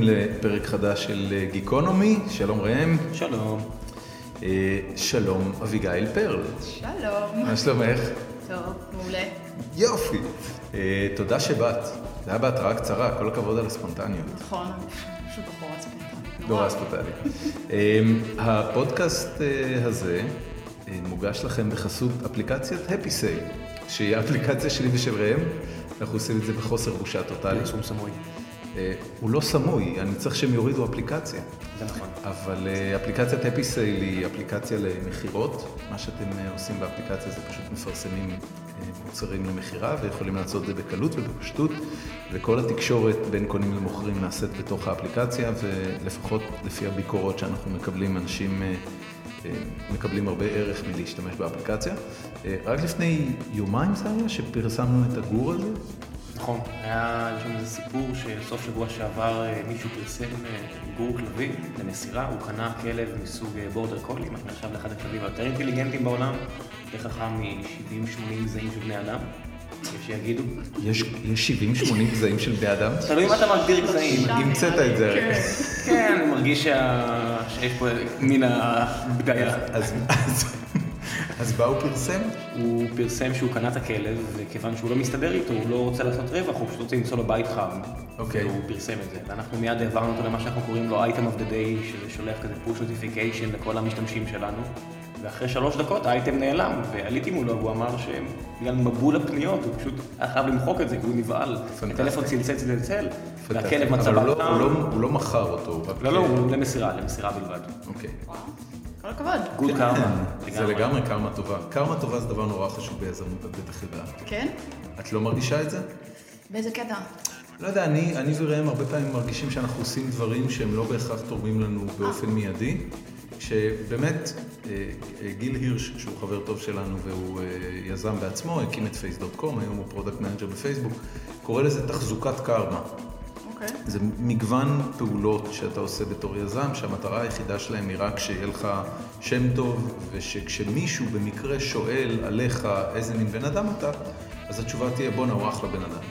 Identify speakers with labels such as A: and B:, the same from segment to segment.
A: לפרק חדש של אה, גיקונומי, שלום ראם.
B: שלום.
A: אה, שלום אביגיל פרל.
C: שלום.
A: מה שלומך?
C: טוב, מעולה.
A: יופי. אה, תודה שבאת. זה היה בהתראה קצרה, כל הכבוד על הספונטניות. לא
C: נכון, פשוט בחורה ספונטנית.
A: דורה אספוטלית. אה, הפודקאסט אה, הזה אה, מוגש לכם בחסות אפליקציית Happy Sale, שהיא האפליקציה שלי ושל ראם. אנחנו עושים את זה בחוסר בושה טוטאלי.
B: פרסום סמוי.
A: אה, הוא לא סמוי, אני צריך שהם יורידו אפליקציה.
B: זה נכון.
A: אבל אה, אפליקציית אפיסייל היא אפליקציה למכירות. מה שאתם אה, עושים באפליקציה זה פשוט מפרסמים אה, מוצרים למכירה ויכולים לעשות את זה בקלות ובפשטות, וכל התקשורת בין קונים למוכרים נעשית בתוך האפליקציה, ולפחות לפי הביקורות שאנחנו מקבלים, אנשים אה, אה, מקבלים הרבה ערך מלהשתמש באפליקציה. אה, רק לפני יומיים זה היה שפרסמנו את הגור הזה,
B: נכון. היה שם איזה סיפור שסוף שבוע שעבר אה, מישהו פרסם אה, גור כלבי למסירה, הוא קנה כלב מסוג בורדר קולי, מה שנחשב לאחד הכלבים היותר אינטליגנטים בעולם, יותר חכם מ-70-80 זעים של בני אדם, יש שיגידו.
A: יש, יש 70-80 גזעים של בני אדם.
B: תלוי מה אתה מגדיר גזעים.
C: שם
A: המצאת
C: נראה לי.
A: את זה הרי.
C: כן.
B: כן, אני מרגיש שה- שיש פה מן הבדיה.
A: אז, אז, אז מה הוא פרסם?
B: הוא פרסם שהוא קנה את הכלב, וכיוון שהוא לא מסתדר איתו, הוא לא רוצה לעשות רווח, הוא פשוט רוצה למצוא לו בית חם.
A: אוקיי.
B: והוא פרסם את זה. ואנחנו מיד העברנו אותו למה שאנחנו קוראים לו אייטם of the day, שזה שולח כזה push notification לכל המשתמשים שלנו. ואחרי שלוש דקות האייטם נעלם, ועליתי מולו, והוא אמר שבגלל מבול הפניות, הוא פשוט היה חייב למחוק את זה, כי הוא נבהל.
A: פנטסטי.
B: הטלפון צלצל צלצל, והכלב
A: פנטסטי.
B: מצא
A: אבל
B: בית
A: הוא לא-
B: חם.
A: הוא לא- הוא לא מכר אותו, הוא רק...
B: לא, לא, הוא למסירה, למסירה בלבד.
A: אוקיי. כן.
C: כל הכבוד.
B: גוד קארמה.
A: זה לגמרי קרמה טובה. קרמה טובה זה דבר נורא חשוב ביזמות, את בטח יודעת.
C: כן?
A: את לא מרגישה את זה?
C: באיזה קטע?
A: לא יודע, אני, אני וראם הרבה פעמים מרגישים שאנחנו עושים דברים שהם לא בהכרח תורמים לנו באופן מיידי, שבאמת אה, אה, גיל הירש, שהוא חבר טוב שלנו והוא אה, יזם בעצמו, הקים את פייס.קום, היום הוא פרודקט מנג'ר בפייסבוק, קורא לזה תחזוקת קרמה.
C: אוקיי.
A: זה מגוון פעולות שאתה עושה בתור יזם, שהמטרה היחידה שלהם היא רק שיהיה לך שם טוב, ושכשמישהו במקרה שואל עליך איזה מין בן אדם אתה, אז התשובה תהיה בואנה הוא אחלה בן אדם.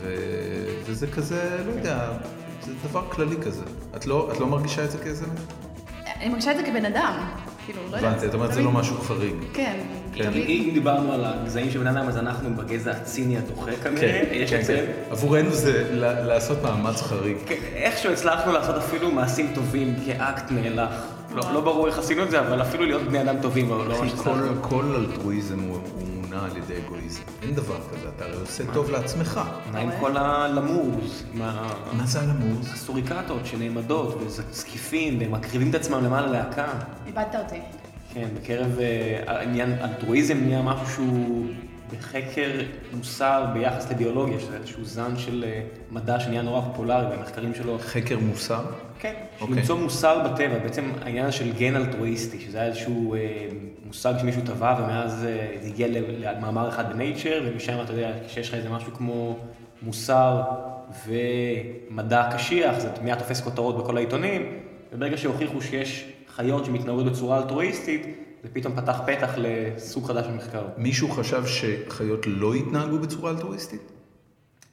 A: ו... וזה כזה, לא יודע, זה דבר כללי כזה. את לא, את לא מרגישה את זה כיזמת?
C: אני מרגישה את זה כבן אדם. כאילו, לא יודעת.
A: הבנתי, את אומרת זה לא
C: תמיד-
A: משהו חריג.
C: כן.
A: כן.
C: תמיד-
B: אם דיברנו על הגזעים של בני אדם, אז אנחנו בגזע הציני הדוחה
A: כן.
B: כנראה. יש אצלנו.
A: עבורנו זה ל- לעשות מאמץ חריג.
B: כן, איכשהו הצלחנו לעשות אפילו מעשים טובים כאקט נאלח. לא
C: וואו.
B: לא ברור איך עשינו את זה, אבל אפילו להיות בני אדם טובים, אבל לא
A: אחי,
B: ממש
A: כל,
B: הצלחנו.
A: כל אלטרואיזם הוא, הוא מונע על ידי אגואיזם. אין דבר כזה, אתה הרי עושה טוב לעצמך.
B: מה עם כל הלמוז, עם ה-
A: מה זה הלמוז?
B: הסוריקטות שנעמדות וזקיפים והם מקריבים את עצמם למען הלהקה.
C: איבדת אותי.
B: כן, בקרב אה, העניין, אלטרואיזם נהיה משהו שהוא בחקר מוסר ביחס לביולוגיה, שזה איזשהו זן של אה, מדע שנהיה נורא פופולרי במחקרים שלו.
A: חקר מוסר?
B: כן,
A: אוקיי.
B: okay. למצוא מוסר בטבע, בעצם העניין של גן אלטרואיסטי, שזה היה איזשהו אה, מושג שמישהו טבע ומאז אה, זה הגיע ל- למאמר אחד בנייצ'ר, ומשם אתה יודע, כשיש לך איזה משהו כמו מוסר ומדע קשיח, זה מיד תופס כותרות בכל העיתונים, וברגע שהוכיחו שיש חיות שמתנהגות בצורה אלטרואיסטית, זה פתאום פתח פתח לסוג חדש של מחקר.
A: מישהו חשב שחיות לא יתנהגו בצורה אלטרואיסטית?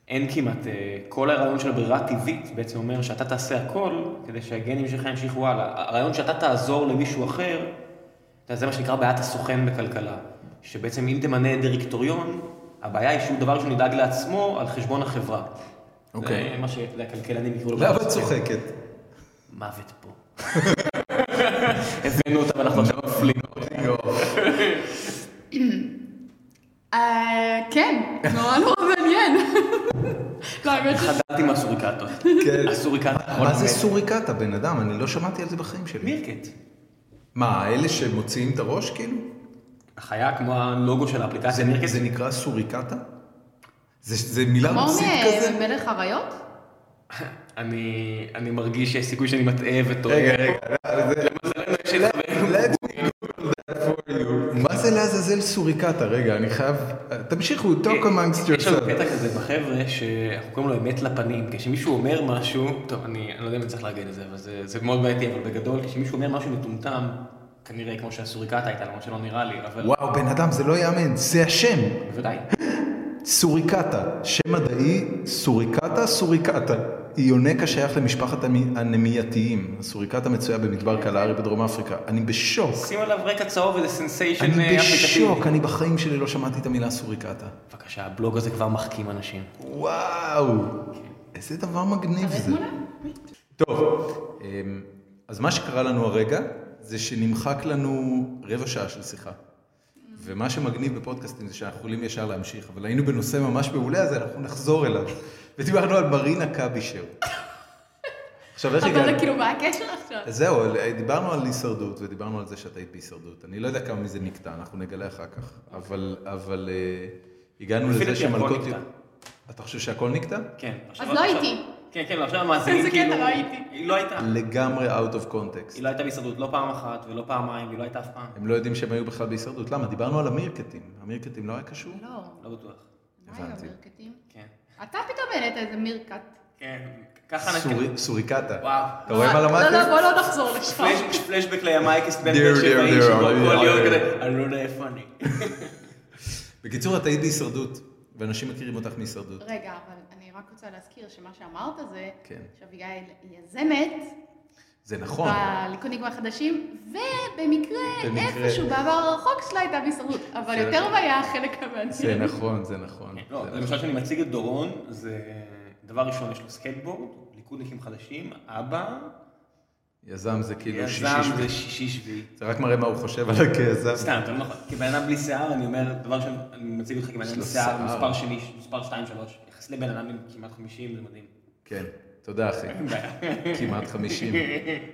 B: אין כמעט, אה, כל הרעיון של הברירה הטבעית בעצם אומר שאתה תעשה הכל כדי שהגנים שלך ימשיכו הלאה. הרעיון שאתה תעזור למישהו אחר, אתה יודע, זה מה שנקרא בעיית הסוכן בכלכלה. שבעצם אם תמנה דירקטוריון, הבעיה היא שהוא דבר שהוא נדאג לעצמו על חשבון החברה.
A: אוקיי. לא,
B: זה מה שהכלכלנים יקראו לו.
A: למה את
B: הסוכן.
A: צוחקת?
B: מוות פה. הבאנו אותה ואנחנו עכשיו מפלים.
C: אה, כן, נורא נורא מעניין. לא, האמת ש...
B: חדלתי מהסוריקטות.
A: כן.
B: הסוריקטה.
A: מה זה סוריקטה, בן אדם? אני לא שמעתי על זה בחיים שלי.
B: מירקט.
A: מה, אלה שמוציאים את הראש כאילו?
B: החיה כמו הלוגו של האפליקציה מירקט.
A: זה נקרא סוריקטה? זה- זה מילה
C: כמו
A: רוסית
C: מ-
A: כזה?
C: אה, מלך אריות?
B: אני, אני מרגיש שיש סיכוי שאני מטעה וטועה.
A: רגע, רגע, זה-
B: למזלנו יש לי חבר.
A: let me Google that for you. מה זה לעזאזל סוריקטה? רגע, אני חייב... תמשיכו, talk amongst
B: אה, יש לנו
A: yourself.
B: קטע כזה בחבר'ה שאנחנו קוראים לו אמת לפנים. כשמישהו אומר משהו, טוב, אני, אני לא יודע אם אני צריך להגיד את זה, אבל זה, זה מאוד בעייתי, אבל בגדול, כשמישהו אומר משהו מטומטם, כנראה כמו שהסוריקטה הייתה, למרות שלא נראה לי, אבל...
A: וואו, בן אדם, זה לא יאמן, זה השם.
B: בוודאי.
A: סוריקטה, שם מדעי, סוריקטה, סוריקטה. יונק השייך למשפחת המ- הנמייתיים, הסוריקת המצויה במדבר קלארי בדרום אפריקה. אני בשוק.
B: שים עליו רקע צהוב איזה אה, סנסיישן
A: אני
B: אפליקטיבי.
A: בשוק, אני בחיים שלי לא שמעתי את המילה סוריקטה.
B: בבקשה, הבלוג הזה כבר מחכים אנשים.
A: וואו, איזה דבר מגניב
C: תראה
A: זה.
C: תמונה.
A: טוב, אמ, אז מה שקרה לנו הרגע, זה שנמחק לנו רבע שעה של שיחה. ומה שמגניב בפודקאסטים זה שאנחנו יכולים ישר להמשיך, אבל היינו בנושא ממש מעולה, אז אנחנו נחזור אליו. ודיברנו על מרינה קבישר. עכשיו, איך
C: אבל זה
A: הגענו?
C: כאילו, מה הקשר עכשיו?
A: אז זהו, על- דיברנו על הישרדות, ודיברנו על זה שאת היית בהישרדות. אני לא יודע כמה מזה נקטע, אנחנו נגלה אחר כך. אבל, אבל אה, הגענו לזה
B: לפי דעתי הכל
A: שמלכות...
B: נקטע.
A: אתה חושב שהכל נקטע?
B: כן. עכשיו-
C: אז לא
B: עכשיו-
C: הייתי.
B: כן, כן, עכשיו המאזינים
C: איזה קטע, לא הייתי.
B: היא לא הייתה.
A: לגמרי out of context.
B: היא לא הייתה בהישרדות, לא פעם אחת ולא פעמיים, היא לא הייתה אף פעם.
A: הם לא יודעים שהם היו בכלל בהישרדות. למה? דיברנו על המירקטים. המירקטים לא היה קשור?
C: לא,
B: לא בטוח.
C: מה היו
A: הבנתי.
C: מרקטים?
B: כן.
C: אתה פתאום העלית איזה מרקט.
B: כן. ככה אנחנו...
A: סורי- סוריקטה.
B: וואו.
A: אתה רואה מה
C: לא, לא,
A: למדתי?
C: בוא לא נחזור לשם.
B: פלש- פלשבק לימייקס בן
A: דיר,
B: בן שבע
A: דיר,
B: איש,
A: דיר,
B: שבו
A: אבל-
B: כל יום
A: אבל-
B: כזה, אני לא יודע איפה אני.
A: בקיצור, את היית בהישרדות, ואנשים מכירים אותך מהישרדות.
C: רגע, אבל אני רק רוצה להזכיר שמה שאמרת זה,
A: כן.
C: שאביגיל היא יזמת,
A: זה נכון.
C: בליכודניקים החדשים, ובמקרה,
A: במקרה.
C: איפשהו בעבר הרחוק שלה הייתה בהישרדות, אבל
A: זה
C: יותר
A: נכון.
C: היה החלק
A: זה
C: המעניין.
A: נכון, זה נכון.
B: לא,
A: זה
B: למשל
A: נכון.
B: כשאני מציג את דורון, זה דבר ראשון, יש לו סקייטבורד, ליכודניקים חדשים, אבא,
A: יזם זה כאילו שישי
B: יזם
A: שביעי.
B: זה שישי שביעי.
A: זה רק מראה מה הוא חושב עליו כיזם.
B: סתם, אתה לא נכון. כבן אדם בלי שיער, אני אומר, דבר ראשון, אני מציג אותך כבן
A: יש
B: אדם
A: לו
B: בלי שיער,
A: שיער.
B: מספר שני, מספר 2, 3. יחס לבן אדם עם כמעט 50, זה מדהים.
A: כן, תודה אחי. כמעט 50.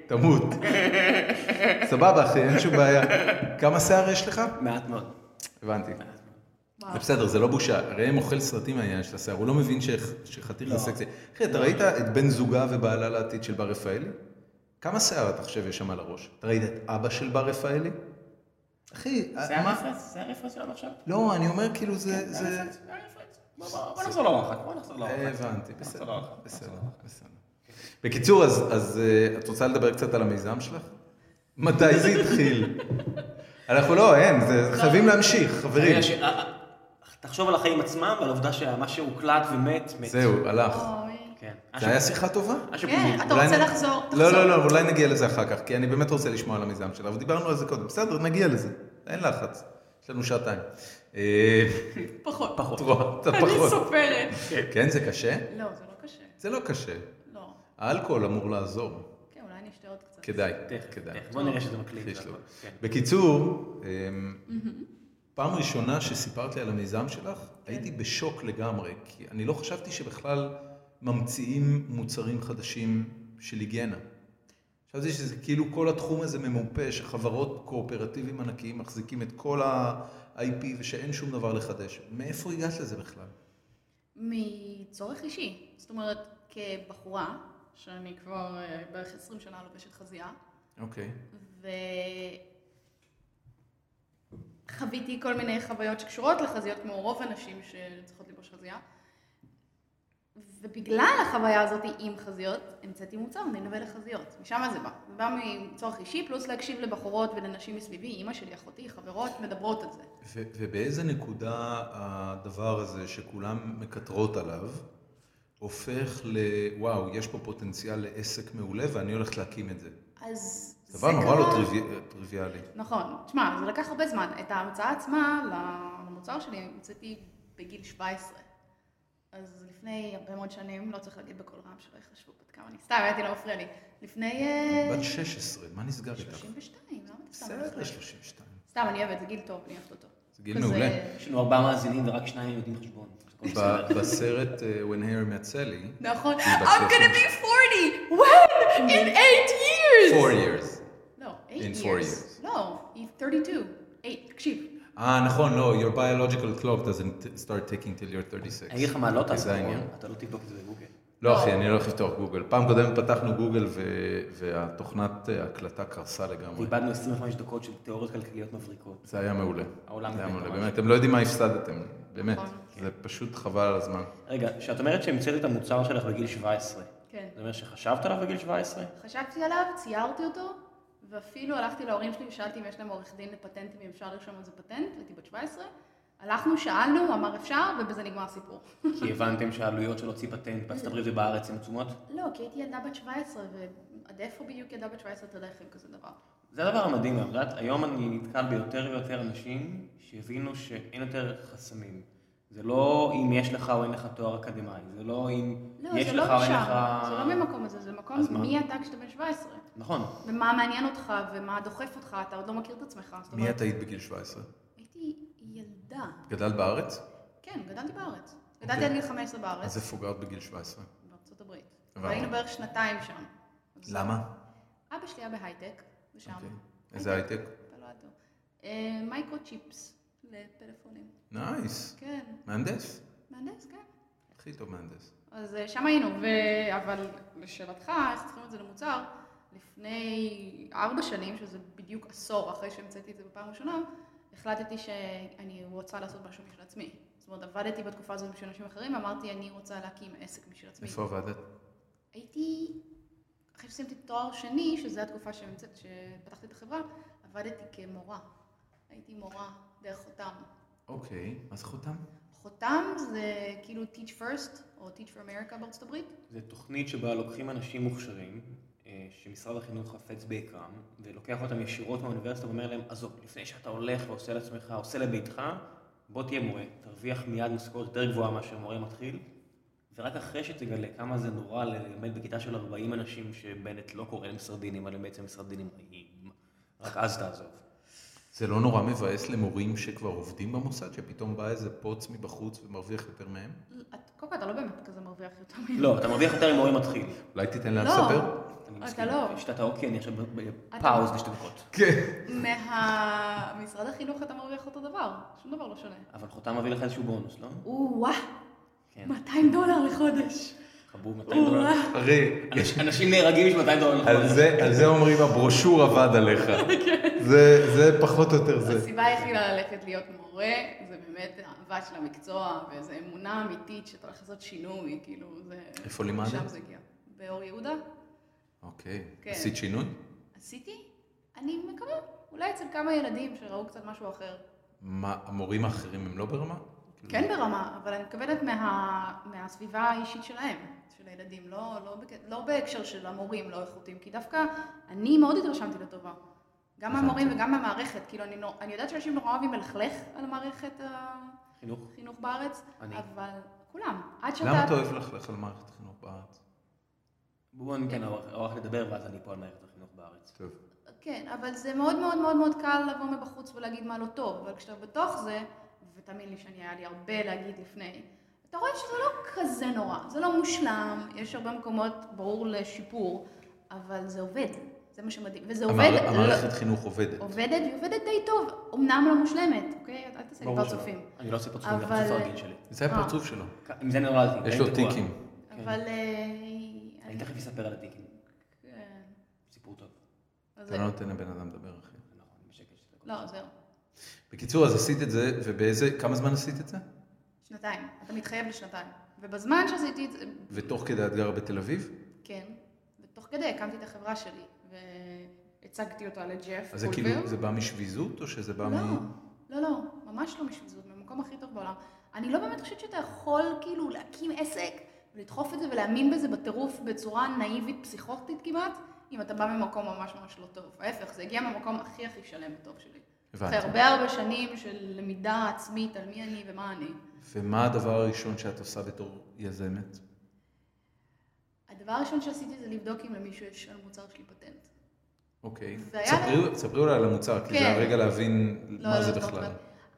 A: תמות. סבבה אחי, אין שום בעיה. כמה שיער יש לך?
B: מעט מאוד.
A: הבנתי.
C: וואו.
A: זה בסדר, זה לא בושה. ראם אוכל סרטים מהעניין של השיער, הוא לא מבין שח- שחתיך
B: לא.
A: זה סקסי. אחי, אתה ראית את בן זוגה ובעלה לעתיד של בר רפאלי? כמה שיער אתה חושב יש שם על הראש? אתה ראית את אבא של בר רפאלי? אחי,
B: זה
A: מה-
B: הרפרנס? זה הרפרנס שלנו עכשיו?
A: לא, אני אומר כאילו זה...
B: זה
A: זה- אה,
B: הרפרנס? זה הרפרנס? בוא בוא- בוא נחזור לאורחת, בוא נחזור לאורחת.
A: הבנתי,
B: בוא נחזור
A: בסדר,
B: לאורחת, בוא נחזור
A: בסדר,
B: לאורחת.
A: בסדר. בקיצור, אז- אז אה, את רוצה לדבר קצת על המיזם שלך? מתי זה התחיל? אנחנו לא, אין, זה- חייבים להמשיך, חברים.
B: ש- אה, אה, תחשוב על החיים עצמם ועל העובדה שמה שהוקלט ומת, מת.
A: זהו, הלך.
C: אוי.
B: כן. אוקיי.
A: זה היה שיחה טובה?
B: אש"ף
C: כן,
B: פנימי.
C: אתה
A: אולי
C: רוצה
A: נ-
C: לחזור?
A: לא,
C: תחזור.
A: לא, לא, אולי נגיע לזה אחר כך, כי אני באמת רוצה לשמוע על המיזם שלה, אבל דיברנו על זה קודם. בסדר, נגיע לזה, אין לחץ. יש לנו שעתיים. אה,
C: פחות.
A: את רואה, אתה
C: אני
A: פחות.
C: סופרת.
A: כן, זה קשה?
C: לא, זה לא קשה.
A: זה לא קשה.
C: לא.
A: האלכוהול אמור לעזור.
C: כן, אולי אני אשתה עוד קצת.
A: כדאי,
B: תכף,
A: כדאי.
B: תכף. בוא נראה שזה מקליט.
A: יש לו.
B: והכל. כן.
A: בקיצור, אמ, פעם ראשונה שסיפרת לי על המיזם שלך, הייתי בשוק לגמרי, כי אני לא חשבתי שבכלל ממציאים מוצרים חדשים של היגיינה. חשבתי שזה כאילו כל התחום הזה ממופה, שחברות קואופרטיבים ענקיים מחזיקים את כל ה-IP ושאין שום דבר לחדש. מאיפה הגעת לזה בכלל?
C: מצורך אישי. זאת אומרת, כבחורה, שאני כבר אה, בערך 20 שנה לובשת חזייה,
A: אוקיי.
C: וחוויתי כל מיני חוויות שקשורות לחזיות, כמו רוב הנשים שצריכות ללבוש חזייה. ובגלל החוויה הזאת עם חזיות, המצאתי מוצר מנווה לחזיות. משם זה בא. זה בא מצורך אישי, פלוס להקשיב לבחורות ולנשים מסביבי, אימא שלי, אחותי, חברות, מדברות על זה.
A: ו- ובאיזה נקודה הדבר הזה שכולם מקטרות עליו, הופך ל... וואו, יש פה פוטנציאל לעסק מעולה ואני הולכת להקים את זה.
C: אז...
A: דבר
C: זה
A: נורא לא
C: קרה-
A: טריוויאלי. טריוויאלי.
C: נכון. תשמע, זה לקח הרבה זמן. את ההמצאה עצמה למוצר שלי המצאתי בגיל 17. אז לפני הרבה מאוד שנים, לא צריך להגיד בקול רם שלא יחשבו בת כמה אני. סתם, הייתי לא מפריע לי. לפני... אה, לא
A: בת 16, מה נסגר איתך?
C: 32, למה אתה סתם
A: בסדר,
C: מפריע?
A: 32.
C: סתם, אני אוהבת, זה גיל טוב, אני אוהבת אותו.
A: זה גיל
C: כזה-
A: מעולה.
B: יש לנו ארבעה מאזינים ורק שניים יודעים חשבון. הכל בסדר.
A: ב- בסרט אה, When Harry Met Sally,
C: נכון.
A: היא בת
C: I'm gonna be 40! When? In 8 years!
A: 4 years.
C: לא, 8
A: In
C: years.
A: four years.
C: לא, היא 32. 8, תקשיב.
A: אה, נכון, לא, your biological clock doesn't start ticking till you're 36.
B: אני אגיד לך מה לא
A: זה
B: תעשה,
A: העניין.
B: נכון? אתה לא תבדוק את זה בגוגל.
A: לא אחי, אני לא הולך לפתוח גוגל. פעם קודמת פתחנו גוגל ו- והתוכנת אה, הקלטה קרסה לגמרי.
B: איבדנו 25 דקות של תיאוריות כלכליות מבריקות.
A: זה היה מעולה.
B: העולם
A: זה היה
B: באמת
A: מעולה,
B: ממש.
A: באמת. אתם לא יודעים מה הפסדתם, באמת.
C: נכון.
A: זה פשוט חבל על הזמן.
B: רגע, כשאת אומרת שהמצאת את המוצר שלך בגיל 17,
C: כן.
B: זה אומר שחשבת עליו בגיל 17?
C: חשבתי עליו, ציירתי אותו, ואפילו הלכתי להורים שלי ושאלתי אם יש להם עורך דין לפטנטים, אם אפשר לרשום על זה פטנט, הייתי בת 17, הלכנו, שאלנו, הוא אמר אפשר, ובזה נגמר הסיפור.
B: כי הבנתם שהעלויות של להוציא פטנט בארצות הברית ובארץ הן עצומות?
C: לא, כי הייתי ילדה בת 17, ועד איפה בדיוק ילדה בת 17 תלך עם כזה דבר?
B: זה הדבר המדהים, את יודעת, היום אני נתקל ביותר ויותר אנשים שהבינו שאין יותר חסמים. זה לא אם יש לך או אין לך תואר אקדמאי, זה לא אם
C: לא,
B: יש
C: זה
B: לך
C: לא
B: או אין
C: משם,
B: לך...
C: זה לא ממקום הזה, זה
B: אז מה?
C: מקום מי אתה כשאתה בן 17.
B: נכון,
C: ומה מעניין אותך, ומה דוחף אותך, אתה עוד לא מכיר את עצמך. זאת
A: מי
C: אומרת,
A: את היית בגיל 17?
C: הייתי ילדה.
A: גדלת בארץ?
C: כן, גדלתי בארץ.
B: אוקיי.
C: גדלתי עד גיל 15
A: אז
C: בארץ,
A: איפה גרת בגיל 17?
C: בארצות הברית.
A: הבנתי.
C: והיינו בערך שנתיים שם. אז
A: למה?
C: אבא שלי היה בהייטק, ושם.
A: אוקיי. איזה הייטק?
C: פלו אלטו. מייקרו צ'יפס לפלאפונים.
A: נייס.
C: כן,
A: מהנדס?
C: מהנדס, כן.
A: הכי טוב מהנדס.
C: אז אה, שם היינו, ו- אבל לשאלתך, איך צריכים את זה למוצר, לפני ארבע שנים, שזה בדיוק עשור אחרי שהמצאתי את זה בפעם הראשונה, החלטתי שאני רוצה לעשות משהו בשביל עצמי. זאת אומרת, עבדתי בתקופה הזאת בשביל אנשים אחרים, אמרתי, אני רוצה להקים עסק בשביל עצמי.
A: איפה עבדת?
C: הייתי, אחרי שסיימתי תואר שני, שזו התקופה שהמצאת, שפתחתי את החברה, עבדתי כמורה. הייתי מורה דרך חותם.
A: אוקיי, מה זה חותם?
C: חותם זה כאילו Teach First, או Teach for America בארצות הברית.
B: זו תוכנית שבה לוקחים אנשים מוכשרים, אה, שמשרד החינוך חפץ ביקרם, ולוקח אותם ישירות מהאוניברסיטה ואומר להם, עזוב, לפני שאתה הולך ועושה לעצמך, עושה לביתך, בוא תהיה מורה, תרוויח מיד משכורת יותר גבוהה מאשר מורה מתחיל, ורק אחרי שתגלה כמה זה נורא ללמד בכיתה של 40 אנשים שבנט לא קורא להם סרדינים, אבל הם בעצם סרדינים רעים, רק אז תעזוב.
A: זה לא נורא מבאס למורים שכבר עובדים במוסד, שפתאום בא איזה פוץ מבחוץ ומרוויח יותר מהם?
C: את- קודם כל אתה לא באמת כזה מרוויח יותר מהם.
B: לא, אתה מרוויח יותר עם מורה מתחיל.
A: אולי תיתן להם
C: לא.
A: לספר?
B: אני
C: אתה
B: מסכים.
C: לא.
B: שיטת האוקי, אני עכשיו בפאוז לשתי דקות.
A: כן.
C: מהמשרד החינוך אתה מרוויח אותו דבר, שום דבר לא שונה.
B: אבל חותם מביא לך איזשהו בונוס, לא?
C: או-אה,
B: כן.
C: 200 דולר לחודש.
B: חבור 200 דולר.
C: או-אה.
A: הרי,
B: אנשים- אנשים נהרגים בשביל 200 דולר.
A: על זה- על זה אומרים הברושור עבד עליך.
C: כן.
A: זה- זה פחות או יותר זה.
C: הסיבה היחידה ללכת להיות מורה, זה באמת האהבה של המקצוע, וזו אמונה אמיתית שאתה הולך לעשות שינוי, כאילו, זה...
A: איפה לימדת?
C: שם זה הגיע. באור יהודה.
A: אוקיי,
C: כן.
A: עשית שינוי?
C: עשיתי? אני מקווה. אולי אצל כמה ילדים שראו קצת משהו אחר.
A: אוקיי. מה, המורים האחרים הם לא ברמה?
C: כן ברמה, אבל אני מתכוונת מה, מהסביבה האישית שלהם, של הילדים, לא, לא, בק- לא בהקשר של המורים לא איכותיים, כי דווקא אני מאוד התרשמתי לטובה. גם
A: הבנתי.
C: מהמורים וגם מהמערכת, כאילו אני, נו- אני יודעת שאנשים נורא אוהבים ללכלך על אה, מערכת
B: חינוך.
C: החינוך בארץ,
B: אני.
C: אבל כולם, עד שאתה...
A: למה אתה אוהב ללכלך על מערכת חינוך בארץ?
B: בואו ניתן האורח לדבר ואז אני פה על מערכת החינוך בארץ.
A: טוב.
C: כן, אבל זה מאוד מאוד מאוד מאוד קל לבוא מבחוץ ולהגיד מה לא טוב, אבל כשאתה בתוך זה, ותאמין לי שאני, היה לי הרבה להגיד לפני, אתה רואה שזה לא כזה נורא, זה לא מושלם, יש הרבה מקומות, ברור, לשיפור, אבל זה עובד, זה מה שמדהים, וזה עובד,
A: המער- המערכת
C: לא-
A: חינוך עובדת.
C: עובדת, והיא עובדת די טוב, אמנם לא מושלמת, אוקיי? אל תעשה לי
B: ברור שלא.
C: פרצופים.
B: אני לא עושה פרצופים, זה
C: אבל-
B: הפרצוף הרגיל שלי.
A: זה
C: אה.
A: הפרצוף שלו.
B: כ- עם זה נולדתי.
A: יש
B: אני
A: לו
B: תקוע.
A: טיקים.
B: כן.
C: אבל... אה,
B: אני תכף אספר על הטיקים.
C: כן.
B: סיפור טוב.
C: אז
A: אתה
C: זה-
A: לא נותן לבן אדם לדבר, אחי.
B: זה נכון, אני בשקט שתי דקות.
C: לא, זהו.
A: בקיצור, אז עשית את זה, ובאיזה, כמה זמן עשית את זה?
C: שנתיים. אתה מתחייב לשנתיים. ובזמן שעשיתי את זה,
A: ותוך כדי את גרה בתל אביב?
C: כן, ותוך כדי הקמתי את החברה שלי, והצגתי אותה לג'ף.
A: אז זה
C: פולבר.
A: כאילו, זה בא משביזות, או שזה בא מ...
C: לא, לא, לא, ממש לא משביזות, במקום הכי טוב בעולם. אני לא באמת חושבת שאתה יכול כאילו להקים עסק, ולדחוף את זה ולהאמין בזה בטירוף בצורה נאיבית, פסיכוטית כמעט, אם אתה בא ממקום ממש ממש לא טוב. ההפך, זה הגיע מהמקום הכי הכי שלם וטוב שלי.
A: הבנתי.
C: אחרי הרבה הרבה שנים של למידה עצמית על מי אני ומה אני.
A: ומה הדבר הראשון שאת עושה בתור יזמת?
C: הדבר הראשון שעשיתי זה לבדוק אם למישהו יש על מוצר שלי פטנט.
A: אוקיי.
C: זה היה
A: ספרי- ספרי אולי על המוצר, כי
C: כן.
A: זה הרגע להבין
C: לא,
A: מה
C: לא,
A: זה
C: לא,
A: בכלל.
C: לא.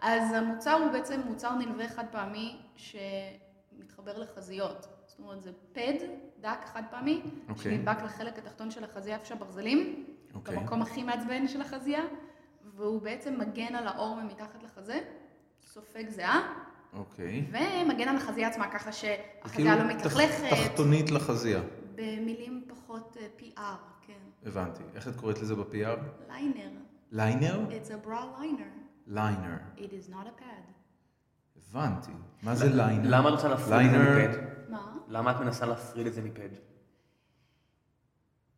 C: אז המוצר הוא בעצם מוצר נלווה חד פעמי שמתחבר לחזיות. זאת אומרת, זה פד דק חד פעמי,
A: אוקיי.
C: שנדבק לחלק התחתון של החזייה, איפה שהברזלים,
A: אוקיי.
C: במקום הכי מעצבן של החזייה, והוא בעצם מגן על העור ממתחת לחזה, סופג זיעה,
A: אוקיי.
C: ומגן על החזייה עצמה ככה
A: זה
C: שהחזייה
A: כאילו
C: לא
A: תח-
C: מתלכלכת,
A: תחתונית לחזייה.
C: במילים פחות אה, PR, כן.
A: הבנתי. איך את קוראת לזה ב-PR?
C: ליינר.
A: ליינר?
C: It's a bra liner.
A: ליינר.
C: It is not a pad.
A: הבנתי. מה זה ליינר?
B: למה את רוצה להפריד את זה
A: ליינר-
B: מפד?
C: מה?
B: למה את מנסה להפריד את זה מפד?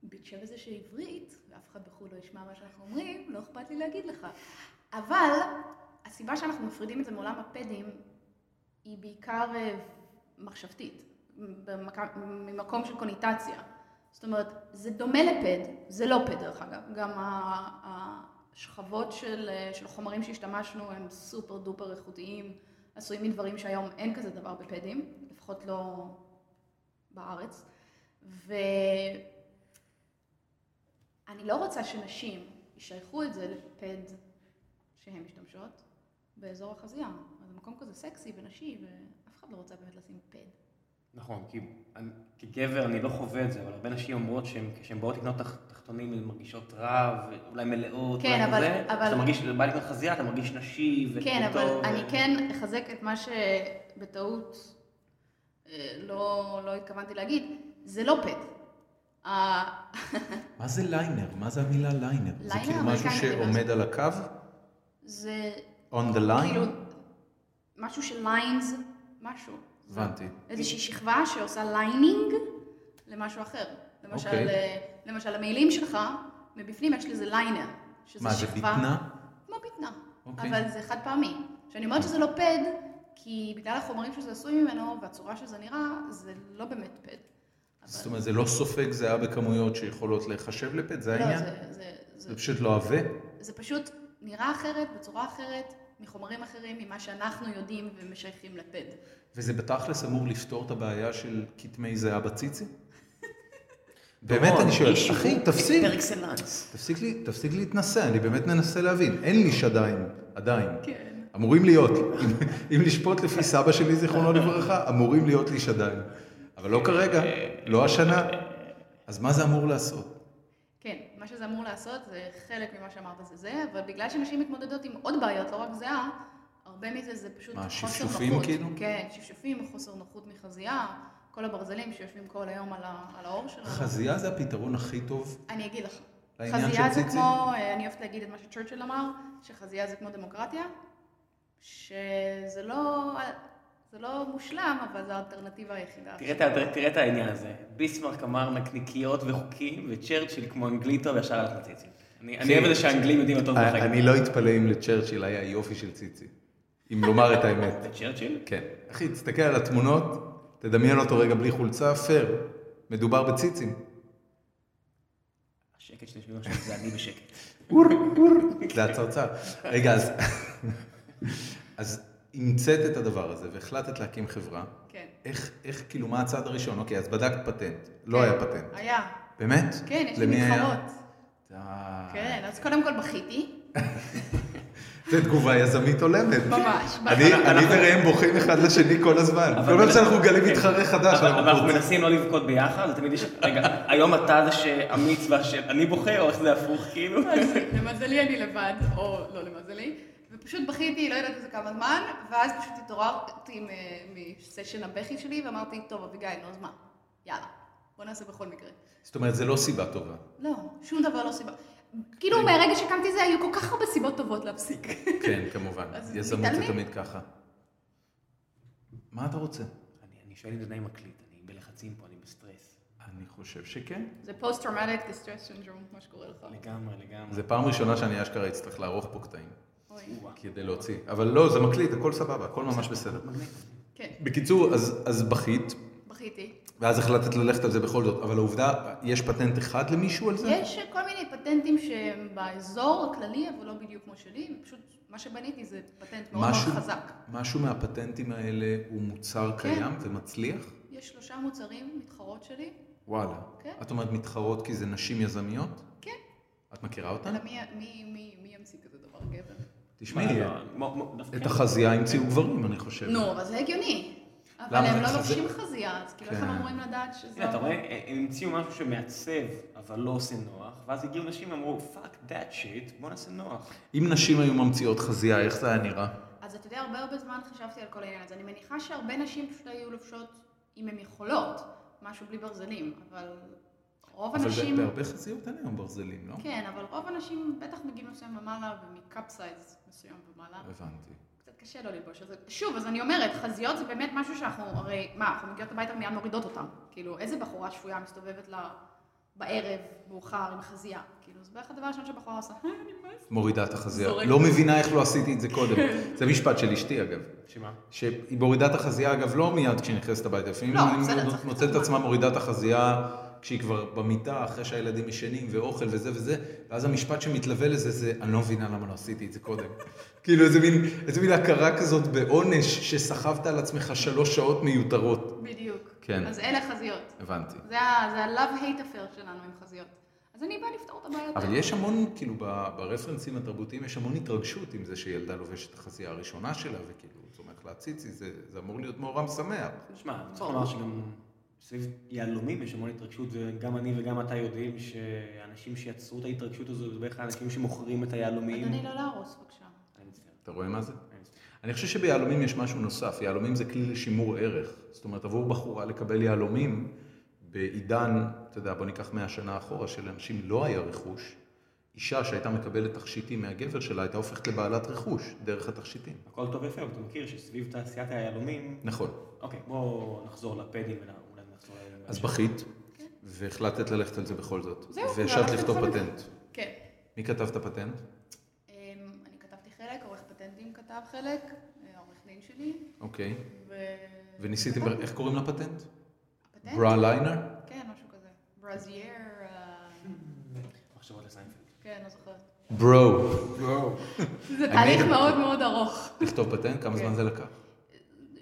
C: בהקשר לזה שעברית, ואף אחד בחו"ל לא ישמע מה שאנחנו אומרים, לא אכפת לי להגיד לך. אבל הסיבה שאנחנו מפרידים את זה מעולם הפדים היא בעיקר אה, מחשבתית, במק- ממקום של קוניטציה. זאת אומרת, זה דומה לפד, זה לא פד דרך אגב, גם ה- השכבות של, אה, של חומרים שהשתמשנו הם סופר דופר איכותיים, עשויים מדברים שהיום אין כזה דבר בפדים, לפחות לא בארץ. ואני לא רוצה שנשים ישייכו את זה לפד שהן משתמשות באזור החזייה. אז זה מקום כזה סקסי ונשי, ואף אחד לא רוצה באמת לשים פד.
B: נכון, כי אני, כגבר אני לא חווה את זה, אבל הרבה נשים אומרות שהן- כשהן באות לקנות תח, תחתונים הן מרגישות רע, ואולי מלאות,
C: כן,
B: אולי
C: אבל-
B: כזה.
C: אבל-
B: כשאתה מרגיש, בא לקנות חזייה, אתה מרגיש נשי, וטוב.
C: כן, אבל
B: ו-
C: אני כן אחזק את מה שבטעות אה, לא, לא התכוונתי להגיד, זה לא פד. אה, ה-
D: מה זה ליינר? מה זה המילה ליינר?
A: זה
C: ליינר
A: כאילו משהו
C: אמריקאי מגניב.
A: שעומד על הקו,
C: זה
A: on the
C: כאילו
A: line,
C: משהו של ליינס, משהו.
A: הבנתי.
C: איזושהי שכבה שעושה ליינינג למשהו אחר. למשל,
A: אוקיי.
C: אה, למשל המעילים שלך, מבפנים יש לזה ליינר. שזה
A: מה, זה
C: שכבה-
A: בטנה?
C: כמו בטנה.
A: אוקיי.
C: אבל זה חד פעמי. כשאני אומרת שזה לא פד, כי בגלל החומרים שזה עשוי ממנו והצורה שזה נראה, זה לא באמת פד.
A: זאת אומרת, זה לא סופג זהה בכמויות שיכולות להיחשב לפד, זה
C: לא,
A: העניין?
C: זה, זה, זה,
A: זה פשוט לא עבה?
C: זה פשוט נראה אחרת, בצורה אחרת, מחומרים אחרים, ממה שאנחנו יודעים ומשייכים לפד.
A: וזה בתכלס אמור לפתור את הבעיה של כתמי זהה בציצי? באמת, אני שואל,
B: איש
A: אחי,
B: שיווק
A: תפסיק,
B: פר אקסלנס.
A: תפסיק לי, תפסיק להתנסה, אני באמת מנסה להבין. אין ליש עדיין, עדיין.
C: כן.
A: אמורים להיות, אם- אם לשפוט לפי סבא שלי, זיכרונו לברכה, אמורים להיות ליש עדיין. אבל לא כרגע, לא השנה. אז מה זה אמור לעשות?
C: כן, מה שזה אמור לעשות זה חלק ממה שאמרת זה זה, אבל בגלל שנשים מתמודדות עם עוד בעיות, לא רק זהה, הרבה מזה זה פשוט
A: מה,
C: חוסר
A: שפשופים
C: נוחות.
A: כאילו?
C: כן, שפשופים, חוסר נוחות מחזייה, כל הברזלים שיושבים כל היום על, ה, על האור שלנו.
A: חזייה זה הפתרון הכי טוב.
C: אני אגיד לך.
A: לעניין
C: חזייה
A: של
C: זה
A: ציצי?
C: כמו, אה, אני אוהבת להגיד את מה שצ'רצ'יל אמר, שחזייה זה כמו דמוקרטיה, שזה לא, זה לא מושלם, אבל זו האלטרנטיבה היחידה.
B: תראה את ה- תראה את העניין הזה. ביסמרק אמר נקניקיות וחוקים, וצ'רצ'יל כמו אנגלי טוב ישר על הציצים. אני אני אוהב את זה שהאנגלים יודעים אותו
A: אני אני לא אתפלא אם לצ'רצ'יל היה יופי של ציצי. אם לומר את האמת.
B: צ'רצ'יל?
A: כן. אחי, תסתכל על התמונות, תדמיין אותו רגע בלי חולצה, פייר. מדובר בציצים.
B: השקט שאתם שומעים עכשיו זה אני בשקט.
A: אור, אור. זה הצרצר. רגע, אז... אז המצאת את הדבר הזה והחלטת להקים חברה.
C: כן.
A: איך, איך, כאילו, מה הצעד הראשון? אוקיי, אז בדקת פטנט. לא היה פטנט.
C: כן, היה.
A: באמת?
C: כן, יש לי
A: למי היה?
C: מתחרות.
A: אה,
C: כן, אז קודם כל בכיתי.
A: זו תגובה יזמית הולמת.
C: ממש, ממש.
A: אני-
B: אנחנו-
A: אני וראם בוכים אחד לשני כל הזמן. כל פעם שאנחנו מגלים מתחרה חדש,
B: כן. אבל אבל אנחנו
A: רוצים-
B: מנסים לא לבכות ביחד, אז תמיד יש... רגע, היום אתה זה שאמיץ והשם, אני בוכה, או איך זה הפוך כאילו?
C: אז למזלי אני לבד, או לא למזלי, ופשוט בכיתי, לא יודעת איזה כמה זמן, ואז פשוט התעוררתי מ- מסשן הבכי שלי ואמרתי, טוב, אביגיל, נו אז מה, יאללה, בוא נעשה בכל מקרה.
A: זאת אומרת, זה לא סיבה טובה.
C: לא, שום דבר לא סיבה. כאילו מהרגע שקמתי זה, היו כל כך הרבה סיבות טובות להפסיק.
A: כן, כמובן.
C: אז
A: יזמות זה
C: מתעלמים.
A: תמיד ככה. מה אתה רוצה?
B: אני- אני שואל אם זה עדיין מקליט, אני בלחצים פה, אני בסטרס.
A: אני חושב שכן.
C: זה פוסט-טראומטיק דיסטרס סינדרום, מה שקורה לך.
B: לגמרי, לגמרי.
A: זו פעם ראשונה שאני אשכרה אצטרך לערוך פה קטעים,
C: אוי,
B: וואו.
A: כדי להוציא. אבל לא, זה מקליט, הכל סבבה, הכל ממש בסדר.
C: כן,
A: בקיצור, אז, אז בכית,
C: בכיתי.
A: ואז החלטת ללכת על זה בכל זאת, אבל העובדה, יש פטנט אחד למישהו על זה?
C: יש כל מיני פטנטים שהם באזור הכללי, אבל לא בדיוק כמו שלי, פשוט מה שבניתי זה פטנט מאוד
A: משהו-
C: מאוד חזק.
A: משהו מהפטנטים האלה הוא מוצר
C: כן.
A: קיים ומצליח?
C: יש שלושה מוצרים, מתחרות שלי.
A: וואלה.
C: כן.
A: את אומרת מתחרות כי זה נשים יזמיות?
C: כן.
A: את מכירה אותן?
C: אלא מי, מי, מי, מי ימציא כזה דבר גבר?
A: תשמעי,
B: לא, מו- מו- דווקא-
A: את החזייה המציאו גברים, אני חושב.
C: נו, אבל זה הגיוני. אבל
A: כן. למה?
C: הם
A: זה
C: לא
A: חזה-
C: לובשים חזייה, אז כאילו איך
A: כן.
C: הם אמורים לדעת שזה...
B: הנה, אתה רואה, אה, הם המציאו משהו שמעצב, אבל לא עושה נוח, ואז הגיעו נשים ואמרו, פאק דאט שיט, בוא נעשה נוח.
A: אם נשים היו ממציאות חזייה, איך זה היה נראה?
C: אז אתה יודע, הרבה הרבה זמן חשבתי על כל העניין הזה. אני מניחה שהרבה נשים פשוט היו לובשות, אם הן יכולות, משהו בלי ברזלים, אבל רוב
A: אבל
C: הנשים...
A: בהרבה חזיות אין היום ברזלים, לא?
C: כן, אבל רוב הנשים, בטח מגיל מסוים ומעלה ומקאפ סייז מסוים ומעלה,
A: הבנתי.
C: קצת קשה לא ללבוש את זה. שוב, אז אני אומרת, חזיות זה באמת משהו שאנחנו, הרי, מה, אנחנו מגיעות הביתה מיד מורידות אותן. כאילו, איזה בחורה שפויה מסתובבת לה בערב, מאוחר, עם חזייה. כאילו, זה בערך הדבר הראשון שבחורה עושה. "אה, אני מבאס.
A: מורידה את החזייה.
C: זורקת.
A: לא מבינה איך לא עשיתי את זה קודם. זה משפט של אשתי, אגב.
B: שמה?
A: שהיא מורידה את החזייה, אגב, לא מיד כשהיא נכנסת הביתה. לפעמים
C: לא,
A: אני
C: בסדר, צריך
A: מוצאת את
C: קצת
A: עצמה מורידה את החזייה כשהיא כבר במיטה, אחרי שהילדים ישנים, ואוכל וזה וזה, ואז המשפט שמתלווה לזה זה, אני לא מבינה למה לא עשיתי את זה קודם. כאילו, איזה מין, איזה מין הכרה כזאת בעונש שסחבת על עצמך שלוש שעות מיותרות.
C: בדיוק.
A: כן.
C: אז אלה חזיות.
A: הבנתי.
C: זה ה-love-hate affair שלנו עם חזיות. אז אני באה לפתור את הבעיות.
A: אבל
C: האלה.
A: יש המון, כאילו, ב- ברפרנסים התרבותיים יש המון התרגשות עם זה שילדה לובשת את החזייה הראשונה שלה, וכאילו, הוא צומח להציצי, זה, זה אמור להיות מאורם שמח.
B: תשמע, צריך לומר שגם סביב יהלומים יש המון התרגשות, וגם אני וגם אתה יודעים שאנשים שיצרו את ההתרגשות הזו זה בערך האנשים שמוכרים את היהלומים.
C: אדוני, לא להרוס, בבקשה.
B: אני מצטער,
A: אתה רואה מה זה?
B: אני מצטער.
A: אני חושב שביהלומים יש משהו נוסף, יהלומים זה כלי לשימור ערך. זאת אומרת, עבור בחורה לקבל יהלומים בעידן, אתה יודע, בוא ניקח 100 שנה אחורה, שלאנשים לא היה רכוש, אישה שהייתה מקבלת תכשיטים מהגבר שלה, הייתה הופכת לבעלת רכוש דרך התכשיטים.
B: הכל טוב ויפה, אבל אתה מכיר שסביב תעשיית היהלומים...
A: נכון. אוקיי.
B: אוקיי, בואו נחזור לפדים ואולי נחזור ליהלומים.
A: אז בכית, והחלטת ללכת על זה בכל זאת.
C: זהו,
A: והשארת
C: והלכתי
A: לכתוב
C: בכל זאת.
A: פטנט.
C: כן.
A: מי כתב את הפטנט?
C: אמ, אני כתבתי חלק, עורך פטנטים כתב חלק, אה, העורך דין שלי,
A: אוקיי.
C: ו...
A: וניסיתם,
C: כתבתי.
A: איך קוראים לפטנט?
C: הפטנט?
A: ברה ליינר?
C: כן, משהו כזה. ברזייר, אה,
B: מחשבות לסיינפלד.
C: כן, לא זוכרת.
A: ברו.
C: זה
A: אני-
C: תהליך מאוד מאוד ארוך.
A: לכתוב פטנט? כמה
C: כן.
A: זמן זה לקח?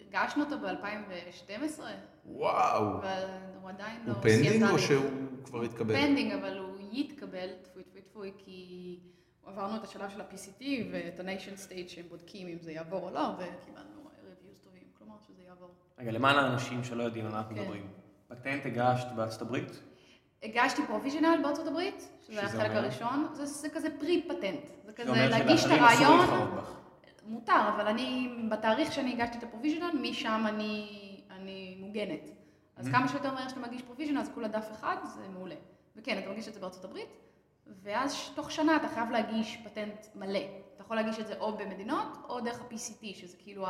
C: הגשנו אותו ב-2012,
A: וואו.
C: אבל הוא עדיין לא...
A: הוא פנדינג
C: סיימנו.
A: או שהוא כבר התקבל?
C: פנדינג, אבל הוא יתקבל, טפוי טפוי טפוי, כי עברנו את השלב של ה-PCT ואת ה-Nation State שהם בודקים אם זה יעבור או לא, וקיבלנו reviews טובים, כלומר שזה יעבור.
B: רגע, למען האנשים שלא יודעים על מה אנחנו
C: כן.
B: מדברים. פטנט הגשת בארצות הברית?
C: הגשתי פרוביז'ינל בארצות הברית,
B: שזה
C: שזה החלק
B: אומר?
C: הראשון, זה, זה כזה פרי פטנט, זה כזה
B: שאומר
C: להגיש את
B: שלאחרים אסור
C: הרעיון,
B: להתחרות בך.
C: מותר, אבל אני, בתאריך שאני הגשתי את הפרוביז'ינל, משם אני, אני מוגנת. אז כמה שיותר מהר שאתה מגיש פרוביז'ינל, אז כולה דף אחד, זה מעולה. וכן, אתה מגיש את זה בארצות הברית, ואז ש- תוך שנה אתה חייב להגיש פטנט מלא. אתה יכול להגיש את זה או במדינות, או דרך ה-PCT, שזה כאילו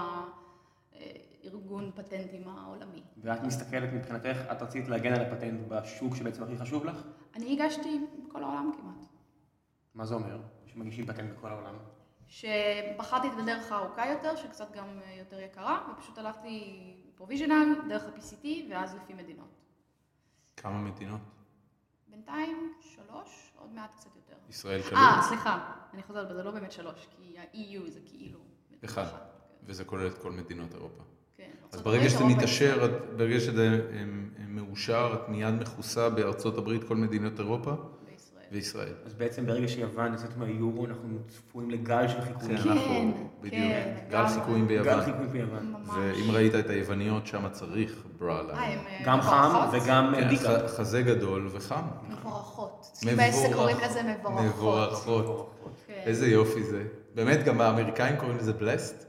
C: הארגון פטנטים העולמי.
B: ואת מסתכלת מבחינתך, את רצית להגן על הפטנט בשוק שבעצם הכי חשוב לך?
C: אני הגשתי בכל העולם כמעט.
B: מה זה אומר? שמגישים פטנט בכל העולם.
C: שבחרתי את הדרך הארוכה יותר, שקצת גם אה, יותר יקרה, ופשוט הלכתי פרוביז'ינל, דרך ה-PCT, ואז לפי מדינות.
A: כמה מדינות?
C: בינתיים שלוש, עוד מעט קצת יותר.
A: ישראל
C: אה,
A: כלול?
C: סליחה, אני חוזרת, אבל זה לא באמת שלוש, כי ה-EU זה כאילו... מדינה
A: אחד.
C: אחת.
A: וזה כולל את כל מדינות אירופה.
C: כן.
A: אז
C: ארצות
A: ברגע
C: הברית,
A: שזה
C: אירופה,
A: מתעשר,
C: ישראל.
A: את- ברגע שזה אמ, אמ, מאושר, את מיד מכוסה בארצות הברית, כל מדינות אירופה
C: בישראל.
A: וישראל.
B: אז בעצם ברגע שיוון יוצאת מהיורו, אנחנו צפויים לגל
A: כן,
B: של חיקויים.
A: אנחנו,
C: כן,
A: בדיוק,
C: כן,
A: גל
C: גם-
A: חיקויים
B: גל
A: ביוון.
B: חיקויים ביוון.
C: ממש.
A: ואם ראית את היווניות, שם צריך ברה
C: אה,
A: ליינר.
C: הם, אה,
B: גם חם
C: מבורכות?
B: וגם
A: כן,
B: דיקה.
A: ח- חזה גדול וחם.
C: מבורכות. אצלי בעסק
A: מבורך-
C: קוראים לזה מבורכות.
A: מבורכות.
C: כן.
A: איזה יופי זה. באמת, גם האמריקאים קוראים לזה בלסט?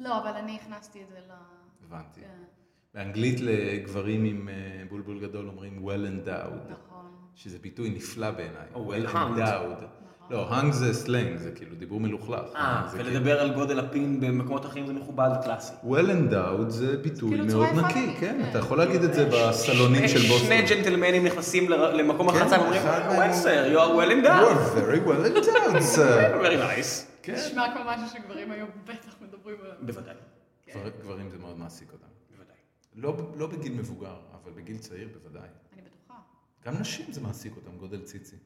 C: לא, אבל אני הכנסתי את זה ל...
A: הבנתי.
C: כן,
A: באנגלית לגברים עם אה, בולבול גדול אומרים well endowed,
C: נכון.
A: שזה ביטוי נפלא בעיניי.
B: או
A: well
B: Oh, well hung.
A: endowed.
C: נכון.
A: לא, hung זה סלנג, זה כאילו דיבור מלוכלך.
B: אה,
A: זה כאילו-
B: ולדבר על גודל הפין במקומות אחרים זה מכובד וקלאסי.
A: well endowed זה ביטוי
C: כאילו
A: מאוד
C: צורה יפה
A: נקי,
C: להגיד,
A: כן,
C: כן.
A: אתה יכול להגיד את זה בסלונים של בוסטון.
B: שני ג'נטלמנים נכנסים ל- למקום
A: כן,
B: הרחצה ואומרים,
A: אחד מהם
B: well
A: הוא-
B: sir, you are well
A: You
B: endowed.
A: are very well endowed, sir.
B: very nice.
A: כן.
C: נשמע כמו משהו שגברים היום בטח מדברים עליו.
B: בוודאי,
A: גבר- גברים זה מאוד מעסיק אותם.
B: בוודאי.
A: לא לא בגיל מבוגר, אבל בגיל צעיר בוודאי.
C: אני בטוחה.
A: גם נשים זה מעסיק אותם, גודל ציצי.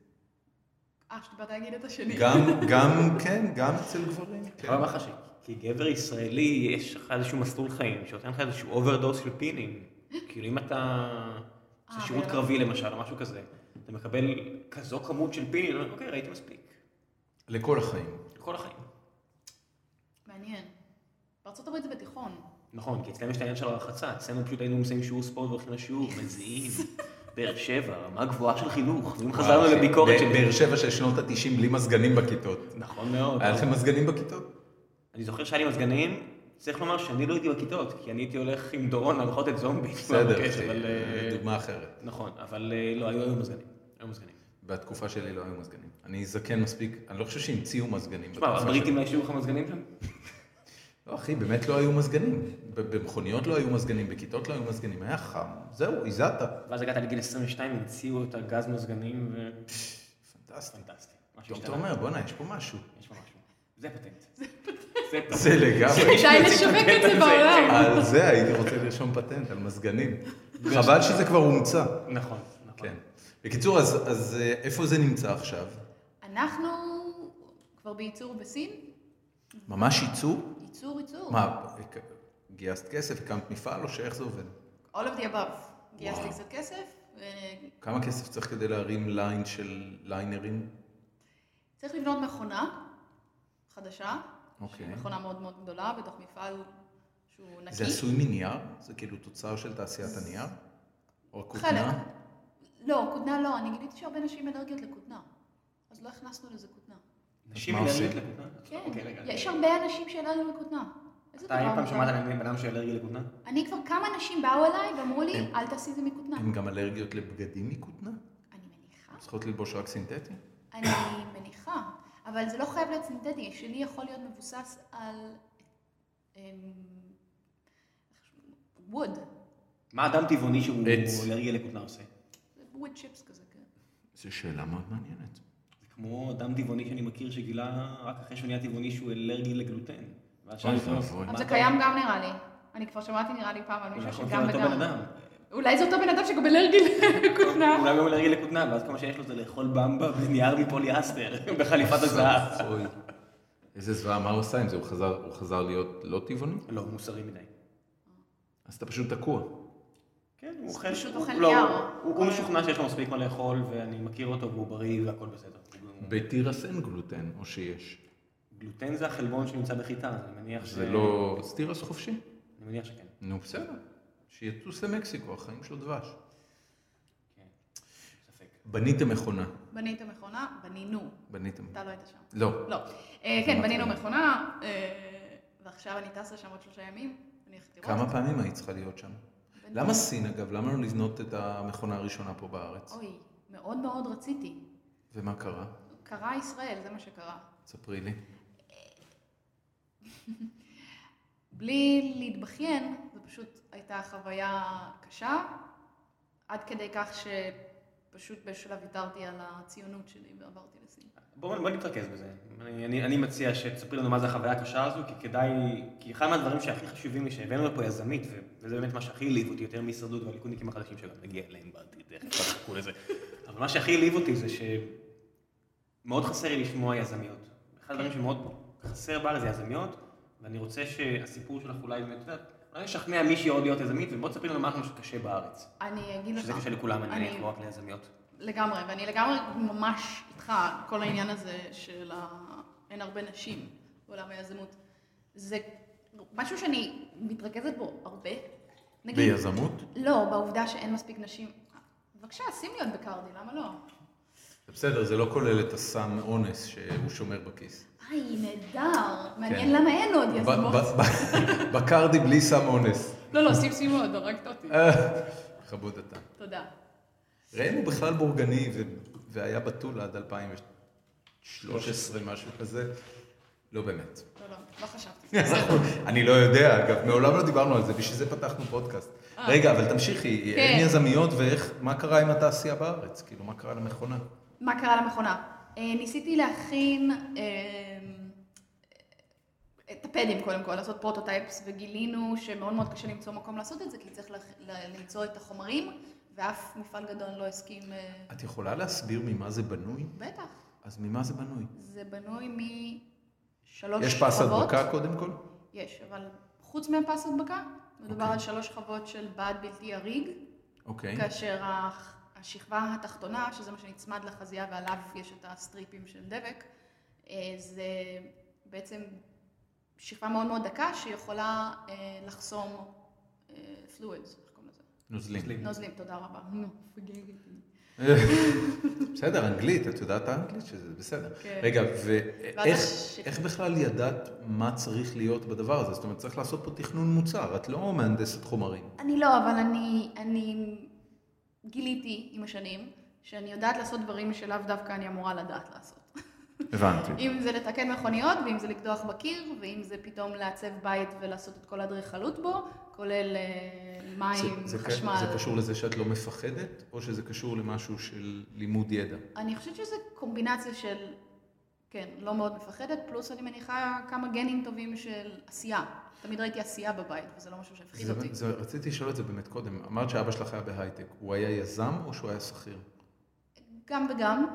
C: אה, שבאת להגיד את השני.
A: גם, גם, כן, גם אצל גברים. כן.
B: אבל אני אומר לך שכגבר ישראלי יש לך איזשהו מסלול חיים שנותן לך איזשהו אוברדוס של פינים. כאילו אם אתה עושה
C: אה,
B: שירות
C: אבל-
B: קרבי למשל או משהו כזה, אתה מקבל כזו כמות של פינים, אני אומר, אוקיי, ראיתי מספיק.
A: לכל החיים.
B: לכל החיים.
C: מעניין. בארצות הברית זה בתיכון.
B: נכון, כי אצלם יש את העניין של הרחצה, אצלנו פשוט היינו מסיים שיעור ספורט והולכים לשיעור, מזיעים, באר שבע, רמה גבוהה של חינוך, ואם חזרנו
A: וואו,
B: לביקורת
A: ב-
B: של
A: באר שבע של שנות ה-90 בלי מזגנים בכיתות.
B: נכון מאוד.
A: היה לכם מזגנים בכיתות?
B: לא, אני זוכר שהיה לי מזגנים, צריך לומר שאני לא הייתי בכיתות, כי אני הייתי הולך עם דורון להנחות את זומבי.
A: בסדר,
B: במקש,
A: אחי,
B: אבל, אה,
A: דוגמה אחרת.
B: נכון, אבל אה, לא, היו היו מזגנים. היו מזגנים.
A: בתקופה שלי לא היו מזגנים. אני זקן מספיק, אני לא חושב שהמציאו מזגנים
B: תשמע,
A: בתקופה
B: הבריטים
A: שלי.
B: לא השאירו לך מזגנים שם?
A: לא, אחי, באמת לא היו מזגנים. ב- במכוניות לא היו מזגנים, בכיתות לא היו מזגנים, היה חם. זהו, הזעת.
B: ואז הגעת לגיל 22, המציאו את הגז מזגנים, ו...
A: פנטסטי.
B: פנטסטי.
A: פתאום אתה
B: משהו השתנה.
A: אומר, בואנה, יש פה משהו.
B: יש פה משהו. זה פטנט. זה פטנט.
A: זה לגמרי.
C: כדאי לשווק את זה בעולם.
A: על זה הייתי רוצה לרשום פטנט, על מזגנים. חבל שזה כבר הומצא.
B: נכון, נכון.
A: כן. בקיצור, אז, אז אה, איפה זה נמצא עכשיו?
C: אנחנו כבר בייצור בסין?
A: ממש ייצור?
C: ייצור, ייצור.
A: מה, גייסת כסף, הקמת מפעל, או שאיך זה עובד?
C: All of the above. גייסתי
A: וואו.
C: קצת כסף, ו-
A: כמה כסף צריך כדי להרים ליין של ליינרים?
C: צריך לבנות מכונה חדשה.
A: אוקיי.
C: שהיא מכונה מאוד מאוד גדולה, בתוך מפעל שהוא נקי.
A: זה עשוי מנייר? זה כאילו תוצר של תעשיית הנייר? או
C: חלק.
A: כותנה?
C: לא, כותנה לא, אני גיליתי שהרבה נשים אלרגיות לכותנה. אז לא הכנסנו לזה כותנה.
B: נשים
A: מה
B: אלרגיות
A: עושים?
B: לכותנה?
C: כן,
B: אוקיי, רגע.
C: יש הרבה אנשים שאלרגיות לכותנה. איזה
B: אתה אי
C: דבר
B: פעם
C: מוזר.
B: שמעת על בן אדם שאלרגי לכותנה?
C: אני כבר כמה נשים באו אליי ואמרו לי,
A: הם-
C: אל תעשי את זה מכותנה.
A: הן גם אלרגיות לבגדים מכותנה?
C: אני מניחה.
A: צריכות ללבוש רק סינתטי?
C: אני מניחה. אבל זה לא חייב להיות סינתטי, שלי יכול להיות מבוסס על... אמ, wood.
B: מה אדם טבעוני שהוא
A: עץ.
B: אלרגי לכותנה עושה?
C: wood chips כזה, כן.
A: זו שאלה מאוד מעניינת.
B: זה כמו אדם טבעוני שאני מכיר שגילה רק אחרי שהוא נהיה טבעוני שהוא אלרגי לגלוטן. ואז
A: אוי
B: שאלתי אותו,
A: ואבוי.
B: "מה
C: אבל זה
B: אתה-
C: קיים גם נראה לי. אני כבר שמעתי נראה לי פעם על מישהו
B: אנחנו
C: שגם
B: הולכים לאותו נכון, בן
C: וגם.
B: אדם.
C: אולי זה אותו בן אדם שגם אלרגי לכותנה.
B: אולי הוא גם אלרגי לכותנה, ואז כל מה שיש לו זה לאכול במבה בנייר מפוליאסטר, בחליפת הזהב.
A: אוי. איזה זוועה, מה הוא עשה עם זה? הוא חזר- הוא חזר להיות לא טבעוני?
B: לא, הוא מוסרי מדי.
A: אז אתה פשוט תקוע.
B: כן, הוא אוכל...
C: פשוט אוכל
B: לא,
C: נייר.
B: הוא הוא משוכנע שיש לו מספיק מה לאכול, ואני מכיר אותו, והוא בריא והכל בסדר. הוא-
A: בתירס אין גלוטן, או שיש.
B: גלוטן זה החלבון שנמצא בחיטה, אז אני מניח ש...
A: זה לא... אז תירס חופשי.
B: אני מניח שכן.
A: נו, בסדר. שיטוס למקסיקו, החיים שלו דבש.
B: כן. ספק.
A: בניתם מכונה.
C: בנית מכונה, בנינו.
A: בניתם.
C: אתה לא היית שם.
A: לא.
C: לא. אה, כן, בנינו מכונה, אה, ועכשיו אני טסה שם עוד שלושה ימים. אני הולכת לראות.
A: כמה פעמים היית צריכה להיות שם?
C: בנינו.
A: למה סין, אגב? למה לא לבנות את המכונה הראשונה פה בארץ?
C: אוי, מאוד מאוד רציתי.
A: ומה קרה?
C: קרה ישראל, זה מה שקרה.
A: ספרי לי.
C: בלי להתבכיין, זו פשוט הייתה חוויה קשה, עד כדי כך שפשוט באיזשהו שלב ויתרתי על הציונות שלי ועברתי לסין.
B: בואו בוא נתרכז בזה. אני, אני, אני מציע שתספרי לנו מה זה החוויה הקשה הזו, כי כדאי, כי אחד מהדברים שהכי חשובים לי שהבאנו לפה יזמית, ו, וזה באמת מה שהכי העליב אותי יותר מהישרדות והליכודניקים החדשים שגם נגיע אליהם בעתיד, איך כבר חכו לזה. אבל מה שהכי העליב אותי זה שמאוד חסר לי לשמוע יזמיות. אחד הדברים
C: כן.
B: שמאוד חסר בה זה יזמיות, ואני רוצה שהסיפור שלך אולי באמת, את יודעת, אולי נשכנע מישהי עוד להיות יזמית, ובוא תספרי לנו מה אנחנו שקשה בארץ.
C: אני אגיד לך...
B: שזה קשה לכולם, אני
C: אני-
B: מניח, לא רק ליזמיות.
C: לגמרי, ואני לגמרי ממש איתך, כל העניין הזה של ה... אין הרבה נשים בעולם היזמות. זה משהו שאני מתרכזת בו הרבה. נגיד...
A: ביזמות?
C: לא, בעובדה שאין מספיק נשים. בבקשה, שים לי עוד בקרדי, למה לא?
A: זה בסדר, זה לא כולל את הסם אונס שהוא שומר בכיס.
C: היי, נהדר. מעניין למה אין עוד
A: כן. ב-
C: יזמות.
A: ב- ב- בקרדי בלי סם אונס.
C: לא, לא, שים שים עוד, הרגת אותי.
A: אה, חבוד אתה.
C: תודה.
A: ראם הוא בכלל בורגני ו- והיה בתול עד 2013, משהו כזה. לא באמת.
C: לא, לא, לא חשבתי.
A: אז אנחנו- אני לא יודע, אגב, מעולם לא דיברנו על זה, בשביל זה פתחנו פודקאסט. רגע, אבל תמשיכי,
C: אה. כן.
A: אין יזמיות ואיך, מה קרה עם התעשייה בארץ? כאילו, מה קרה למכונה?
C: מה קרה למכונה? אה, ניסיתי להכין אה, את הפדים קודם כל, לעשות פרוטוטייפס, וגילינו שמאוד מאוד קשה למצוא מקום לעשות את זה, כי צריך לח- ל- למצוא את החומרים, ואף מפעל גדול לא הסכים... אה,
A: את יכולה להסביר ממה זה בנוי?
C: בטח,
A: אז ממה זה בנוי?
C: זה בנוי משלוש
A: יש פס
C: שכבות.
A: הדבקה קודם כל?
C: יש, אבל חוץ מהפס הדבקה, מדובר על שלוש שכבות של בד בלתי אריג.
A: אוקיי.
C: כאשר הח- השכבה התחתונה, שזה מה שנצמד לחזייה ועליו יש את הסטריפים של דבק, אה, זה בעצם שכבה מאוד מאוד דקה שיכולה אה, לחסום פלואידס, איך קוראים לזה?
A: נוזלים.
C: נוזלים, תודה רבה. נו, פגג אותי.
A: בסדר, אנגלית, את יודעת האנגלית שזה בסדר.
C: כן.
A: רגע, ואיך
C: ואז הש-
A: איך בכלל ידעת מה צריך להיות בדבר הזה? זאת אומרת, צריך לעשות פה תכנון מוצר, את לא מהנדסת חומרים.
C: אני לא, אבל אני, אני גיליתי עם השנים שאני יודעת לעשות דברים שלאו דווקא אני אמורה לדעת לעשות.
A: הבנתי.
C: אם זה לתקן מכוניות, ואם זה לקדוח בקיר, ואם זה פתאום לעצב בית ולעשות את כל האדריכלות בו, כולל אה, מים,
A: זה- זה-
C: חשמל.
A: זה קשור לזה שאת לא מפחדת, או שזה קשור למשהו של לימוד ידע?
C: אני חושבת שזה קומבינציה של, כן, לא מאוד מפחדת, פלוס אני מניחה כמה גנים טובים של עשייה. תמיד ראיתי עשייה בבית, וזה לא משהו שהפחיד
A: זה-
C: אותי.
A: זה- רציתי לשאול את זה באמת קודם. אמרת שאבא שלך היה בהייטק. הוא היה יזם או שהוא היה שכיר?
C: גם וגם,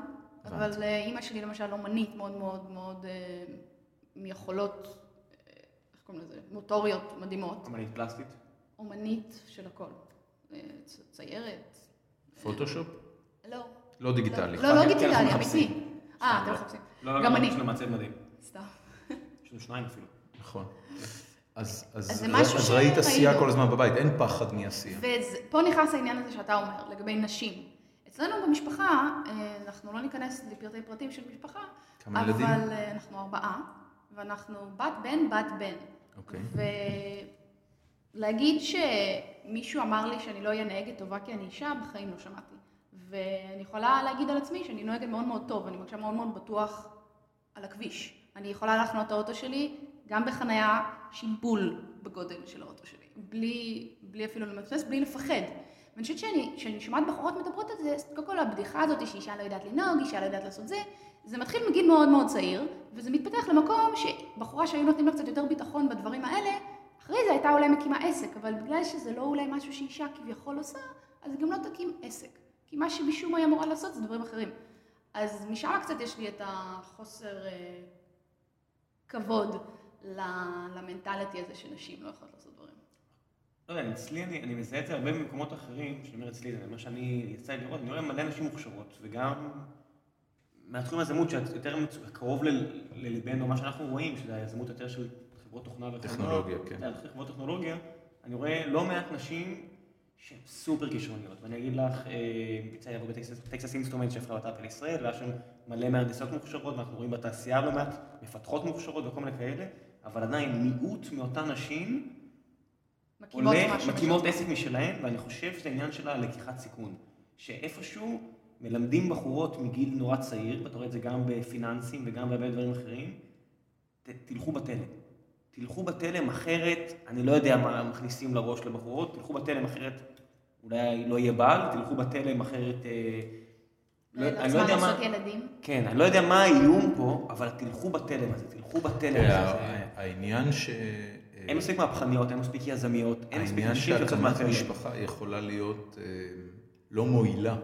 A: הבנתי.
C: אבל אה, אימא שלי למשל אומנית מאוד מאוד מאוד אה, עם יכולות, אה, איך קוראים לזה? מוטוריות מדהימות.
B: אמנית פלסטית.
C: אומנית של הכל. אה, צ- ציירת.
A: פוטושופ?
C: לא.
A: לא דיגיטלי.
C: לא, לא
B: כי אנחנו
C: דיגיטלי,
B: מחפשים.
C: אמיתי. אה, אתם
B: לא.
C: מחפשים.
B: לא, לא,
C: גם
B: לא,
C: אני.
B: יש לנו מעצב מדהים.
C: סתם.
B: יש לנו שניים אפילו.
A: נכון. אז, אז,
C: אז זה
A: ר-
C: משהו
A: אז ראית
C: שראינו.
A: עשייה כל הזמן בבית, אין פחד מעשייה.
C: ופה נכנס העניין הזה שאתה אומר, לגבי נשים. אצלנו במשפחה, אה, אנחנו לא ניכנס לפרטי פרטים של משפחה,
A: כמה
C: אבל
A: ילדים?
C: אה, אנחנו ארבעה, ואנחנו בת בן, בת בן.
A: אוקיי.
C: ולהגיד שמישהו אמר לי שאני לא אהיה נהגת טובה כי אני אישה, בחיים לא שמעתי. ואני יכולה להגיד על עצמי שאני נוהגת מאוד מאוד טוב, אני מרגישה מאוד מאוד בטוח על הכביש. אני יכולה להחנות את האוטו שלי גם בחנייה שהיא בול בגודל של האוטו שלי, בלי, בלי אפילו למטפס, בלי לפחד. ואני חושבת שאני- כשאני שומעת בחורות מדברות על זה, אז קודם כל הבדיחה הזאת שאישה לא יודעת לנהוג, אישה לא יודעת לעשות זה, זה מתחיל מגיל מאוד מאוד צעיר, וזה מתפתח למקום שבחורה שהיו נותנים לה קצת יותר ביטחון בדברים האלה, אחרי זה הייתה אולי מקימה עסק, אבל בגלל שזה לא אולי משהו שאישה כביכול עושה, אז היא גם לא תקים עסק. כי מה שמשום מה היא אמורה לעשות זה דברים אחרים. אז משם קצת יש לי את החוסר אה, כבוד ל- למנטליטי הזה שנשים לא יכולות לעשות דברים.
B: לא יודע, אצלי אני, אני מזהה את זה הרבה במקומות אחרים, כשאני אומר אצלי, זה מה שאני יצא לי לראות, אני רואה מלא נשים מוכשרות, וגם מהתחום היזמות שאת יותר מצ... קרוב ל... לליבנו, מה שאנחנו רואים, שזה היזמות יותר של חברות תוכנה
A: טכנולוגיה, כן.
B: אתה יודע, חברות טכנולוגיה, אני רואה לא מעט נשים שהן סופר כישרוניות, ואני אגיד לך, אה, יצא לי לעבוד בטקסס אינסטרומנט שהפכה לטאפל ישראל, והיה שם מלא מהנדסות מוכשרות, ואנחנו רואים בתעשייה לא מעט מפתחות מוכשרות וכל מיני כאלה, אבל עדיין מיעוט מאותן נשים
C: מקימות
B: הולך,
C: משהו.
B: מקימות עסק משלהם, ואני חושב שזה עניין של הלקיחת סיכון. שאיפשהו מלמדים בחורות מגיל נורא צעיר, ואתה רואה את זה גם בפיננסים וגם בהרבה דברים אחרים, ת, תלכו בתלם. תלכו בתלם אחרת, אני לא יודע מה מכניסים לראש לבחורות, תלכו בתלם אחרת, אולי לא יהיה בעל, תלכו בתלם אחרת, אה, לא, אני לא יודע מה...
C: לעשות ילדים.
B: כן, אני לא יודע מה האיום פה, אבל תלכו בתלם הזה, תלכו בתלם
A: אה,
B: הזה. כן, זה-
A: וה- העניין ש... אה,
B: אין מספיק מהפכניות, אין מספיק יזמיות, אין מספיק
A: העניין
B: נשים שיוצאות
A: שהקמת
B: מהתלם.
A: משפחה יכולה להיות אה, לא מועילה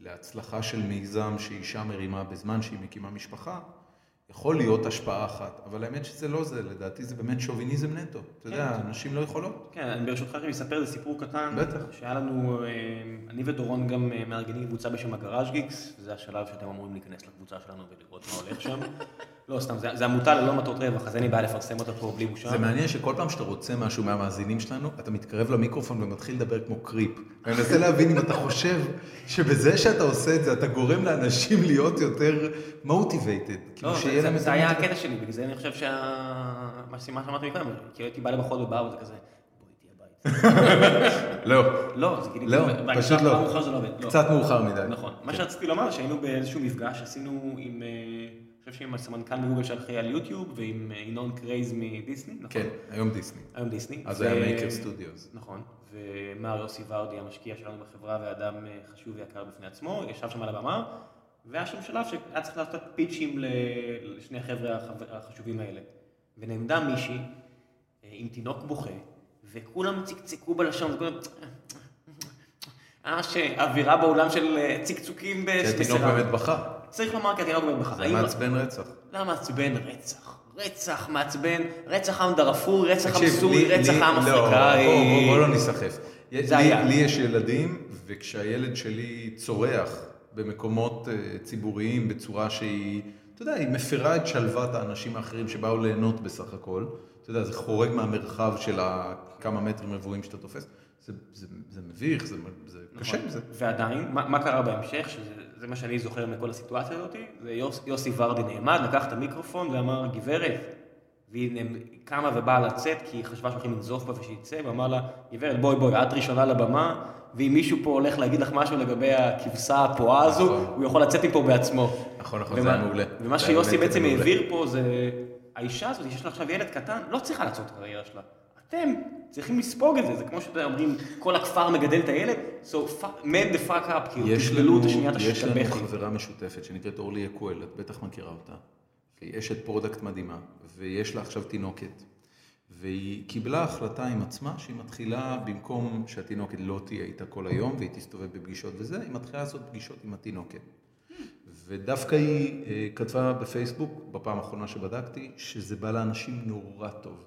A: להצלחה של מיזם שאישה מרימה בזמן שהיא מקימה משפחה, יכול להיות השפעה אחת. אבל האמת שזה לא זה, לדעתי זה באמת שוביניזם נטו. אתה יודע,
B: כן.
A: נשים לא יכולות.
B: כן, אני ברשותך רק אספר איזה סיפור קטן.
A: בטח.
B: שהיה לנו, אה, אני ודורון גם אה, מארגנים קבוצה בשם הגראז' גיקס, זה השלב שאתם אמורים להיכנס לקבוצה שלנו ולראות מה הולך שם. לא, סתם, זה זה עמותה ללא מטרות רווח, אז אין לי בעיה לפרסם אותה פה בלי בושה.
A: זה מעניין שכל פעם שאתה רוצה משהו מהמאזינים שלנו, אתה מתקרב למיקרופון ומתחיל לדבר כמו קריפ. אני מנסה להבין אם אתה חושב שבזה שאתה עושה את זה, אתה גורם לאנשים להיות יותר motivated.
B: לא,
A: כאילו
B: זה-
A: שיהיה
B: זה-
A: להם את
B: זה היה
A: המוטיבציה.
B: הקטע שלי, בגלל זה אני חושב שה... מה ש- מה שאמרתי מקודם, כאילו הייתי בא לבחור בבר וזה כזה, בואי תהיה בית.
A: לא.
B: לא, זה כאילו...
A: לא,
B: בהקשר
A: פשוט לא.
B: המאוחר זה לא עובד. לא.
A: קצת מאוחר מדי.
B: נכון. מה שרציתי לומר, שהיינו באיזשהו מפגש, עשינו עם, אה, אני חושב שעם הסמנכ"ל מגוגל שאחראי על יוטיוב, ועם אה, ינון קרייז מדיסני, נכון?
A: כן, היום דיסני.
B: היום דיסני.
A: אז
B: ו-
A: היה מייקר סטודיוס.
B: נכון, ומר יוסי ורדי, המשקיע שלנו בחברה, ואדם אה, חשוב ויקר בפני עצמו, ישב שם על הבמה, והיה שם שלב שהיה צריך לעשות פיצ'ים ל- לשני החבר'ה החב- החשובים האלה. ונעמדה מישהי אה, עם תינוק בוכה, וכולם צקצקו בלשון, וכולם... אה, שאווירה באולם של אה, צקצוקים
A: כי
B: בסירה.
A: התינוק באמת בכה.
B: צריך לומר כי התינוק באמת בכה.
A: זה
B: האם-
A: מעצבן רצח.
B: לא מעצבן, רצח. רצח מעצבן, רצח עם דארפורי, רצח עם
A: תקשיב,
B: סורי,
A: לי-
B: רצח
A: לי-
B: עם
A: לא, בוא- בוא-
B: אפריקאי.
A: בוא לא ניסחף. יש-
B: זה
A: לי-
B: היה.
A: לי יש ילדים, וכשהילד שלי צורח במקומות אה, ציבוריים בצורה שהיא, אתה יודע, היא מפרה את שלוות האנשים האחרים שבאו ליהנות בסך הכל. אתה יודע, זה חורג מהמרחב של הכמה מטרים רבועים שאתה תופס. זה- זה זה מביך, זה זה קשה עם זה.
B: נכון. ועדיין, מה, מה קרה בהמשך, שזה זה מה שאני זוכר מכל הסיטואציה הזאת, זה יוס, יוסי ורדי נעמד, לקח את המיקרופון ואמר, גברת, והיא נעמ- קמה ובאה לצאת, כי היא חשבה שהולכים לנזוף בה ושהיא תצא, ואמר לה, גברת, בואי בואי, את ראשונה לבמה, ואם מישהו פה הולך להגיד לך משהו לגבי הכבשה הפועה הזו,
A: נכון.
B: הוא יכול לצאת מפה בעצמו.
A: נכון, נכון, זה
B: ומה-
A: היה מעולה.
B: ומה
A: זה היה
B: שיוסי
A: באמת
B: בעצם
A: מעולה.
B: העביר פה זה, האישה הזאת, שיש לה עכשיו ילד קטן, לא צריכה לעשות את הקריירה שלה. אתם צריכים לספוג את זה, זה כמו שאתם אומרים, כל הכפר מגדל את הילד, so fuck- man the fuck up, כאילו,
A: יש
B: תשבלו
A: לנו,
B: את השנייה,
A: יש לנו
B: תשתבחי.
A: חברה משותפת שנקראת אורלי יקואל, את בטח מכירה אותה. היא אשת פרודקט מדהימה, ויש לה עכשיו תינוקת. והיא קיבלה החלטה עם עצמה שהיא מתחילה, במקום שהתינוקת לא תהיה איתה כל היום והיא תסתובב בפגישות וזה, היא מתחילה לעשות פגישות עם התינוקת. ודווקא היא אה, כתבה בפייסבוק, בפעם האחרונה שבדקתי, שזה בא לאנשים נורא טוב.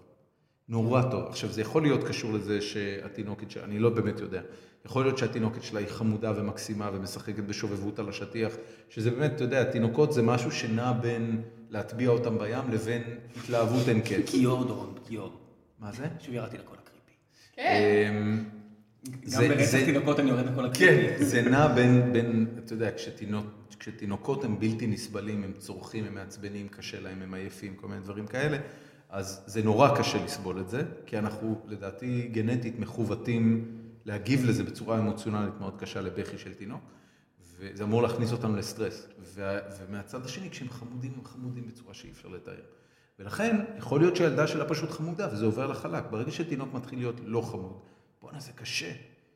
A: נורא טוב. עכשיו, זה יכול להיות קשור לזה שהתינוקת שלה, אני לא באמת יודע. יכול להיות שהתינוקת שלה היא חמודה ומקסימה ומשחקת בשובבות על השטיח, שזה באמת, אתה יודע, תינוקות זה משהו שנע בין להטביע אותם בים לבין התלהבות אין קץ.
B: גיור, דורון, גיור.
A: מה זה?
B: שוב ירדתי לכל הקריפי.
C: כן.
A: אמ,
B: גם
A: זה-
B: ברצף
A: זה-
B: תינוקות אני יורד לכל הקריפי.
A: כן, זה נע בין, בין אתה יודע, כשתינוק, כשתינוקות הם בלתי נסבלים, הם צורכים, הם מעצבנים, קשה להם, הם עייפים, כל מיני דברים כאלה, אז זה נורא קשה לסבול את זה, כי אנחנו לדעתי גנטית מכוותים להגיב לזה בצורה אמוציונלית מאוד קשה לבכי של תינוק, וזה אמור להכניס אותם לסטרס. וה, ומהצד השני, כשהם חמודים, הם חמודים בצורה שאי אפשר לתאר. ולכן, יכול להיות שהילדה שלה פשוט חמודה, וזה עובר לה חלק. ברגע שתינוק מתחיל להיות לא חמוד, בואנה, זה קשה.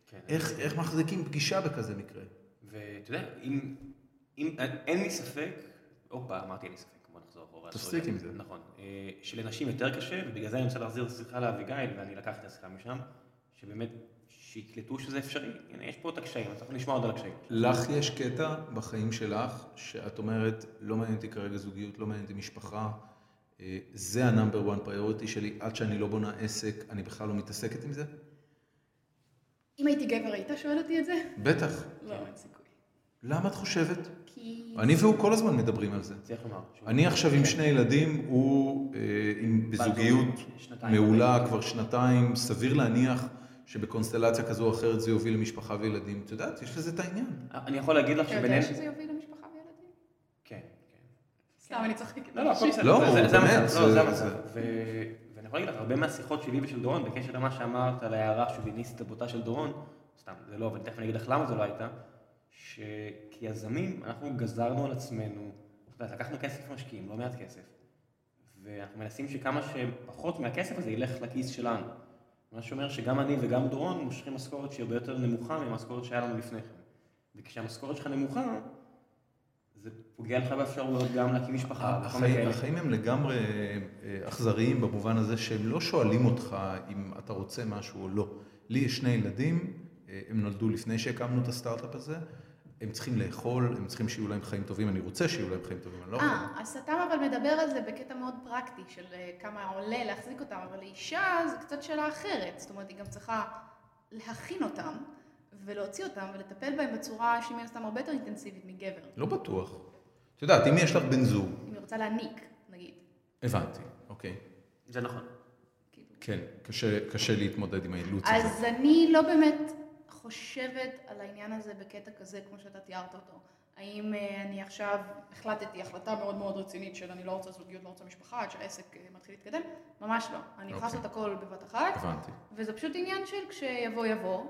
B: כן.
A: איך, איך מחזיקים פגישה בכזה מקרה?
B: ואתה יודע, אם, אם, אין לי ספק, הופה, אמרתי אין לי ספק, בוא נחזור אחורה.
A: תפסיק עם זה.
B: נכון. אה, שלנשים יותר קשה, ובגלל זה אני רוצה להחזיר שיחה לאביגיל, ואני לקחתי את השיחה משם, שבאמת, שיקלטו שזה אפשרי. הנה, יש פה את הקשיים, אז אנחנו נשמע עוד על הקשיים.
A: לך יש קטע בחיים שלך, שאת אומרת, לא מעניין אותי כרגע זוגיות, לא מעניין אותי משפחה, אה, זה הנאמבר 1 פריוריטי שלי, עד שאני לא בונה עסק, אני בכלל לא מתעסקת עם זה?
C: אם הייתי גבר, היית שואל אותי את זה?
A: בטח.
C: לא, אין סיכוי.
A: למה את חושבת?
C: כי...
A: אני והוא כל הזמן מדברים על זה.
B: צריך לומר. שוב.
A: אני עכשיו עם שני ילדים, הוא אה, עם
B: בת זוג,
A: בזוגיות
B: שנתיים.
A: מעולה כבר שנתיים, סביר להניח שבקונסטלציה כזו או אחרת זה יוביל למשפחה וילדים. את יודעת, יש לזה את העניין.
B: אני יכול להגיד לך
C: אתה יודע
B: שביניהם...
C: שזה יוביל למשפחה וילדים?
B: כן, כן.
C: סתם, אני צוחקת.
B: לא, לא, הכל בסדר.
A: לא,
B: זה-
A: הוא
B: זה- זה
A: באמת,
B: המצב, לא,
A: זה-
B: זה המצב.
A: זה-
B: ו- ואני יכול להגיד לך, הרבה מהשיחות שלי ושל דורון, בקשר למה שאמרת על ההערה השוביניסטית הבוטה של דורון, סתם, זה לא, אבל תכף אני אגיד לך למה זו לא הייתה, שכיזמים, אנחנו גזרנו על עצמנו, אתה יודע, לקחנו כסף משקיעים, לא מעט כסף, ואנחנו מנסים שכמה שפחות מהכסף הזה ילך לכיס שלנו. מה שאומר שגם אני וגם דורון מושכים משכורת שהיא הרבה יותר נמוכה מהמשכורת שהיה לנו לפני כן. וכשהמשכורת שלך נמוכה, זה פוגע לך באפשרויות גם להקים משפחה.
C: נכון,
B: וכל מיני
A: אה, החיים,
B: כאלה.
C: כן.
A: החיים הם לגמרי אה, אכזריים במובן הזה שהם לא שואלים אותך אם אתה רוצה משהו או לא. לי יש שני ילדים, אה, הם נולדו לפני שהקמנו את הסטארט-אפ הזה, הם צריכים לאכול, הם צריכים שיהיו להם חיים טובים, אני רוצה שיהיו להם חיים טובים, אני לא יכול.
C: אה, אז סתם אבל מדבר על זה בקטע מאוד פרקטי, של אה, כמה עולה להחזיק אותם, אבל לאישה זו קצת שאלה אחרת, זאת אומרת, היא גם צריכה להכין אותם, ולהוציא אותם, ולטפל בהם בצורה שהיא מן הסתם הרבה יותר אינטנסיבית מגבר.
A: לא בטוח. את יודעת, אם יש לך בן זוג,
C: אם היא רוצה להניק, נגיד.
A: הבנתי, אוקיי.
B: זה נכון.
C: כאילו.
A: כן, קשה, קשה להתמודד עם האילוץ הזה.
C: אז אני לא באמת חושבת על העניין הזה בקטע כזה, כמו שאתה תיארת אותו. האם אה, אני עכשיו החלטתי החלטה מאוד מאוד רצינית של אני לא רוצה זוגיות, לא רוצה משפחה, עד שהעסק אה, מתחיל להתקדם? ממש לא. אני יכולה
A: אוקיי.
C: לעשות הכל בבת אחת.
A: הבנתי.
C: וזה פשוט עניין של כשיבוא יבוא,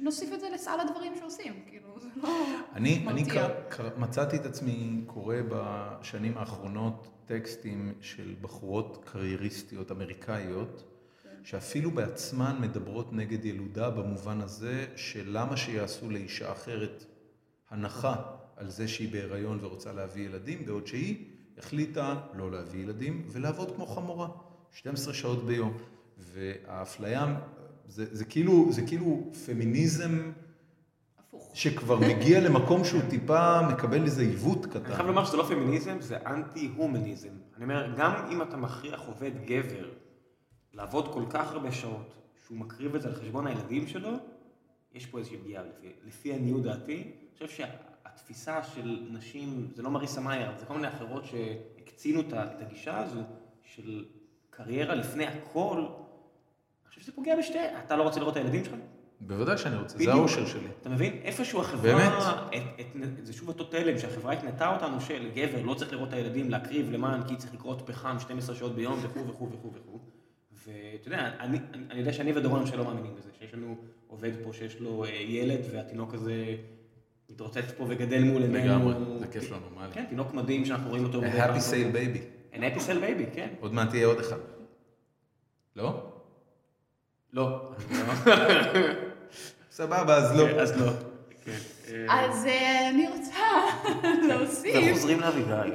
C: ונוסיף את זה לסל הדברים שעושים, כאילו, זה לא
A: אני,
C: מרתיע.
A: אני קר, קר, מצאתי את עצמי קורא בשנים האחרונות טקסטים של בחורות קרייריסטיות אמריקאיות, שאפילו בעצמן מדברות נגד ילודה במובן הזה של למה שיעשו לאישה אחרת הנחה על זה שהיא בהיריון ורוצה להביא ילדים, בעוד שהיא החליטה לא להביא ילדים ולעבוד כמו חמורה, 12 שעות ביום. והאפליה, זה, זה, כאילו, זה כאילו פמיניזם
C: הפוך.
A: שכבר מגיע למקום שהוא טיפה מקבל איזה עיוות
B: אני חייב
A: קטן.
B: לומר שזה לא פמיניזם, זה אנטי-הומניזם. אני אומר, גם אם אתה מכריח עובד גבר לעבוד כל כך הרבה שעות, שהוא מקריב את זה על חשבון הילדים שלו, יש פה איזושהי פגיעה, לפי, לפי עניות דעתי. אני חושב שהתפיסה של נשים, זה לא מריסה מאייר, זה כל מיני אחרות שהקצינו את ה- את הגישה הזו של קריירה לפני הכל. אני חושב שזה פוגע בשתי... אתה לא רוצה לראות את הילדים שלך?
A: בוודאי שאני רוצה, זה
B: בדיוק.
A: האושר שלי.
B: אתה מבין? איפשהו החברה...
A: באמת?
B: את, את, זה שוב אותו תלם, שהחברה התנתה אותנו של גבר, לא צריך לראות את הילדים, להקריב למען, כי צריך לקרות פחם 12 שעות ביום וכו' וכו' וכו' וכו'. ואתה יודע, אני, אני, אני יודע שאני ודורון שלא מאמינים בזה, שיש לנו עובד פה שיש לו אה, ילד והתינוק הזה מתרוצץ פה וגדל מול עינינו.
A: לגמרי, זה כיף לא נורמלי.
B: כן, תינוק מדהים שאנחנו רואים אותו.
A: A
B: מדי פעם.
A: happy sale baby.
B: An happy sale baby, כן.
A: עוד מעט יהיה עוד אחד. לא?
B: לא.
A: סבבה, אז לא.
B: אז לא. כן. אה,
C: אז אה, אני רוצה להוסיף
B: וחוזרים לאביגיל.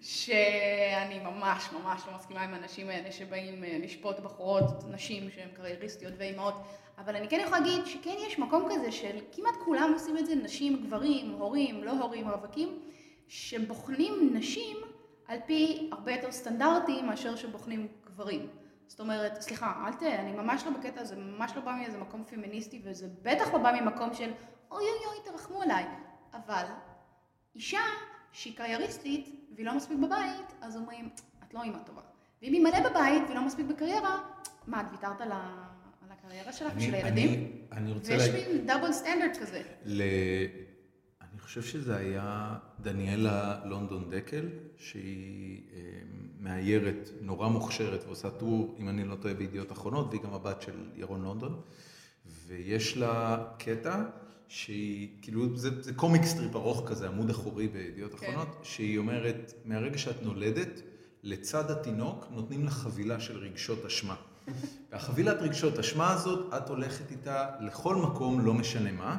C: שאני ממש ממש לא מסכימה עם האנשים האלה שבאים אה, לשפוט בחורות, נשים שהן קרייריסטיות ואימהות, אבל אני כן יכולה להגיד שכן יש מקום כזה של כמעט כולם עושים את זה, נשים, גברים, הורים, לא הורים, רווקים, שבוחנים נשים על פי הרבה יותר סטנדרטים מאשר שבוחנים גברים. זאת אומרת, סליחה, אל ת... אני ממש לא בקטע הזה, ממש לא בא מאיזה מקום פמיניסטי, וזה בטח לא בא ממקום של אוי אוי אוי, תרחמו עליי. אבל אישה שהיא קרייריסטית והיא לא מספיק בבית, אז אומרים, את לא אימא טובה. ואם היא מלא בבית והיא לא מספיק בקריירה, מה, את ויתרת על, ה... על הקריירה שלך
A: אני-
C: בשביל הילדים?
A: אני- אני רוצה
C: ויש
A: להגיד...
C: מין דאבל סטנדרט כזה.
A: ל... אני חושב שזה היה דניאלה לונדון דקל, שהיא אה, מאיירת נורא מוכשרת ועושה טור, אם אני לא טועה, בידיעות אחרונות, והיא גם הבת של ירון לונדון. ויש לה קטע שהיא, כאילו, זה, זה קומיק סטריפ ארוך כזה, עמוד אחורי בידיעות
C: כן.
A: אחרונות, שהיא אומרת, מהרגע שאת נולדת, לצד התינוק נותנים לך חבילה של רגשות אשמה. והחבילת רגשות אשמה הזאת, את הולכת איתה לכל מקום, לא משנה מה.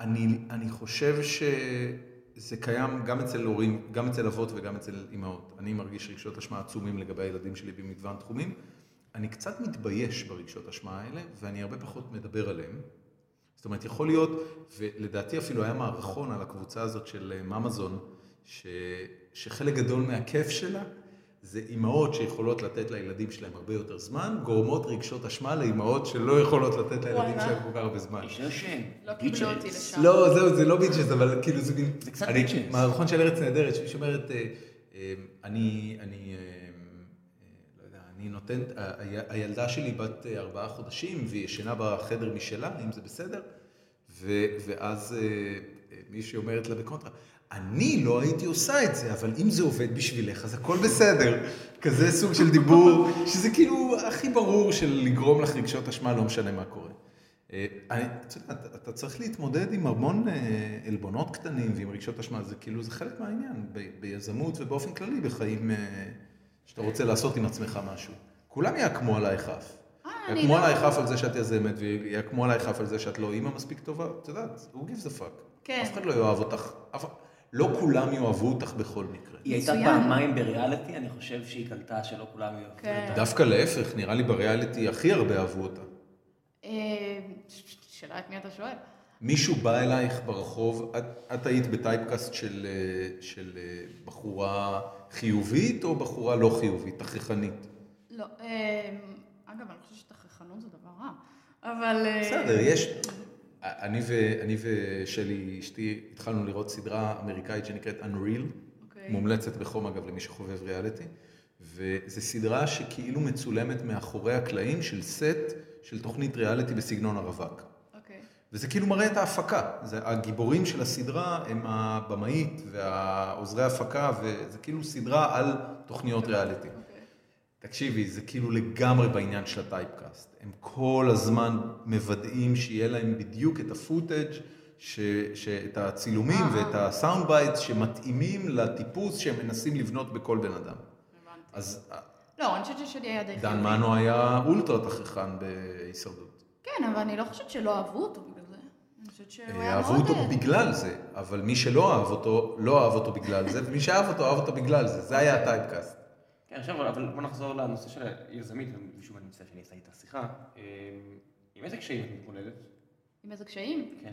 A: אני, אני חושב שזה קיים גם אצל הורים, גם אצל אבות וגם אצל אימהות. אני מרגיש רגשות אשמה עצומים לגבי הילדים שלי במגוון תחומים. אני קצת מתבייש ברגשות אשמה האלה, ואני הרבה פחות מדבר עליהם. זאת אומרת, יכול להיות, ולדעתי אפילו היה מערכון על הקבוצה הזאת של אה, ממזון, ש, שחלק גדול מהכיף שלה זה אימהות שיכולות לתת לילדים שלהם הרבה יותר זמן, גורמות רגשות אשמה לאימהות שלא יכולות לתת לילדים
C: מה?
A: שלהם כל כך הרבה זמן.
B: יש לה שם.
C: לא קיבלו אותי
B: ביצ'ס.
C: לשם.
A: לא, זהו, זה לא ביצ'ס, אבל כאילו זה מין...
B: זה קצת
A: אני-
B: ביצ'ס.
A: מערכון של ארץ נהדרת, שמישהי אומרת, אה, אה, אני, אני, אה, אה, לא יודע, אני נותנת, ה- ה- הילדה שלי בת אה, ארבעה חודשים, והיא ישנה בחדר משלה, האם זה בסדר? ו- ואז אה, אה, מישהי אומרת לה בקונטרה, אני לא הייתי עושה את זה, אבל אם זה עובד בשבילך, אז הכל בסדר. כזה סוג של דיבור, שזה כאילו הכי ברור של לגרום לך רגשות אשמה, לא משנה מה קורה. אה, אני, אתה, יודע, אתה, אתה צריך להתמודד עם המון אה, עלבונות קטנים ועם רגשות אשמה, זה כאילו, זה חלק מהעניין, ב, ביזמות ובאופן כללי בחיים, אה, שאתה רוצה לעשות עם עצמך משהו. כולם יעקמו עלייך אף.
C: אה, אני
A: יעקמו
C: לא-
A: עלייך אף על זה שאת יזמת, ויעקמו עלייך אף על זה שאת לא אימא מספיק טובה, את יודעת, who gives a fuck.
C: כן.
A: אף אחד לא יאהב אותך, אף... לא כולם יאהבו אותך בכל מקרה.
B: היא הייתה
C: מצוין.
B: פעמיים בריאליטי, אני חושב שהיא קלטה שלא כולם יאהבו
C: כן.
B: אותה.
A: דווקא להפך, נראה לי בריאליטי הכי הרבה אהבו אותה.
C: אה, ש- ש- שאלה את מי אתה שואל.
A: מישהו בא אלייך ברחוב, את, את היית בטייפקאסט של, אה, של אה, בחורה חיובית או בחורה לא חיובית, תכריכנית?
C: לא, אה, אגב, אני חושבת שתכחנות זה דבר רע, אבל... אה,
A: בסדר, יש... אני, ו, אני ושלי, אשתי, התחלנו לראות סדרה אמריקאית שנקראת Unreal.
C: אוקיי.
A: מומלצת בחום אגב למי שחובב ריאליטי, וזו סדרה שכאילו מצולמת מאחורי הקלעים של סט של תוכנית ריאליטי בסגנון הרווק.
C: אוקיי.
A: וזה כאילו מראה את ההפקה, זה, הגיבורים של הסדרה הם הבמאית והעוזרי הפקה, וזה כאילו סדרה על תוכניות ריאליטי.
C: אוקיי.
A: תקשיבי, זה כאילו לגמרי בעניין של הטייפקאסט. הם כל הזמן מוודאים שיהיה להם בדיוק את הפוטאג', ש, ש, את הצילומים
C: אה.
A: ואת הסאונד בייטס שמתאימים לטיפוס שהם מנסים לבנות בכל בן אדם.
C: הבנתי.
A: אז אה,
C: לא, אני חושבת ששלי היה די
A: דן
C: חיובי.
A: מנו היה אולטרה תככן בהישרדות.
C: כן, אבל אני לא חושבת שלא אהבו אותו בגלל זה. אני חושבת שהוא היה מאוד...
A: אהבו אותו
C: אה,
A: בגלל זה, אבל מי שלא אהב אותו, לא אהב אותו בגלל זה, ומי שאהב אותו, אהב אותו בגלל זה. זה היה הטייפקאסט.
B: כן, עכשיו, אבל בוא נחזור לנושא של היזמית, ושוב אני מצטער שאני אעשה איתה שיחה.
C: אמ,
B: אה, עם איזה קשיים את מתמודדת?
C: עם איזה קשיים?
B: כן.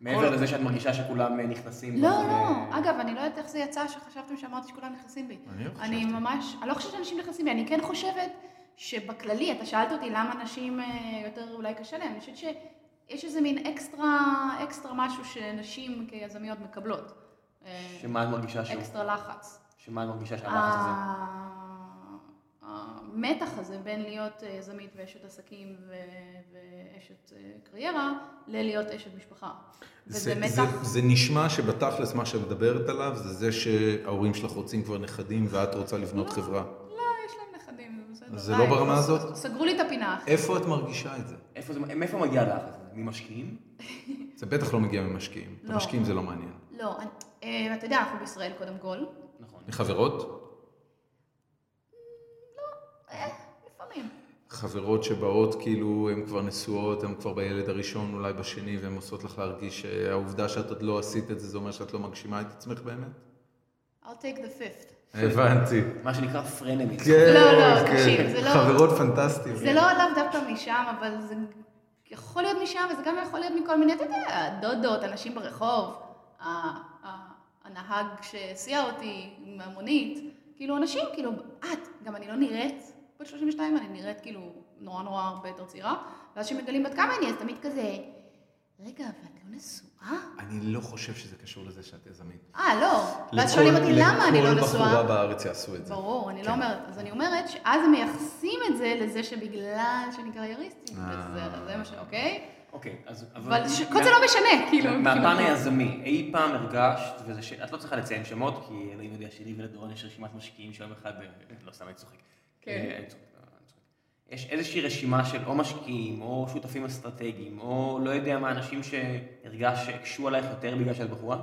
B: מעבר לזה שאת מרגישה שכולם אה, נכנסים.
C: לא,
B: בזה- אה,
C: לא. אגב, אני לא יודעת איך זה יצא שחשבתם שאמרתי שכולם נכנסים בי.
A: אני לא
C: אני
A: חשבתי.
C: ממש... אני לא חושבת שאנשים נכנסים בי, אני כן חושבת שבכללי, אתה שאלת אותי למה נשים אה, יותר אולי קשה להם, אני חושבת שיש איזה מין אקסטרה, אקסטרה משהו שנשים כיזמיות מקבלות. אה,
B: שמה את מרגישה שהוא?
C: אקסטרה אה- לחץ.
B: שמה את מרגישה שהלחץ הזה?
C: ה- המתח הזה בין להיות אה, יזמית ואשת עסקים ו- ואשת אה, קריירה, ללהיות אשת משפחה. וזה
A: זה, זה,
C: מתח,
A: זה נשמע שבתכלס מה שאת מדברת עליו זה זה שההורים שלך רוצים כבר נכדים ואת רוצה לבנות
C: לא.
A: חברה.
C: לא, יש להם נכדים.
A: אז זה לא ברמה
C: ס-
A: הזאת?
C: סגרו לי את הפינה. אחי.
A: איפה את מרגישה את זה?
B: איפה זה- מאיפה מגיע הלחץ הזה? ממשקיעים?
A: זה בטח לא מגיע ממשקיעים. את
C: לא.
A: המשקיעים זה לא מעניין.
C: לא, אני- אה, אתה יודע, אנחנו בישראל קודם כל.
B: נכון.
A: מחברות?
C: אה, לפעמים.
A: חברות שבאות כאילו, הן כבר נשואות, הן כבר בילד הראשון, אולי בשני, והן עושות לך להרגיש שהעובדה שאת עוד לא עשית את זה, זה אומר שאת לא מגשימה את עצמך באמת?
C: I'll take the fifth.
A: הבנתי.
B: מה שנקרא פרנמיץ.
A: כן.
C: לא, לא, תקשיב, זה לא-
A: חברות פנטסטיות.
C: זה לא לאו דווקא משם, אבל זה יכול להיות משם, וזה גם יכול להיות מכל מיני, אתה יודע, דודות, אנשים ברחוב, ה- ה- הנהג שהסיע אותי מהמונית, כאילו אנשים, כאילו, את, גם אני לא נראית, בת 32 אני נראית כאילו נורא נורא הרבה יותר צעירה, ואז כשמגלים בת כמה אני, אז תמיד כזה, רגע, אבל את לא נשואה?
A: אני לא חושב שזה קשור לזה שאת יזמית.
C: אה, לא. ואז
A: לכל-
C: שואלים אותי למה אני לא
A: לכל בחורה
C: נשואה.
A: בארץ יעשו את זה.
C: ברור,
A: כן.
C: אני לא אומרת, אז אני אומרת שאז הם מייחסים את זה לזה שבגלל שאני קרייריסטית,
A: אה.
C: אז זה- זה מה ש... אוקיי?
B: אוקיי, אז...
C: אבל ש- כל זה לא משנה, כאילו.
B: מהפן
C: כאילו.
B: היזמי, אי פעם הרגשת, וזה ש... את לא צריכה לציין שמות, כי אלוהים יודע שלי ולדורון יש רשימת משקיעים שיום אחד, אה, לא סתם אני צוחק.
C: כן.
B: אה, אני צוחק, לא, אני צוחק. יש איזושהי רשימה של או משקיעים, או שותפים אסטרטגיים, או לא יודע מה, אנשים שהרגשת שהקשו עלייך יותר בגלל שאת בחורה?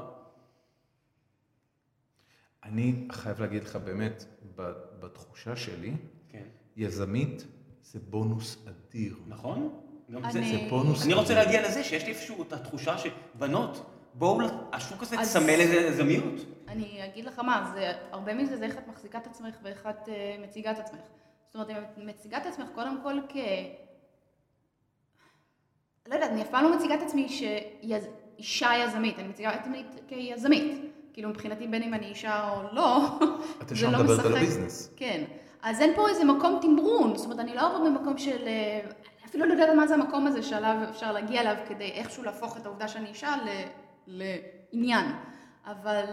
A: אני חייב להגיד לך באמת, ב- בתחושה שלי,
B: כן.
A: יזמית זה בונוס אדיר.
B: נכון? גם
C: אני-
B: זה- זה-
A: זה בונוס
B: אני רוצה
A: אדיר.
B: להגיע לזה שיש לי איפשהו את התחושה שבנות, בואו, ל- השוק הזה
C: אז-
B: צמא לזה יזמיות.
C: אני אגיד לך מה, זה הרבה מזה זה איך את מחזיקה את עצמך ואיך את אה, מציגה את עצמך. זאת אומרת, אם את מציגה את עצמך קודם כל כ... לא יודעת, אני אף פעם לא מציגה את עצמי שאישה יזמית, אני מציגה את עצמי כיזמית. כאילו מבחינתי בין אם אני אישה או לא,
A: את
C: זה
A: ישר
C: לא
A: מדברת על
C: משחק.
A: הביזנס.
C: כן. אז אין פה איזה מקום תמרון, זאת אומרת, אני לא עובדת במקום של... אה, אני אפילו לא יודעת מה זה המקום הזה שעליו אפשר להגיע אליו כדי איכשהו להפוך את העובדה שאני אישה ל... לעניין. אבל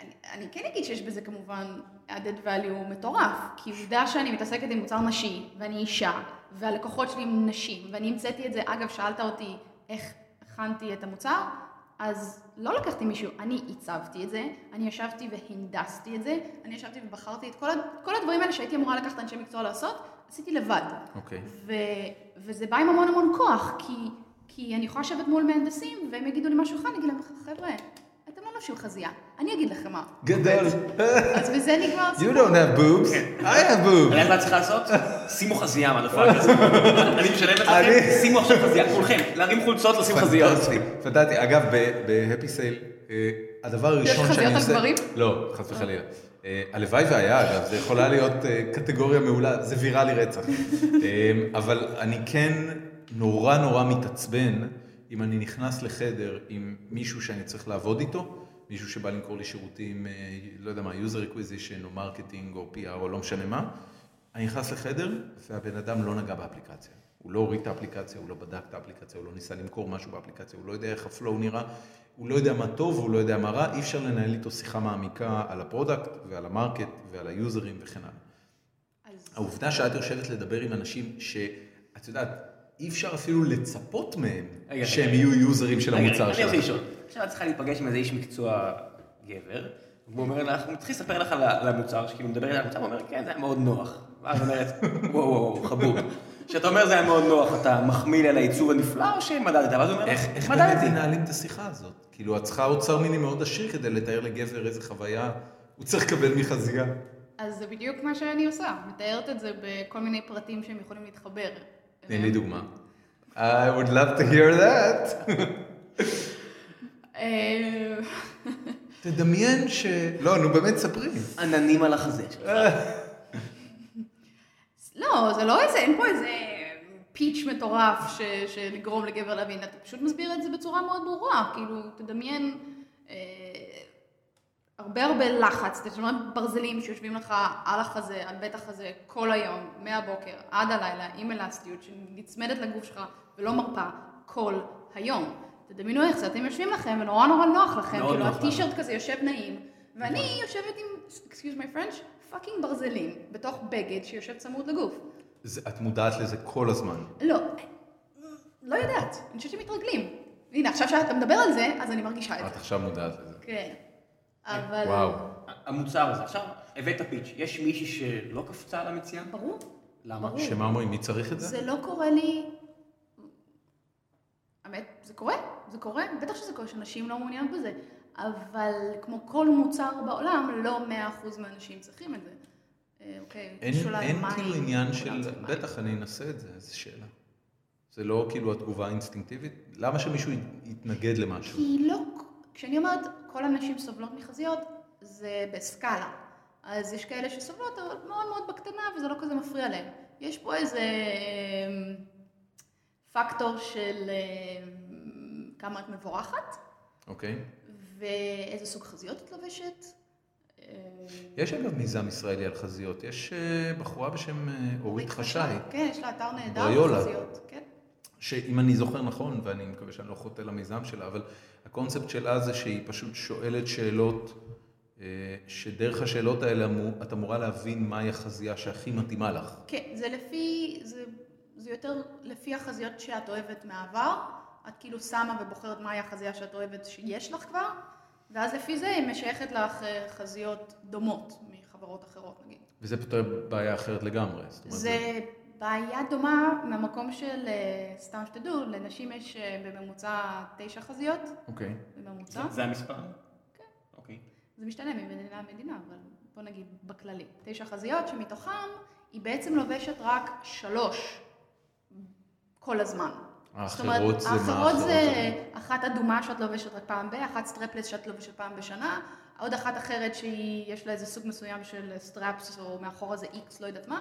C: אני, אני כן אגיד שיש בזה כמובן added value מטורף, כי עובדה שאני מתעסקת עם מוצר נשי, ואני אישה, והלקוחות שלי הם נשים, ואני המצאתי את זה, אגב, שאלת אותי איך הכנתי את המוצר, אז לא לקחתי מישהו, אני עיצבתי את זה, אני ישבתי והנדסתי את זה, אני ישבתי ובחרתי את כל, ה- כל הדברים האלה שהייתי אמורה לקחת אנשי מקצוע לעשות, עשיתי לבד.
A: אוקיי.
C: ו, וזה בא עם המון המון כוח, כי, כי אני יכולה לשבת מול מהנדסים, והם יגידו לי משהו אחד, אני אגיד להם, חבר'ה, אתם לא נובשים חזייה, אני אגיד לכם מה.
A: גדל.
C: אז בזה נגמר
A: You
C: הסיפור.
A: don't have boobs, I have
B: אני
A: boobs.
B: יודעת מה את צריכה לעשות? שימו חזייה, מלאפאקרס. אני משלמת לכם,
A: אני-
B: שימו עכשיו חזייה, כולכם. להרים חולצות, לשים חזיות.
A: פנטסטי, פנטסטי. אגב, בהפי סייל, אה, הדבר הראשון
C: חזיות
A: שאני
C: על
A: עושה...
C: גברים?
A: לא, חס וחלילה. אה, הלוואי והיה, אגב, זה יכולה להיות אה, קטגוריה מעולה, זה ויראלי רצח. אה, אבל אני כן נורא נורא מתעצבן אם אני נכנס לחדר עם מישהו שאני צריך לעבוד איתו, מישהו שבא למכור לי שירותים, אה, לא יודע מה, user acquisition או מרקטינג או PR או לא משנה מה, אני נכנס לחדר והבן אדם לא נגע באפליקציה. הוא לא הוריד את האפליקציה, הוא לא בדק את האפליקציה, הוא לא ניסה למכור משהו באפליקציה, הוא לא יודע איך הפלואו נראה, הוא לא יודע מה טוב, הוא לא יודע מה רע, אי אפשר לנהל איתו שיחה מעמיקה על הפרודקט ועל המרקט ועל היוזרים וכן הלאה.
C: אז
A: העובדה שאת יושבת לדבר עם אנשים שאת יודעת, אי אפשר אפילו לצפות מהם
B: רגע,
A: שהם
B: רגע.
A: יהיו יוזרים של
B: רגע,
A: המוצר
B: אני רוצה
A: שלך.
B: לשאול. עכשיו את צריכה להיפגש עם איזה איש מקצוע גבר, והוא אומר לך, הוא מתחיל לספר לך על ה- על המוצר, שכאילו מדבר על המוצר, הוא אומר, כן, זה היה מאוד נוח. ואז היא אומרת, וואו, וואו, חבוב. כשאתה אומר זה היה מאוד נוח, אתה מחמיא לי על העיצוב הנפלא, או שמדדת? ואז הוא אומר,
A: איך איך באמת
B: מדדתי.
A: מנהלים את השיחה הזאת? כאילו, את צריכה אוצר מיני מאוד עשיר כדי לתאר לגבר איזה חוויה הוא צריך לקבל מחזייה.
C: אז זה בדיוק מה שאני עושה, מתארת את זה בכל מיני פרטים שהם יכולים להתחבר.
A: תני לי דוגמה. I would love to hear that.
C: אה,
A: תדמיין ש... לא, נו באמת, ספרי.
B: עננים על החזה שלך.
C: לא, זה לא איזה, אין פה איזה פיץ' מטורף ש- שלגרום לגבר להבין, אתה פשוט מסביר את זה בצורה מאוד ברורה, כאילו, תדמיין אה, הרבה הרבה לחץ, תדמיין ברזלים שיושבים לך על החזה, על בית החזה, כל היום, מהבוקר עד הלילה, עם אלסטיות שנצמדת לגוף שלך ולא מרפה כל היום. תדמיינו איך זה, אתם יושבים לכם ונורא נורא נוח לכם,
B: מאוד נוח
C: כאילו
B: לנו. נכון.
C: הטישרט כזה יושב נעים, ואני יושבת עם, excuse my French, פאקינג ברזלים, בתוך בגד שיושב צמוד לגוף.
A: זה- את מודעת לזה כל הזמן.
C: לא, לא יודעת, אני חושבת שמתרגלים. הנה, עכשיו שאתה מדבר על זה, אז אני מרגישה את
A: את
C: זה.
A: עכשיו מודעת לזה.
C: כן. אבל...
A: וואו.
B: המוצר הזה. עכשיו, הבאת פיץ', יש מישהי שלא קפצה על המציאה?
C: ברור.
B: למה?
C: ברור.
A: שמה אומרים, מי צריך את אה, זה?
C: זה לא קורה לי... האמת, זה קורה, זה קורה, בטח שזה קורה שנשים לא מעוניינות בזה, אבל כמו כל מוצר בעולם, לא 100% מהאנשים צריכים את זה. אה, אוקיי,
A: אין
C: שולן
A: אין
C: מים,
A: כאילו עניין
C: שולן
A: של,
C: מים.
A: בטח אני אנסה את זה, איזו שאלה. זה לא כאילו התגובה האינסטינקטיבית? למה שמישהו י- יתנגד למשהו?
C: כי לא, כשאני אומרת כל הנשים סובלות מחזיות, זה בסקאלה. אז יש כאלה שסובלות, אבל מאוד מאוד בקטנה, וזה לא כזה מפריע להם. יש פה איזה אמ, פקטור של אמ, כמה את מבורכת,
A: אוקיי?
C: ואיזה סוג חזיות את לובשת. אמ,
A: יש אגב מיזם ישראלי על חזיות, יש אה, בחורה בשם אה, אורית חשאי,
C: כן, יש לה אתר נהדר
A: בריולה.
C: בחזיות. כן.
A: שאם אני זוכר נכון, ואני מקווה שאני לא חוטא למיזם שלה, אבל הקונספט שלה זה שהיא פשוט שואלת שאלות, אה, שדרך השאלות האלה אמור- את אמורה להבין מהי החזייה שהכי מתאימה לך.
C: כן, זה לפי, זה, זה יותר לפי החזיות שאת אוהבת מהעבר. את כאילו שמה ובוחרת מהי החזייה שאת אוהבת שיש לך כבר, ואז לפי זה היא משייכת לך אה, חזיות דומות מחברות אחרות נגיד.
A: וזה פותר בעיה אחרת לגמרי. זאת אומרת,
C: זה בעיה דומה מהמקום של, אה, סתם שתדעו, לנשים יש אה, בממוצע תשע חזיות,
A: אוקיי.
C: בממוצע.
B: זה- זה המספר?
C: כן.
B: אוקיי.
C: זה משתנה ממדינה למדינה, אבל בוא נגיד בכללי. תשע חזיות שמתוכן היא בעצם לובשת רק שלוש כל הזמן. זאת אומרת,
A: האחרות זה מה?
C: האחרות זה
A: האחרות
C: אחת אדומה שאת לובשת רק פעם ב, אחת סטרפלס שאת לובשת פעם בשנה, עוד אחת אחרת שיש לה איזה סוג מסוים של סטראפס או מאחורה זה איקס, לא יודעת מה,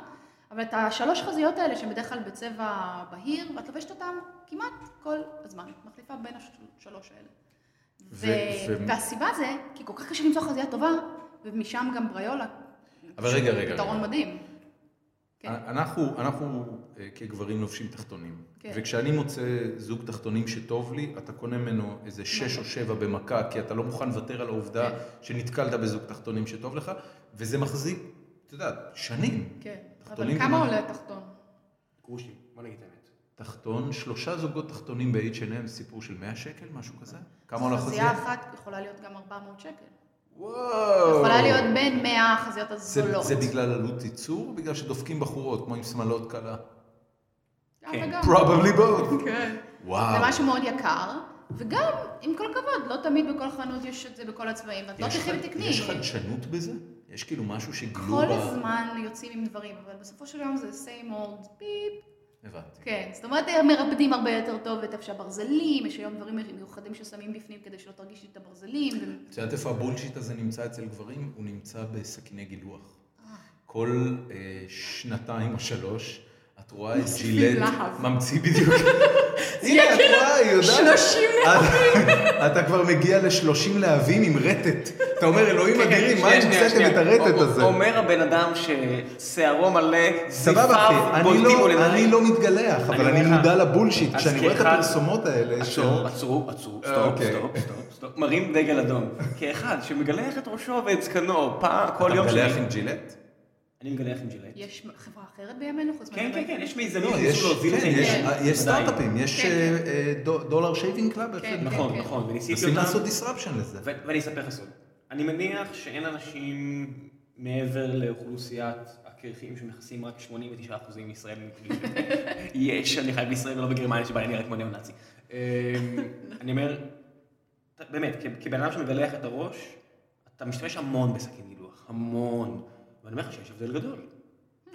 C: אבל את השלוש חזיות האלה שהן בדרך כלל בצבע בהיר, ואת לובשת אותן כמעט כל הזמן, את מחליפה בין השלוש האלה.
A: ו-
C: ו-
A: ו-
C: והסיבה זה, כי כל כך קשה למצוא חזייה טובה, ומשם גם בריולה.
A: אבל רגע,
C: שהוא
A: רגע,
C: פתרון
A: רגע. אה,
C: מדהים. כן.
A: אנחנו, אנחנו אה, כגברים לובשים תחתונים.
C: כן.
A: וכשאני מוצא זוג תחתונים שטוב לי, אתה קונה ממנו איזה שש או שבע במכה, כי אתה לא מוכן לוותר על העובדה
C: כן.
A: שנתקלת בזוג תחתונים שטוב לך, וזה מחזיק, אתה יודע, שנים.
C: כן.
A: תחתונים
C: אבל כמה
A: במעלה.
C: עולה תחתון?
B: גרושים, בוא נגיד את האמת.
A: תחתון, שלושה זוגות תחתונים ב-H&M, סיפור של 100 שקל, משהו
C: אה,
A: כזה? כמה עולה
C: חזייה
A: חזייה?
C: אחת יכולה להיות גם 400 שקל.
A: וואו.
C: יכולה להיות בין 100 החזיות
A: זה,
C: הזולות.
A: זה בגלל עלות ייצור, או בגלל שדופקים בחורות, כמו עם שמלות קלה?
C: גם
B: כן.
C: וגם.
A: Probably both.
C: כן.
A: וואו.
C: זה משהו מאוד יקר, וגם, עם כל הכבוד, לא תמיד בכל חנות יש את זה בכל הצבעים, ואת לא
A: יש
C: תלכי
A: ח-
C: ותקני.
A: יש חדשנות בזה? יש כאילו משהו שגלו
C: כל
A: ב-
C: הזמן יוצאים עם דברים, אבל בסופו של יום זה same old פיפ.
A: הבנתי.
C: כן, זאת אומרת, הם מרפדים הרבה יותר טוב את אפשר ברזלים, יש היום דברים מיוחדים ששמים בפנים כדי שלא תרגישי את הברזלים. ו-
A: את יודעת איפה הבולשיט הזה נמצא אצל גברים? הוא נמצא בסכיני גילוח. כל אה, שנתיים או שלוש, את רואה את
C: מוסיפים
A: ג'ילט,
C: להב. כאילו
A: ממציא בדיוק. הנה, את רואה, היא יודעת.
C: 30
A: את- אתה כבר מגיע ל-30 להבים עם רטט. אתה אומר, אלוהים אדירים, מה
B: כן, שנייה,
A: אם
B: שנייה, אוקיי,
A: המצאתם את
B: שנייה.
A: הרטט
B: א- א-
A: הזה?
B: אומר הבן אדם ששערו מלא,
A: סבבה אחי,
B: זיפיו
A: אני
B: בולטים מול
A: לא, אני
B: עיניים.
A: לא מתגלח, אבל
B: אומר
A: אני
B: לך-
A: מודע לבולשיט,
B: אז
A: כשאני רואה את
B: כאחד-
A: הפרסומות האלה, ש-
B: עצור, עצרו, עצרו,
A: אה,
B: סטופ,
A: אוקיי.
B: סטופ, סטופ, סטופ. מרים דגל אדום. כאחד שמגלח את ראשו ואת זקנו פעם, כל יום
A: אתה מגלח
B: שני.
A: עם ג'ילט?
B: אני מגלח עם ג'ילט.
C: יש חברה אחרת בימינו חוץ
B: כן, כן,
C: מהדברים?
B: כן, יש מיזמים
A: לא, יש,
B: שניסו להוזיל את
A: כן, יש-
B: העניין.
A: יש
B: עדיין.
A: סטארט-אפים, יש
C: כן,
A: אה,
C: כן.
A: אה, דו- דולר שייבינג קלאב,
C: כן,
A: אפילו.
B: נכון,
C: כן.
B: נכון, וניסיתי
A: מנסים לעשות
B: אותם.
A: disruption לזה.
B: ו- ואני אספר לך סוד. אני מניח שאין אנשים מעבר לאוכלוסיית הקרחים שמכסים רק 89% מישראל. יש, אני חי בישראל ולא בגרמניה שבה אני נראה כמו ניאו-נאצי. אמ, אני אומר, ת- באמת, כ- כבן אדם שמגלח את הראש, אתה משתמש המון בסכין גילוח, המון. ואני אומר לך שיש הבדל גדול.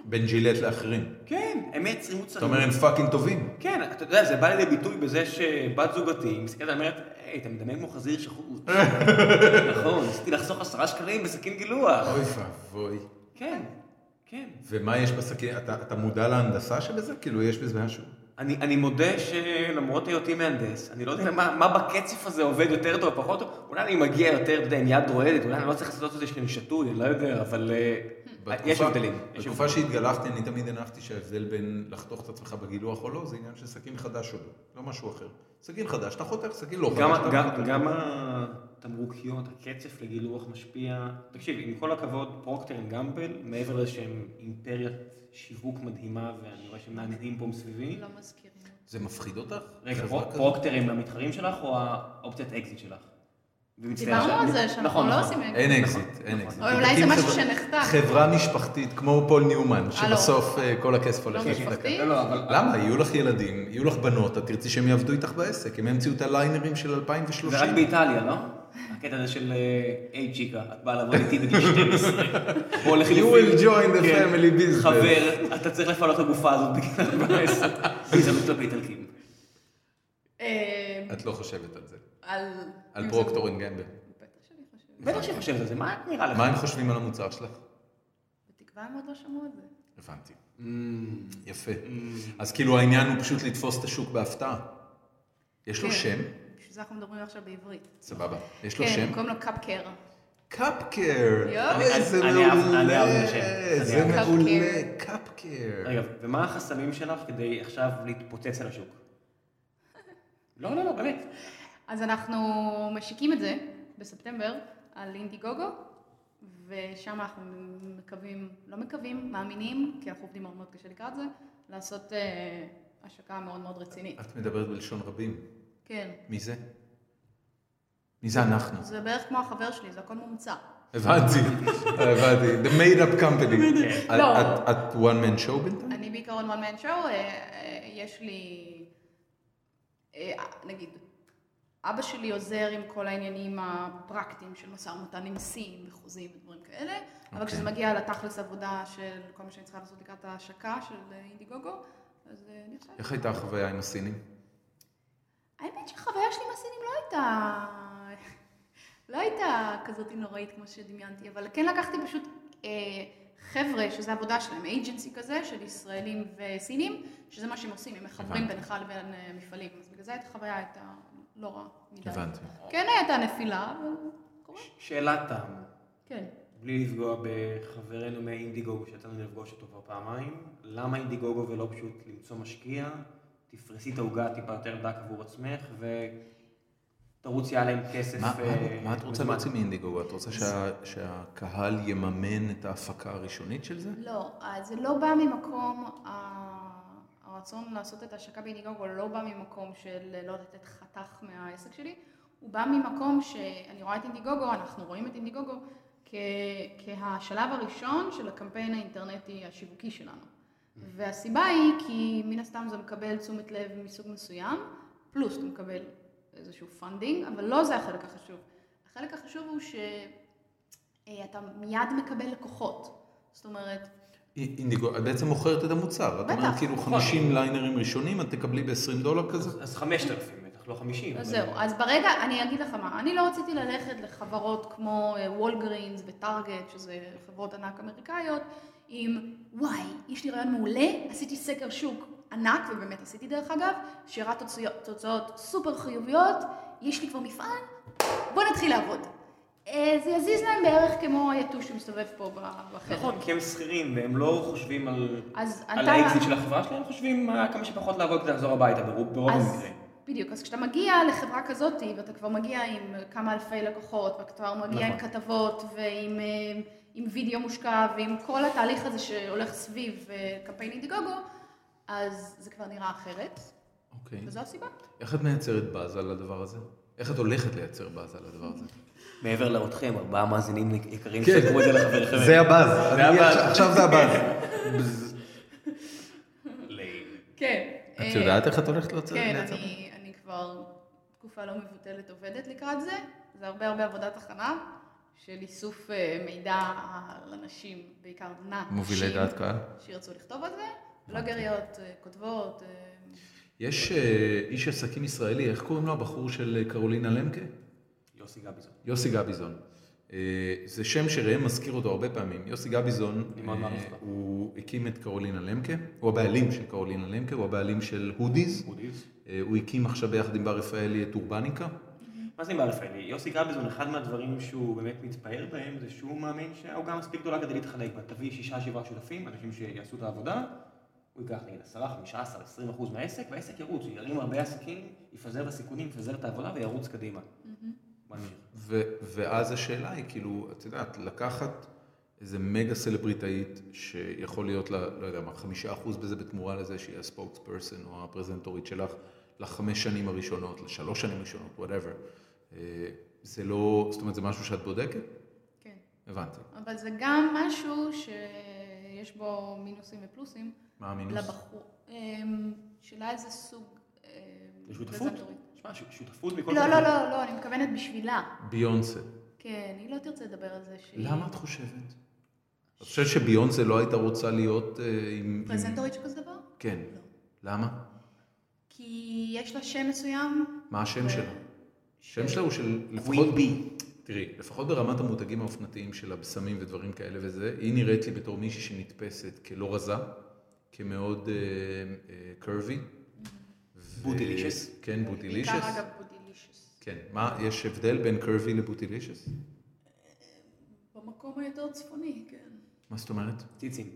A: בין ג'ילט לאחרים.
B: כן, הם מייצרים
A: אתה
B: מוצרים.
A: אומר, הם פאקינג טובים.
B: כן, אתה יודע, זה בא לידי ביטוי בזה שבת זוגתי מסתכלת עליי ואומרת, היי, אתה מדמם כמו חזיר שחוט. נכון, ניסיתי לחסוך עשרה שקלים בסכין גילוח.
A: אוי ואבוי.
B: כן, כן.
A: ומה יש בשקית? אתה אתה מודע להנדסה שבזה? כאילו, יש בזה משהו?
B: אני, אני מודה שלמרות היותי מהנדס, אני לא יודע מה, מה בקצף הזה עובד יותר טוב או פחות טוב, אולי אני מגיע יותר, אתה יודע, עם יד רועדת, אולי אני לא צריך לעשות את זה שאני שתוי, אני לא יודע, אבל אה, יש
A: בתקופה-
B: הבדלים. יש
A: בתקופה
B: הבדלים.
A: שהתגלחתי, אני תמיד הנחתי שההבדל בין לחתוך את עצמך בגילוח או לא, זה עניין של סכין חדש או לא, לא משהו אחר. סכין חדש, אתה חותך, סכין לא
B: גם,
A: חדש, אתה
B: גם,
A: חותך.
B: גם התמרוקיות, הקצף לגילוח משפיע. תקשיב, עם כל הכבוד, פרוקטר אנד גמבל, מעבר לזה שהם אימפריית שיווק מדהימה, ואני רואה שהם מהנהנים פה
A: כן.
B: מסביבי.
C: לא מזכירים.
A: זה מפחיד אותך?
B: רגע,
A: חברה
B: פרוק-
A: כזאת?
B: פרוקטר הם המתחרים שלך, או האופציית אקזיט שלך? ומצטער
C: דיברנו
B: שאני-
C: על זה שאנחנו
B: נכון,
C: לא
B: נכון.
C: עושים
A: אין
B: נכון,
A: אקזיט, אין
B: נכון.
A: אקזיט.
C: אבל אולי זה
A: תקים
C: משהו
A: חברה-
C: שנחתם.
A: חברה משפחתית, כמו פול ניומן, שבסוף אה, כל הכסף הולך
C: לא
A: למפלגה.
C: משפחתי?
B: לא, לא, אבל...
A: למה? יהיו לך ילדים, יהיו לך בנות, את תרצי שהם יעבדו איתך בעסק, הם ימציאו את הליינרים של 2030.
B: זה רק באיטליה, לא? הקטע הזה של אה, היי צ'יקה, את באה לעבוד איתי בגיל 12. הוא הולך
A: You will join the
B: כן.
A: family business.
B: חבר, אתה צריך לפנות את הגופה הזאת בגיל 14. גזענות כלפי איטלקים.
C: אה,
A: את לא חושבת על זה.
C: על...
A: על פרוקטור אנד גמבל.
C: בטח שאני חושבת.
B: בטח שהיא חושבת על זה, מה נראה לך?
A: מה הם חושבים על המוצר שלך?
C: בתקווה הם עוד לא שמעו את זה.
A: הבנתי.
B: אמ,
A: יפה. אז כאילו העניין הוא פשוט לתפוס את השוק בהפתעה. יש לו
C: כן.
A: שם?
C: בשביל זה אנחנו מדברים עכשיו בעברית.
A: סבבה. יש לו
C: כן,
A: שם?
C: קוראים לו קאפקר.
A: קאפקר.
C: יואו.
A: איזה
B: אני- אני אהב- אני
A: מעולה.
B: אהב את השם.
A: זה
B: אני
C: אהב.
A: מעולה. קאפקר.
B: רגע, ומה החסמים שלך כדי עכשיו להתפוצץ על השוק? לא, לא, לא, באמת.
C: אז אנחנו משיקים את זה בספטמבר על אינדיגוגו, ושם אנחנו מקווים, לא מקווים, מאמינים, כי אנחנו עובדים מאוד מאוד קשה לקראת זה, לעשות אה, השקה מאוד מאוד רצינית.
A: את מדברת בלשון רבים.
C: כן.
A: מי זה? מי זה אנחנו?
C: זה בערך כמו החבר שלי, זה הכל מומצא.
A: הבנתי, הבנתי. The made up company. את-
C: לא.
A: את- את one man show בינתיים?
C: אני בעיקרון one man show, אה, אה, יש לי, אה, נגיד, אבא שלי עוזר עם כל העניינים הפרקטיים של משא ומתן עם סין וחוזים ודברים כאלה, אבל
A: אוקיי.
C: כשזה מגיע לתכלס עבודה של כל מה שאני צריכה לעשות לקראת ההשקה של אה, אינדיגוגו, אז אה, אני חושבת...
A: איך הייתה החוויה עם הסינים?
C: האמת שהחוויה שלי עם הסינים לא הייתה... לא הייתה כזאת נוראית כמו שדמיינתי, אבל כן לקחתי פשוט אה, חבר'ה, שזה עבודה שלהם, אייג'נסי כזה, של ישראלים וסינים, שזה מה שהם עושים, הם מחברים
A: הבנתי.
C: בינך לבין אה, מפעלים, אז בגלל זה הייתה חוויה הייתה לא רעה מדי.
A: הבנתי.
C: כן הייתה נפילה, אבל קורה.
B: שאלת תם.
C: כן.
B: בלי לפגוע בחברנו מאינדיגוגו, שיצאנו לפגוש אותו כבר פעמיים, למה אינדיגוגו ולא פשוט למצוא משקיע, תפרסי את העוגה טיפה יותר דק עבור עצמך, ותרוצי עליהם כסף.
A: מה-
B: אה,
A: מה- מה את רוצה
B: בזמן.
A: להוציא מאינדיגו? את רוצה שה- שהקהל יממן את ההפקה הראשונית של זה?
C: לא, אה, זה לא בא ממקום, ה- הרצון לעשות את ההשקה באינדיגוגו לא בא ממקום של אה, לא לתת חתך מהעסק שלי, הוא בא ממקום שאני רואה את אינדיגוגו, אנחנו רואים את אינדיגוגו כ- כהשלב הראשון של הקמפיין האינטרנטי השיווקי שלנו. והסיבה היא כי מן הסתם זה מקבל תשומת לב מסוג מסוים, פלוס אתה מקבל איזשהו פנדינג, אבל לא זה החלק החשוב. החלק החשוב הוא שאתה מיד מקבל לקוחות. זאת אומרת,
A: אי- אינדיגו, את בעצם מוכרת את המוצר. את
C: בטח,
A: אומרת כאילו
B: נכון.
A: 50 ליינרים ראשונים, את תקבלי ב-20 דולר כזה?
B: אז- אז 5,000 בטח, לא 50.
C: אז
B: אבל-
C: זהו, אז ברגע, אני אגיד לך מה, אני לא רציתי ללכת לחברות כמו וולגרינס וטארגט, שזה חברות ענק אמריקאיות, עם וואי, יש לי רעיון מעולה, עשיתי סקר שוק ענק, ובאמת עשיתי דרך אגב, שהראה תוצאיות- תוצאות סופר חיוביות, יש לי כבר מפעל, בוא נתחיל לעבוד. אה, זה יזיז להם בערך כמו היתוש שמסתובב פה ב- בחדר.
B: נכון, כי הם שכירים, והם לא חושבים על
C: אז
B: על
C: אתה-
B: האקזיט של החברה שלהם, חושבים אה, כמה שפחות לעבוד כדי לחזור הביתה, ברוב- ברוב
C: אז
B: המקרים.
C: בדיוק, אז כשאתה מגיע לחברה כזאת, ואתה כבר מגיע עם אה, כמה אלפי לקוחות, ואתה כבר מגיע עם
B: נכון.
C: כתבות, ועם אה, עם וידאו מושקע, ועם כל התהליך הזה שהולך סביב אה, קמפיין אינדיגוגו, אז זה כבר נראה אחרת,
A: אוקיי.
C: וזו הסיבה.
A: איך את מייצרת באז על הדבר הזה? איך את הולכת לייצר באז על הדבר הזה?
B: מעבר לאותכם, ארבעה מאזינים יקרים
A: כן.
B: שתקראו את זה לחבריכם.
A: זה הבאז.
B: זה
A: אני-
B: הבאז.
A: עכשיו זה הבאז.
C: כן.
A: את יודעת איך את הולכת לייצר?
C: כן,
A: לייצר?
C: אני, אני כבר תקופה לא מבוטלת עובדת לקראת זה. זה הרבה הרבה עבודת הכנה של איסוף אה, מידע על אנשים, בעיקר נשים.
A: מובילי דעת קהל?
C: שירצו לכתוב על זה. בלוגריות, אה, כותבות. אה,
A: יש אה, איש עסקים ישראלי, איך קוראים לו הבחור של אה, קרולינה למקה?
B: יוסי גביזון.
A: יוסי גביזון. אה, זה שם שראם מזכיר אותו הרבה פעמים. יוסי גביזון,
B: אני מאוד
A: אה,
B: מעריך אותו.
A: הוא הקים את קרולינה למקה, הוא הבעלים של קרולינה למקה, הוא הבעלים של הודיז. אה, הוא הקים עכשיו ביחד עם בר רפאלי את אורבניקה.
B: מה זה עם באלפיילי? יוסי גביזון, אחד מהדברים שהוא באמת מתפאר בהם, זה שהוא מאמין שהעוגה מספיק גדולה כדי להתחלק בה. תביא שישה, שבעה שותפים, אנשים שיעשו את העבודה, הוא ייקח נגיד 10, 15, 20 אחוז מהעסק, והעסק ירוץ, הוא ירים הרבה עסקים, יפזר את הסיכונים, יפזר את העבודה וירוץ קדימה. בוא נמשיך.
A: ו- ואז השאלה היא, כאילו, את יודעת, לקחת איזה מגה סלבריטאית, שיכול להיות לה, לא יודע מה, חמישה אחוז בזה בתמורה לזה שהיא הספוקס פרסון או הפרזנטורית שלך, לחמש שנים הראשונות, לשלוש שנים הראשונות, וואטאבר. זה לא, זאת אומרת, זה משהו שאת בודקת?
C: כן.
A: הבנתי.
C: אבל זה גם משהו שיש בו מינוסים ופלוסים.
A: מה המינוס?
C: לבחור. אמ, שאלה איזה סוג... אמ,
B: זה שותפות?
C: פרזנטורית.
B: שמע, ש- שותפות מכל...
C: לא,
B: כיוון.
C: לא, לא, לא, אני מתכוונת בשבילה.
A: ביונסה.
C: כן, היא לא תרצה לדבר על זה שהיא...
A: למה את חושבת? את חושבת שביונסה לא הייתה רוצה להיות אה, עם... עם-
C: פרזנטורית שכזה דבר?
A: כן.
C: לא.
A: למה?
C: כי יש לה שם מסוים.
A: מה השם שלה? השם שלה הוא של לפחות...
B: Queen Bee.
A: תראי, לפחות ברמת המותגים האופנתיים שלה, בסמים ודברים כאלה וזה, היא נראית לי בתור מישהי שנתפסת כלא רזה, כמאוד אה, קרבי.
B: Bootylicious.
A: כן, בוטילישס.
C: בעיקר אגב בודילישס.
A: כן, מה, יש הבדל בין קרבי לבוטילישס?
C: במקום היותר צפוני, כן.
A: מה זאת אומרת?
B: ציצים.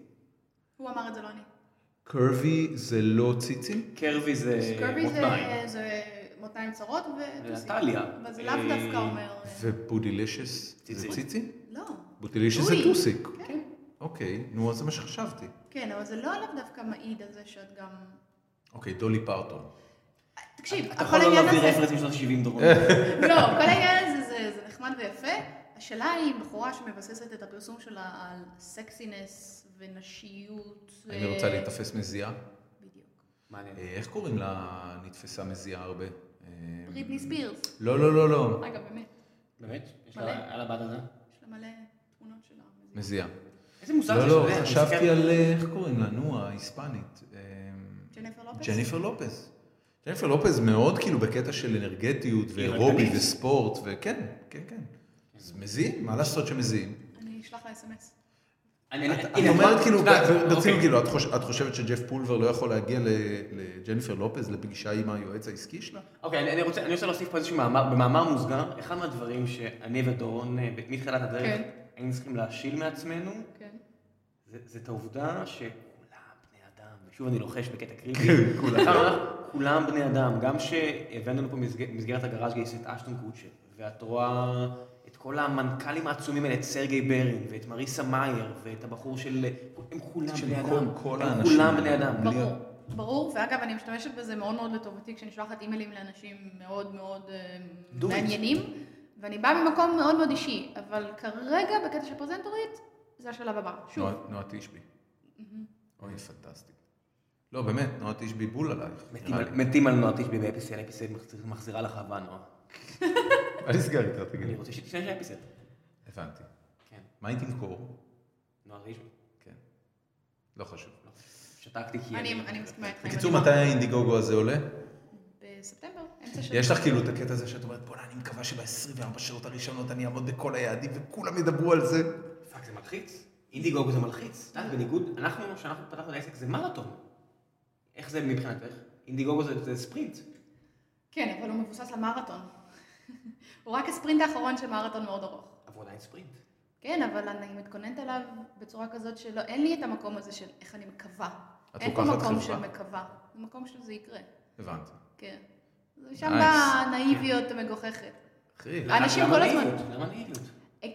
C: הוא אמר את זה, לא אני.
A: קרבי זה לא ציצים?
B: קרבי זה
C: קרבי זה- אה,
B: מותניים. אה,
C: זה מותניים צרות וטוסים.
B: טליה.
C: אבל זה לאו
B: אה,
C: דווקא אומר...
A: ובודילישס זה
B: ציצים.
A: ציצים?
C: לא.
A: בוטילישס זה
C: טוי.
A: טוסיק.
C: כן.
A: אוקיי, נו, אז זה מה שחשבתי.
C: כן, אבל זה לא לאו דווקא מעיד על זה שאת גם...
A: אוקיי, דולי פרטון.
C: תקשיב,
B: אתה
C: כל
B: יכול לא
C: העניין
B: להביא
C: הזה...
B: רפרנסים שנות 70 דרום.
C: לא, כל העניין הזה זה- זה נחמד ויפה. השאלה היא אם בחורה שמבססת את הפרסום שלה על סקסינס ונשיות.
A: האם
C: אה,
A: היא רוצה להיתפס מזיעה?
C: בדיוק.
B: מעניין.
A: אה, איך קוראים לה נתפסה מזיעה הרבה? אה,
C: ריבלי ספירס.
A: לא, לא, לא, לא.
C: אגב, באמת,
B: באמת? יש
C: מלא.
B: לה על הבת הזו?
C: יש לה מלא תמונות שלה.
A: מזיעה.
B: איזה מוזר
A: לא,
B: זה
A: לא,
B: שווה, אני מסתכל-
A: חשבתי על, אה, איך קוראים לה? נו, ההיספנית. אה,
C: ג'ניפר לופס?
A: ג'ניפר לופס. ג'ניפר לופס מאוד כאילו בקטע של אנרגטיות ואירובי
B: רקדנית.
A: וספורט, וכן, כן, כן. אז מזיעים, מה לעשות שמזיעים?
C: אני אשלח לה אס.אם.אס.
B: אני- אני-
A: את
B: הנה,
A: אומרת
B: מה-
A: כאילו,
B: את יודעת,
A: ברצינות,
B: אוקיי.
A: כאילו, את חוש- את חושבת שג'ף פולבר לא יכול להגיע ל- לג'ניפר לופז לפגישה עם היועץ העסקי שלה?
B: אוקיי, אני- אני רוצה, אני רוצה להוסיף פה איזשהו מאמר, במאמר מוסגר, אחד מהדברים שאני ודורון, אה, מתחילת הדרך,
C: כן.
B: היינו צריכים להשיל מעצמנו,
C: כן.
B: זה זה את העובדה שכולם בני אדם, ושוב אני לוחש בקטע קריטי,
A: כן, כולם.
B: ככה אני אומר, כולם בני אדם, גם שהבאנו לפה מסג- מסגרת הגראז' גייס את אשטון קוצ'ר, ואת רואה את כל המנכ"לים העצומים האלה, את סרגי ברין, ואת מריסה מאייר, ואת הבחור של, הם כולם
A: תקשיב,
B: בני
A: כל-
B: אדם,
A: כל
B: הם
A: האנשים
B: כולם
A: האלה.
B: בני אדם,
A: בלי-
C: ברור, ברור, ואגב, אני משתמשת בזה מאוד מאוד לטובתי כשאני שולחת אימיילים לאנשים מאוד מאוד אה,
B: Do it.
C: מעניינים, ואני באה ממקום מאוד מאוד אישי, אבל כרגע, בקטע של פרזנטורית, זה השלב הבא. שוב,
A: נועה- נועה תשבי. אוי, פנטסטי. לא, באמת, נועה תשבי בול עלייך.
B: מתים
A: נראה
B: על-
A: לי.
B: מתים על נועה תשבי באפיסל, אפיסל מחזיר- מחזירה לך אהבה נועה.
A: מה נסגר איתה, תגיד?
B: אני
A: לי?
B: רוצה שתשנה של אפיסל.
A: הבנתי.
B: כן,
A: מה היא תמכור?
B: נועה תשבי.
A: כן. לא חשוב.
B: לא, שתקתי כי...
C: אני אני מסכימה איתך. עם
A: בקיצור,
C: הדיבור.
A: מתי האינדיגוגו הזה עולה?
C: בספטמבר, אמצע של...
A: יש לך כאילו את הקטע הזה שאת אומרת, בוא'נה, אני מקווה שב-24 שעות הראשונות אני אעמוד בכל היעדים וכולם ידברו על זה.
B: פאק, זה מלחיץ. אינדיגוגו זה מלחיץ. את יודעת, בניגוד, אנחנו, כשאנחנו פתחנו את העסק, זה מרתון. איך זה מבחינתך? אינדיגוגו זה- זה ספרינט.
C: כן, אבל הוא מבוסס על מרתון. הוא רק הספרינט האחרון של מרתון מאוד ארוך.
B: אבל הוא עדיין ספרינט.
C: כן, אבל אני מתכוננת עליו בצורה כזאת שלא, אין לי את המקום הזה של איך אני מקווה.
A: את
C: אין פה
A: לוקחת
C: מקום של
A: חברה?
C: מקווה, זה מקום שזה יקרה.
A: הבנתי.
C: כן. זה שם
A: Nice. כן.
C: באה הנאיביות המגוחכת.
A: אחי,
C: אה, אנשים כל
B: למה
C: הזמן-
B: נאיביות? למה נאיביות?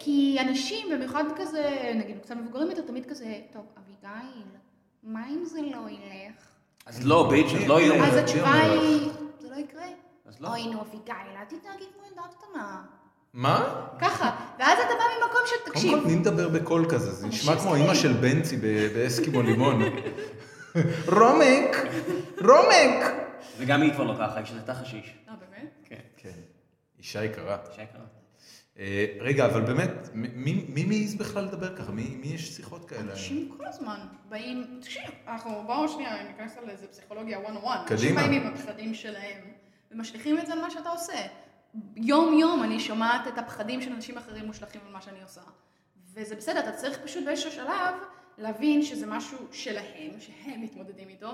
C: כי אנשים, במיוחד כזה, נגיד קצת מבוגרים יותר, תמיד כזה, טוב, אביגיל, מה אם זה לא ילך?
B: אז לא, ביץ', אז לא
A: אומר,
C: אז
A: מי
B: יהיה.
C: התשובה
A: אומר
C: היא, זה לא יקרה.
B: אז לא.
C: אוי, נו, אביגיל, אל תתנהגי כמו ילדה קטנה.
A: מה?
C: ככה, ואז אתה בא ממקום של,
A: קודם כל
C: תקשיב,
A: תני לדבר בקול כזה, זה נשמע כמו אימא של בנצי ב- באסקימו לימון. רומק! רומק!
B: וגם היא כבר לא ככה, היא שתתה חשיש.
C: אה, באמת?
B: כן.
A: כן, אישה יקרה.
B: שקר.
A: אה, רגע, אבל באמת, מ- מי מי מעז בכלל לדבר ככה? מי מי יש שיחות כאלה?
C: אנשים כל הזמן באים, תקשיב, אנחנו בואו שנייה ניכנס על איזה פסיכולוגיה 101. אנשים
A: קדימה.
C: באים עם הפחדים שלהם, ומשליכים את זה על מה שאתה עושה. יום יום אני שומעת את הפחדים של אנשים אחרים מושלכים על מה שאני עושה. וזה בסדר, אתה צריך פשוט באיזשהו שלב להבין שזה משהו שלהם, שהם מתמודדים איתו,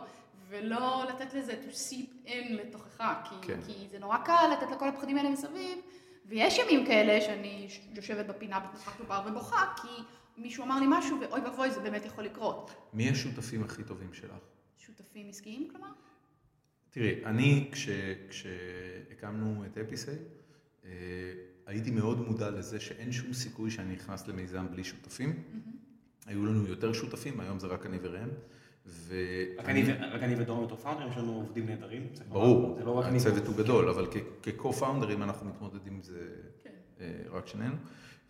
C: ולא לתת לזה to seep in לתוכך, כי,
A: כן.
C: כן. כי זה נורא קל לתת לכל הפחדים האלה מסביב, ויש ימים כאלה שאני ש- יושבת בפינה בתנוחת עובר ובוכה, כי מישהו אמר לי משהו, ואוי ואבוי, זה באמת יכול לקרות.
A: מי השותפים הכי טובים שלך?
C: שותפים עסקיים, כלומר?
A: תראי, אני, כש, כשהקמנו את אפיסייל, אה, הייתי מאוד מודע לזה שאין שום סיכוי שאני נכנס למיזם בלי שותפים. היו לנו יותר שותפים, היום זה רק אני וראם. ו...
B: רק אני ו- רק אני ודורון אותו פאונדר, יש לנו עובדים נהדרים. צריך לומר.
A: ברור,
B: זה לא רק אני.
A: הצוות הוא גדול, אבל כ- כ-co-founders אנחנו מתמודדים עם זה
C: כן.
A: אה, רק שנינו,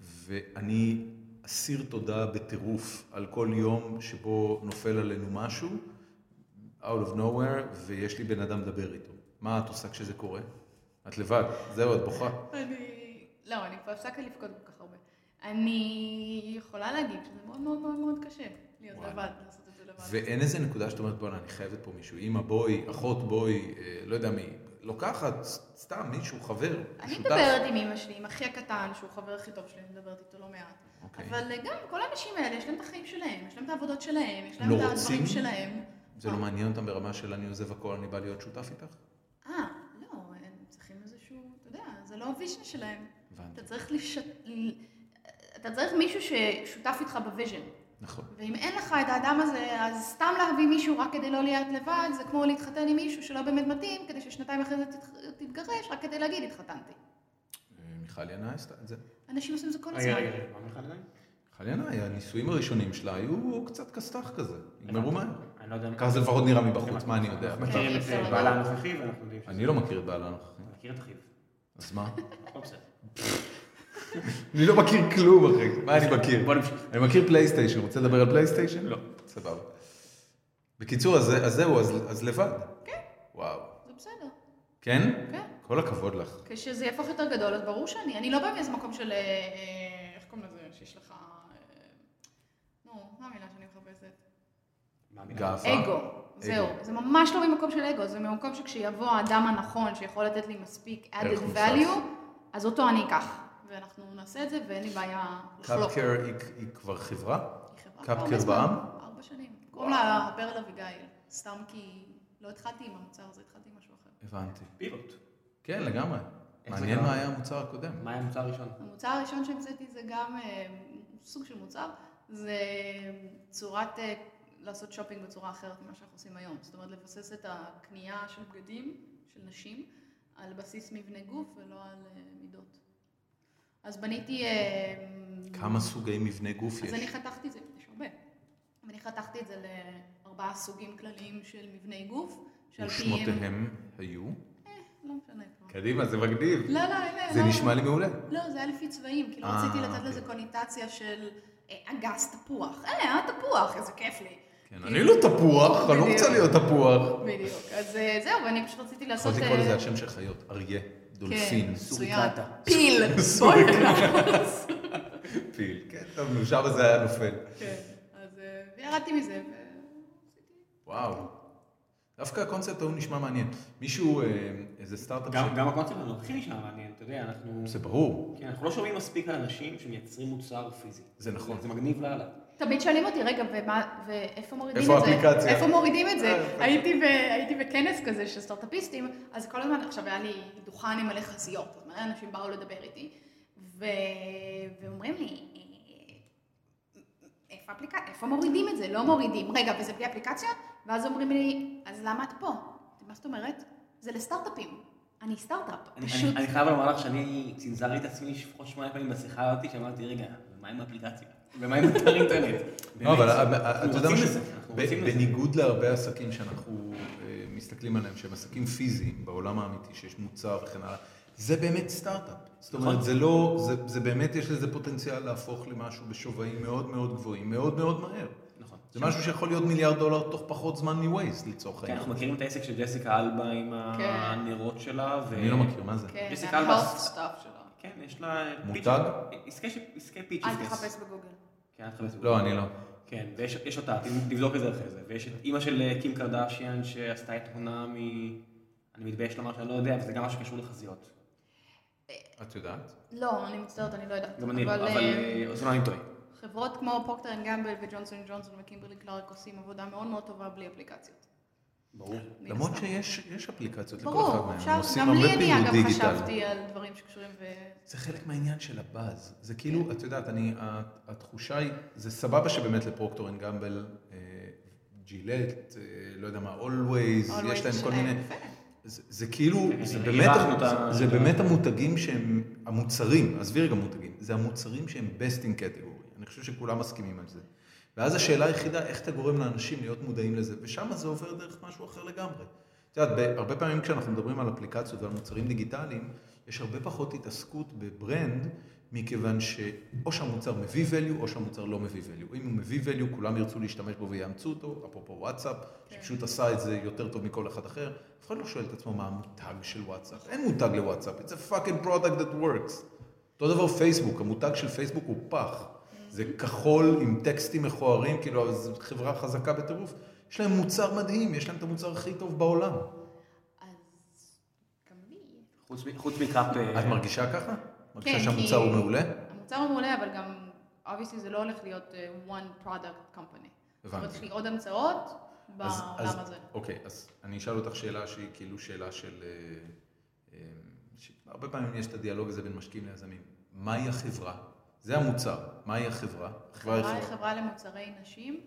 A: ואני אסיר תודה בטירוף על כל יום שבו נופל עלינו משהו, out of nowhere, ויש לי בן אדם לדבר איתו. מה את עושה כשזה קורה? את לבד, זהו, את בוכה.
C: אני... לא, אני כבר הפסקתי לבכות כל כך הרבה. אני יכולה להגיד שזה מאוד מאוד מאוד מאוד קשה להיות
A: וואלה.
C: לבד, לעשות את זה לבד.
A: ואין איזה נקודה שאת אומרת, בואנה, אני חייבת פה מישהו, אמא בואי, אחות בואי, אה, לא יודע מי, לוקחת סתם מישהו, חבר,
C: אני
A: שותף.
C: מדברת עם אמא שלי, עם אחי הקטן, שהוא החבר הכי טוב שלי, אני מדברת איתו לא מעט.
A: אוקיי.
C: אבל אה, גם כל האנשים האלה, יש להם את החיים שלהם, יש להם את העבודות שלהם, יש להם
A: לא
C: את
A: רוצים?
C: הדברים שלהם.
A: זה לא מעניין אותם ברמה של אני עוזב הכל, אני בא להיות שותף איתך?
C: אה, לא, הם צריכים איזשהו, אתה יודע, זה לא הוויז'ן שלהם.
A: הבנתי.
C: אתה צריך לשת... אתה צריך מישהו ששותף איתך בוויז'ן.
A: נכון.
C: ואם אין לך את האדם הזה, אז סתם להביא מישהו רק כדי לא להיות לבד, זה כמו להתחתן עם מישהו שלא באמת מתאים, כדי ששנתיים אחרי זה תתח- תתגרש, רק כדי להגיד התחתנתי.
A: אה, מיכל ינאי עשתה את זה.
C: אנשים עושים את זה כל הזמן.
B: רגע, רגע, רגע, אה, מה מיכל עדיין?
A: מיכל ינאי, הנישואים הראשונים שלה היו קצת כסת"ח כזה, נגמרו מהר.
B: אני לא יודע...
A: ככה זה לפחות נראה מבחוץ, מה אני יודע?
B: אנחנו מכירים
C: בסדר.
B: את אה, בעלה הנוכחי ואנחנו יודעים שזה...
A: אני לא מכיר את בעלה הנוכחי.
B: אתה מכיר את אחיו.
A: אז מה?
B: הכל בסדר.
A: אני לא מכיר כלום אחי, מה אני מכיר?
B: בוא נמשיך.
A: אני מכיר פלייסטיישן, רוצה לדבר על פלייסטיישן?
B: לא.
A: סבבה. בקיצור, אז אז זהו, אז אז לבד.
C: כן.
A: וואו.
C: זה בסדר,
A: כן?
C: כן.
A: כל הכבוד לך.
C: כשזה יהפוך יותר גדול, אז ברור שאני. אני לא באה מאיזה מקום של... אה, אה, איך קוראים לזה? שיש לך... אה, נו, מה המילה שאני מחפשת?
B: מה המילה?
A: גאווה.
C: אגו. זהו. זה ממש לא ממקום של אגו, זה ממקום שכשיבוא האדם הנכון שיכול לתת לי מספיק
A: ערך
C: added
A: מוסף.
C: value, אז אותו אני אקח. ואנחנו נעשה את זה, ואין לי בעיה לחלוק.
A: קאפקר היא- היא כבר חברה?
C: היא חברה
A: קאפ
C: כבר
A: קר
C: הרבה זמן,
A: בעם?
C: ארבע שנים. קוראים לה ברל אביגיל. סתם כי לא התחלתי עם המוצר הזה, התחלתי עם משהו אחר.
A: הבנתי.
B: פיבוט.
A: כן, לגמרי.
B: זה
A: מעניין
B: קרה?
A: מה היה המוצר הקודם.
B: מה היה המוצר הראשון?
C: המוצר הראשון שהמצאתי זה גם אה, סוג של מוצר, זה צורת אה, לעשות שופינג בצורה אחרת ממה שאנחנו עושים היום. זאת אומרת, לבסס את הקנייה של בגדים, של נשים, על בסיס מבנה גוף ולא על אה, מידות. אז בניתי... אה,
A: כמה סוגי מבנה גוף
C: אז אני
A: יש?
C: חתכתי את זה, יש הרבה. אבל אני חתכתי את זה לארבעה סוגים כלליים של מבני גוף, שעל פיהם...
A: ושמותיהם היו?
C: אה, לא משנה כבר.
A: קדימה, זה מגניב.
C: לא, לא, אין-
A: זה
C: לא-
A: נשמע לי מעולה.
C: לא, זה היה לפי צבעים, כאילו
A: אה,
C: רציתי לתת
A: אוקיי.
C: לזה קוניטציה של אה, אגס תפוח. אה, היה תפוח, איזה כיף לי.
A: כן, אני לא תפוח, אני לא רוצה להיות תפוח.
C: בדיוק. אז אה, זהו, ואני פשוט רציתי
A: יכול
C: לעשות...
A: לקרוא
C: אה,
A: לזה השם של חיות, אריה,
C: כן,
A: דולפין,
C: מצוין.
B: סוריקטה.
C: פיל. בואי נעשה.
A: פיל. כן, טוב, שם זה היה נופל.
C: כן, אז אה, וירדתי מזה,
A: וואו. דווקא הקונספט ההוא נשמע מעניין. מישהו, אה, איזה סטארט-אפ
B: גם גם הקונספט הנוכחי נשמע מעניין, אתה יודע, אנחנו...
A: ש... זה ברור.
B: כן, אנחנו לא שומעים מספיק על אנשים שמייצרים מוצר פיזי.
A: זה נכון.
B: זה מגניב לאללה.
C: ותמיד שואלים אותי, רגע, ומה- ואיפה מורידים את זה?
A: איפה האפליקציה?"
C: איפה מורידים את זה?
A: אה,
C: הייתי ב- הייתי בכנס כזה של סטארט-אפיסטים, אז כל הזמן, עכשיו היה לי דוכן עם מלא חזיות, אז מלא אנשים באו לדבר איתי, ו- ואומרים לי, "אה, איפה האפליקציה? איפה מורידים את זה? לא מורידים. רגע, וזה בלי אפליקציה? ואז אומרים לי, אז למה את פה? מה זאת אומרת? זה לסטארט-אפים. אני סטארט-אפ,
B: אני-
C: פשוט.
B: אני אני חייב לומר לך שאני צנזרתי את עצמי לפחות שמונה פעמים בשיחה הזאת, שאמרתי, רגע, ומה עם האפליקציה? ומה עם אתר אינטרנט? באמת,
A: לא, אבל אה,
B: אנחנו
A: אתה יודע
B: רוצים
A: משהו,
B: לזה, אנחנו
A: ב-
B: רוצים לזה.
A: בניגוד להרבה עסקים שאנחנו אה, מסתכלים עליהם, שהם עסקים פיזיים בעולם האמיתי, שיש מוצר וכן הלאה, זה באמת סטארט-אפ. זאת
B: נכון.
A: אומרת, זה לא, זה- זה באמת, יש לזה פוטנציאל להפוך למשהו בשווים מאוד מאוד גבוהים, מאוד מאוד מהר.
B: נכון.
A: זה משהו שיכול להיות מיליארד דולר תוך פחות זמן מווייסט, לצורך
B: כן,
A: העניין.
B: אנחנו מכירים את העסק של ג'סיקה אלבה עם
C: כן.
B: הנרות שלה. ו-
A: אני לא מכיר, מה זה?
C: כן,
B: ג'סיקה אלבה.
C: ה-health stuff שלו.
B: כן, יש לה...
A: מותג?
B: פיצ'ר- עסקי ש- עסקי פיצ'ר.
C: אל תחפש בגוגל.
B: כן, אל תחפש.
A: לא, אני לא.
B: כן, ויש יש אותה, ת- תבדוק את זה אחרי זה. ויש את אימא של אה, קים קרדשיאן שעשתה את הונה מ... אני מתבייש לומר שאני לא יודע, אבל זה גם משהו שקשור לחזיות.
A: את יודעת?
C: לא, אני מצטערת, אני לא יודעת.
B: גם אני לא, אבל...
C: אה,
B: אה, אז אולי אני טועה.
C: חברות כמו פוקטר אנד גמבל וג'ונסון ג'ונסון וקימברלי קלארק עושים עבודה מאוד מאוד טובה בלי אפליקציות.
B: ברור.
C: מן
A: למרות
C: הסתם.
A: שיש יש אפליקציות לכל אחד
C: ברור,
A: מהם,
C: אפשר,
A: הם עושים
C: גם לי
A: הרבה
C: אני
A: פעילות
C: אגב
A: דיגיטל.
C: חשבתי אה, על דברים שקשורים ו...
A: זה חלק מהעניין של הבאז. זה כאילו, את יודעת, אני, ה- התחושה היא, זה סבבה שבאמת לפרוקטור אנד גמבל, אה, ג'ילט, אה, לא יודע מה, אולווייז,
C: Always
A: יש להם כל
C: שלהם.
A: מיני...
C: יפה.
A: זה זה כאילו,
B: כן,
A: זה
B: כן,
A: באמת,
B: ריווחנו את ה-
A: זה
B: את ה-
A: באמת המותגים שהם, המוצרים, עזבי רגע מותגים, זה המוצרים שהם best in category, אני חושב שכולם מסכימים על זה. ואז השאלה היחידה, איך אתה גורם לאנשים להיות מודעים לזה, ושם זה עובר דרך משהו אחר לגמרי. את יודעת, ב- הרבה פעמים כשאנחנו מדברים על אפליקציות ועל מוצרים דיגיטליים, יש הרבה פחות התעסקות בברנד מכיוון שאו שהמוצר מביא value או שהמוצר לא מביא value. אם הוא מביא value, כולם ירצו להשתמש בו ויאמצו אותו, אפרופו וואטסאפ, שפשוט עשה את זה יותר טוב מכל אחד אחר. אף אחד לא שואל את עצמו מה המותג של וואטסאפ. אין מותג לוואטסאפ, it's a fucking product that works. אותו דבר פייסבוק, המותג של פייסבוק הוא פח. זה כחול עם טקסטים מכוערים, כאילו, אז זו חברה חזקה בטירוף. יש להם מוצר מדהים, יש להם את המוצר הכי טוב בעולם.
C: אז גם לי.
B: חוץ מ- חוץ מקאפ... אה,
A: את מרגישה ככה? מרגישה
C: כן,
A: שהמוצר
C: כי-
A: הוא מעולה?
C: המוצר הוא מעולה, אבל גם, obviously זה לא הולך להיות אה, one product company. זאת אומרת, יש לי עוד המצאות
A: אז-
C: בעולם
A: אז-
C: הזה.
A: אוקיי, אז אני אשאל אותך שאלה שהיא כאילו שאלה של... אה, אה, שהרבה פעמים יש את הדיאלוג הזה בין משקיעים ליזמים. מהי החברה? זה המוצר. מהי החברה? החברה היא
C: חברה היא
A: חברה.
C: חברה למוצרי נשים,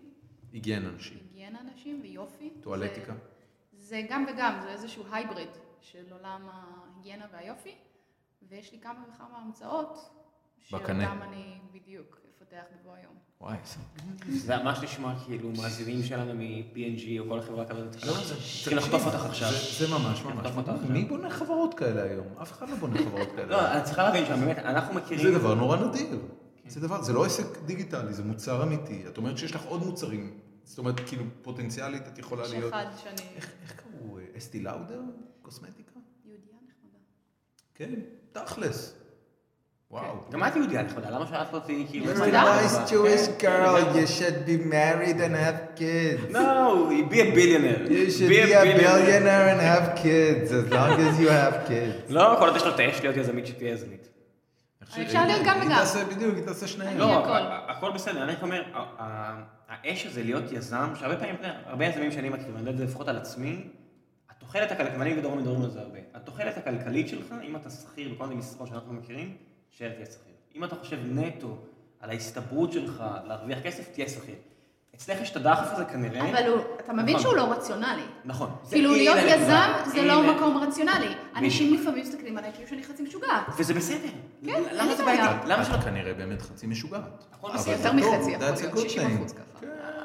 A: היגיינה אנשים.
C: היגיינה נשים ויופי.
A: טואלטיקה.
C: זה- זה גם וגם, זה איזשהו הייבריד של עולם ההיגיינה והיופי, ויש לי כמה וכמה המצאות.
A: בקנה.
C: שאותם אני בדיוק אפתח בבוא היום.
A: וואי,
B: זה ממש נשמע כאילו מאזינים שלנו מ-P&G או כל חברה כזאת.
A: לא, זה-
B: צריכים לחטוף אותך עכשיו.
A: זה זה ממש ממש.
B: אותך עכשיו.
A: מי בונה חברות כאלה היום? אף אחד לא בונה חברות כאלה.
B: לא, את צריכה להבין שבאמת, אנחנו מכירים...
A: זה דבר נורא נדיר.
B: כן.
A: זה דבר, זה לא עסק דיגיטלי, זה מוצר אמיתי. את אומרת שיש לך עוד מוצרים. זאת אומרת, כאילו, פוטנציאלית את יכולה
C: יש
A: להיות...
C: אחד שאני
A: איך איך קראו? אה, אסתי לאודר? קוסמטיקה?
C: יהודייה נחמדה.
A: כן, תכלס. וואו.
B: גם את יהודייה נכבדה, למה שאת לא תהיי כאילו...
C: You're a nice
B: כן.
A: should be married and have kids.
B: No, be a billionaire.
A: and have kids, as long as you have kids.
B: לא, כל עוד יש לו את האש להיות יזמית שתהיה יזמית.
C: אפשר להיות גם
A: היא
C: וגם.
A: תעשה בדיוק, היא תעשה שניהם.
B: לא,
C: הכל.
B: הכ- הכל בסדר, אני רק אומר, ה- ה- האש הזה להיות יזם, שהרבה פעמים, אתה יודע, הרבה יזמים שאני מכיר, אני יודע את זה לפחות על עצמי, התוחלת הכלכלית, ואני ודורון מדברים על זה הרבה, התוחלת הכלכלית שלך, אם אתה שכיר בכל מיני משרות שאנחנו מכירים, תישאר תהיה שכיר. אם אתה חושב נטו על ההסתברות שלך להרוויח כסף, תהיה שכיר. אצלך יש את הדחף הזה כנראה.
C: אבל הוא- אתה מבין
B: נכון.
C: שהוא לא רציונלי.
B: נכון. זה
C: כאילו להיות
B: הנה הנקודה.
C: יזם זה לא
B: הנה.
C: מקום רציונלי. אנשים לפעמים מסתכלים עליי כאילו שאני חצי משוגעת.
B: וזה בסדר.
C: כן,
B: למה
C: אין
B: זה
C: בעיה.
B: בעייתי? לא, למה שלא...
A: את כנראה באמת חצי משוגעת.
B: הכל
A: אבל
B: בסדר.
A: זה
C: נכון, יותר
A: טוב,
C: מחצי יכול
A: that's a
C: להיות,
A: good
C: 60%
A: thing.
C: ככה.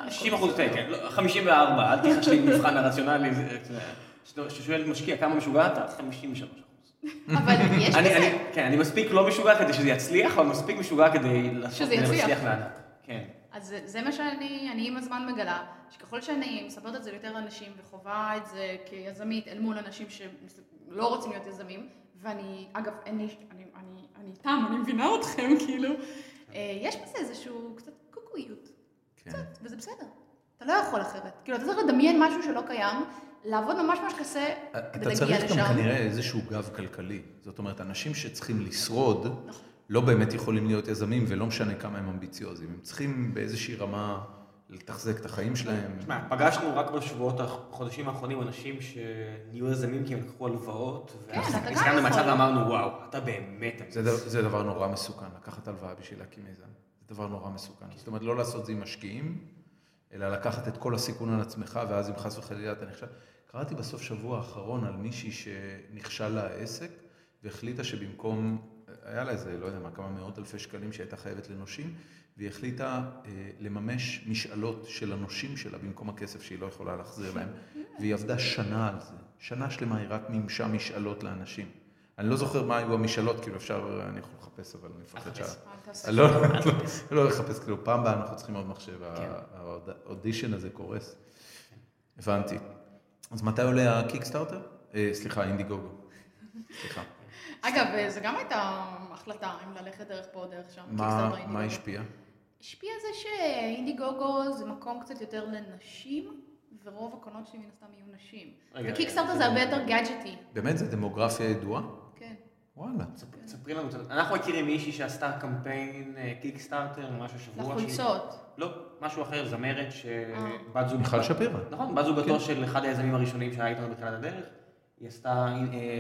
A: כן.
B: 60 אחוז תקן, לא, 54, אל תכחש לי מבחן הרציונלי, זה- זה- כששואל משקיע כמה משוגע אתה, 53 אחוז.
C: אבל יש בזה.
B: כן, אני מספיק לא משוגע כדי שזה יצליח, אבל מספיק משוגע כדי
C: שזה
B: לעשות כדי
C: יצליח.
B: להצליח לענק. כן.
C: אז זה- זה מה שאני, אני עם הזמן מגלה, שככל שאני מספרת את זה ליותר אנשים וחווה את זה כיזמית אל מול אנשים שלא רוצים להיות יזמים, ואני, אגב, אין לי, אני, אני, אני איתם, אני מבינה אתכם, כאילו, אה, יש בזה איזשהו קצת קוקויות,
A: כן.
C: קצת, וזה בסדר. אתה לא יכול אחרת. כאילו, אתה צריך לדמיין משהו שלא קיים, לעבוד ממש ממש קשה כדי
A: אה, אתה
C: להגיע
A: צריך גם
C: לשם.
A: כנראה איזשהו גב כלכלי. זאת אומרת, אנשים שצריכים לשרוד,
C: נכון.
A: לא באמת יכולים להיות יזמים, ולא משנה כמה הם אמביציוזים. הם צריכים באיזושהי רמה לתחזק את החיים שלהם.
B: תשמע, פגשנו רק בשבועות, החודשים האחרונים, אנשים שנהיו יזמים כי הם לקחו הלוואות,
C: כן, אתה גם
B: והסתכלנו
C: יכול.
B: מהצד ואמרנו, וואו, אתה באמת אמיץ."
A: זה דבר- זה דבר נורא מסוכן, לקחת הלוואה בשביל להקים מיזם. זה דבר נורא מסוכן. זאת אומרת, לא לעשות את זה עם משקיעים, אלא לקחת את כל הסיכון על עצמך, ואז אם חס וחלילה אתה נכשל. קראתי בסוף שבוע האחרון על מישהי שנכשל לה העסק, והחליטה שבמקום, היה לה איזה, לא יודע מה, כמה מאות אלפי שקלים שהייתה חייבת לנושים, והיא החליטה אה, לממש משאלות של הנושים שלה במקום הכסף שהיא לא יכולה להחזיר להם, והיא עבדה שנה על זה. שנה שלמה היא רק מימשה משאלות לאנשים. אני לא זוכר מה היו המשאלות, כאילו אפשר, אני יכול לחפש, אבל אני מפחד
B: תחפש.
A: שה...
C: אל תעשה.
A: לא, לא לחפש, כאילו, פעם הבאה אנחנו צריכים עוד מחשב,
B: כן.
A: האודישן הזה קורס. הבנתי. אז מתי עולה הקיקסטארטר? אה, סליחה, אינדיגוגו. סליחה.
C: אגב, אה, זה גם הייתה החלטה אם ללכת דרך פה או דרך שם.
A: מה
C: Kickstarter,
A: מה
C: Indiegogo.
A: השפיע?
C: השפיע זה שאינדיגוגו זה מקום קצת יותר לנשים, ורוב הקונות שלי מן הסתם יהיו נשים.
B: רגע,
C: וקיקסטארטר
B: רגע.
C: זה הרבה יותר גאדג'טי.
A: באמת, זו דמוגרפיה ידועה?
C: כן.
A: וואלה.
B: ספרי- ספרי לנו, קצת. אנחנו מכירים מישהי שעשתה קמפיין אה, קיקסטארטר, ממש השבוע.
C: לחולצות. אה.
B: לא, משהו אחר, זמרת שבת זוג...
A: מיכל שפירא.
B: נכון, בת זוגתו
A: כן.
B: של אחד היזמים הראשונים שהיה איתנו בתחילת הדרך. היא עשתה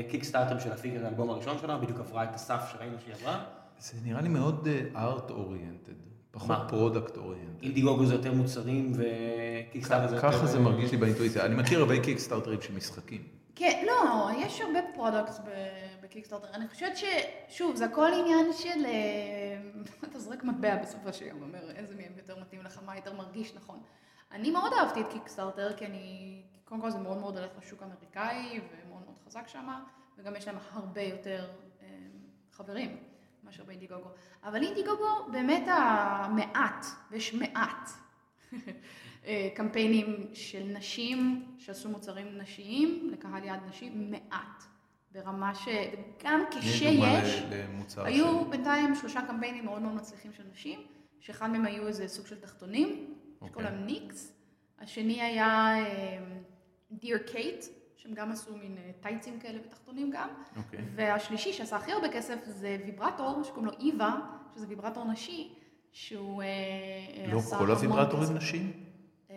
B: קיקסטארטר של הפיק את האלבום הראשון שלה, בדיוק עברה את הסף שראינו שהיא עברה.
A: זה נראה לי מאוד ארט אוריינטד, פחות
B: מה?
A: פרודקט אוריינטד.
B: אינדיגוגו זה יותר מוצרים וקיקסטארטר זה יותר...
A: ככה
C: אה,
A: זה מרגיש לי באינטואיציה. אני מכיר הרבה קיקסטארטרים של משחקים.
C: כן, לא, יש הרבה פרודקטס ב- בקיקסטארטר. אני חושבת ששוב, זה הכל עניין של... אה, אתה זורק מטבע בסופו של יום, אומר איזה מהם יותר מתאים לך, מה יותר מרגיש נכון. אני מאוד אהבתי את קיקסטארטר, כי אני... קודם כל זה מאוד מאוד הולך לשוק האמריקאי, ומאוד מאוד חזק שם, וגם יש להם הרבה יותר אה, חברים, מה מאשר באינדיגוגו. אבל אינדיגוגו באמת המעט, ויש מעט, אה, קמפיינים של נשים שעשו מוצרים נשיים, לקהל יעד נשי, מעט. ברמה שגם
A: תני דוגמה
C: כשיש...
A: ל- למוצר
C: היו
A: ש-
C: בינתיים שלושה קמפיינים מאוד מאוד מצליחים של נשים, שאחד מהם היו איזה סוג של תחתונים, שקוראים להם
A: אוקיי.
C: ניקס, השני היה דיר קייט, שהם גם עשו מין אה, טייצים כאלה ותחתונים גם,
A: אוקיי.
C: והשלישי שעשה הכי הרבה כסף זה ויברטור, שקוראים לו איווה, שזה ויברטור נשי, שהוא אה,
A: לא
C: עשה
A: כל
C: המון
A: הוויברטורים
C: כסף.
A: נשים?
C: אה,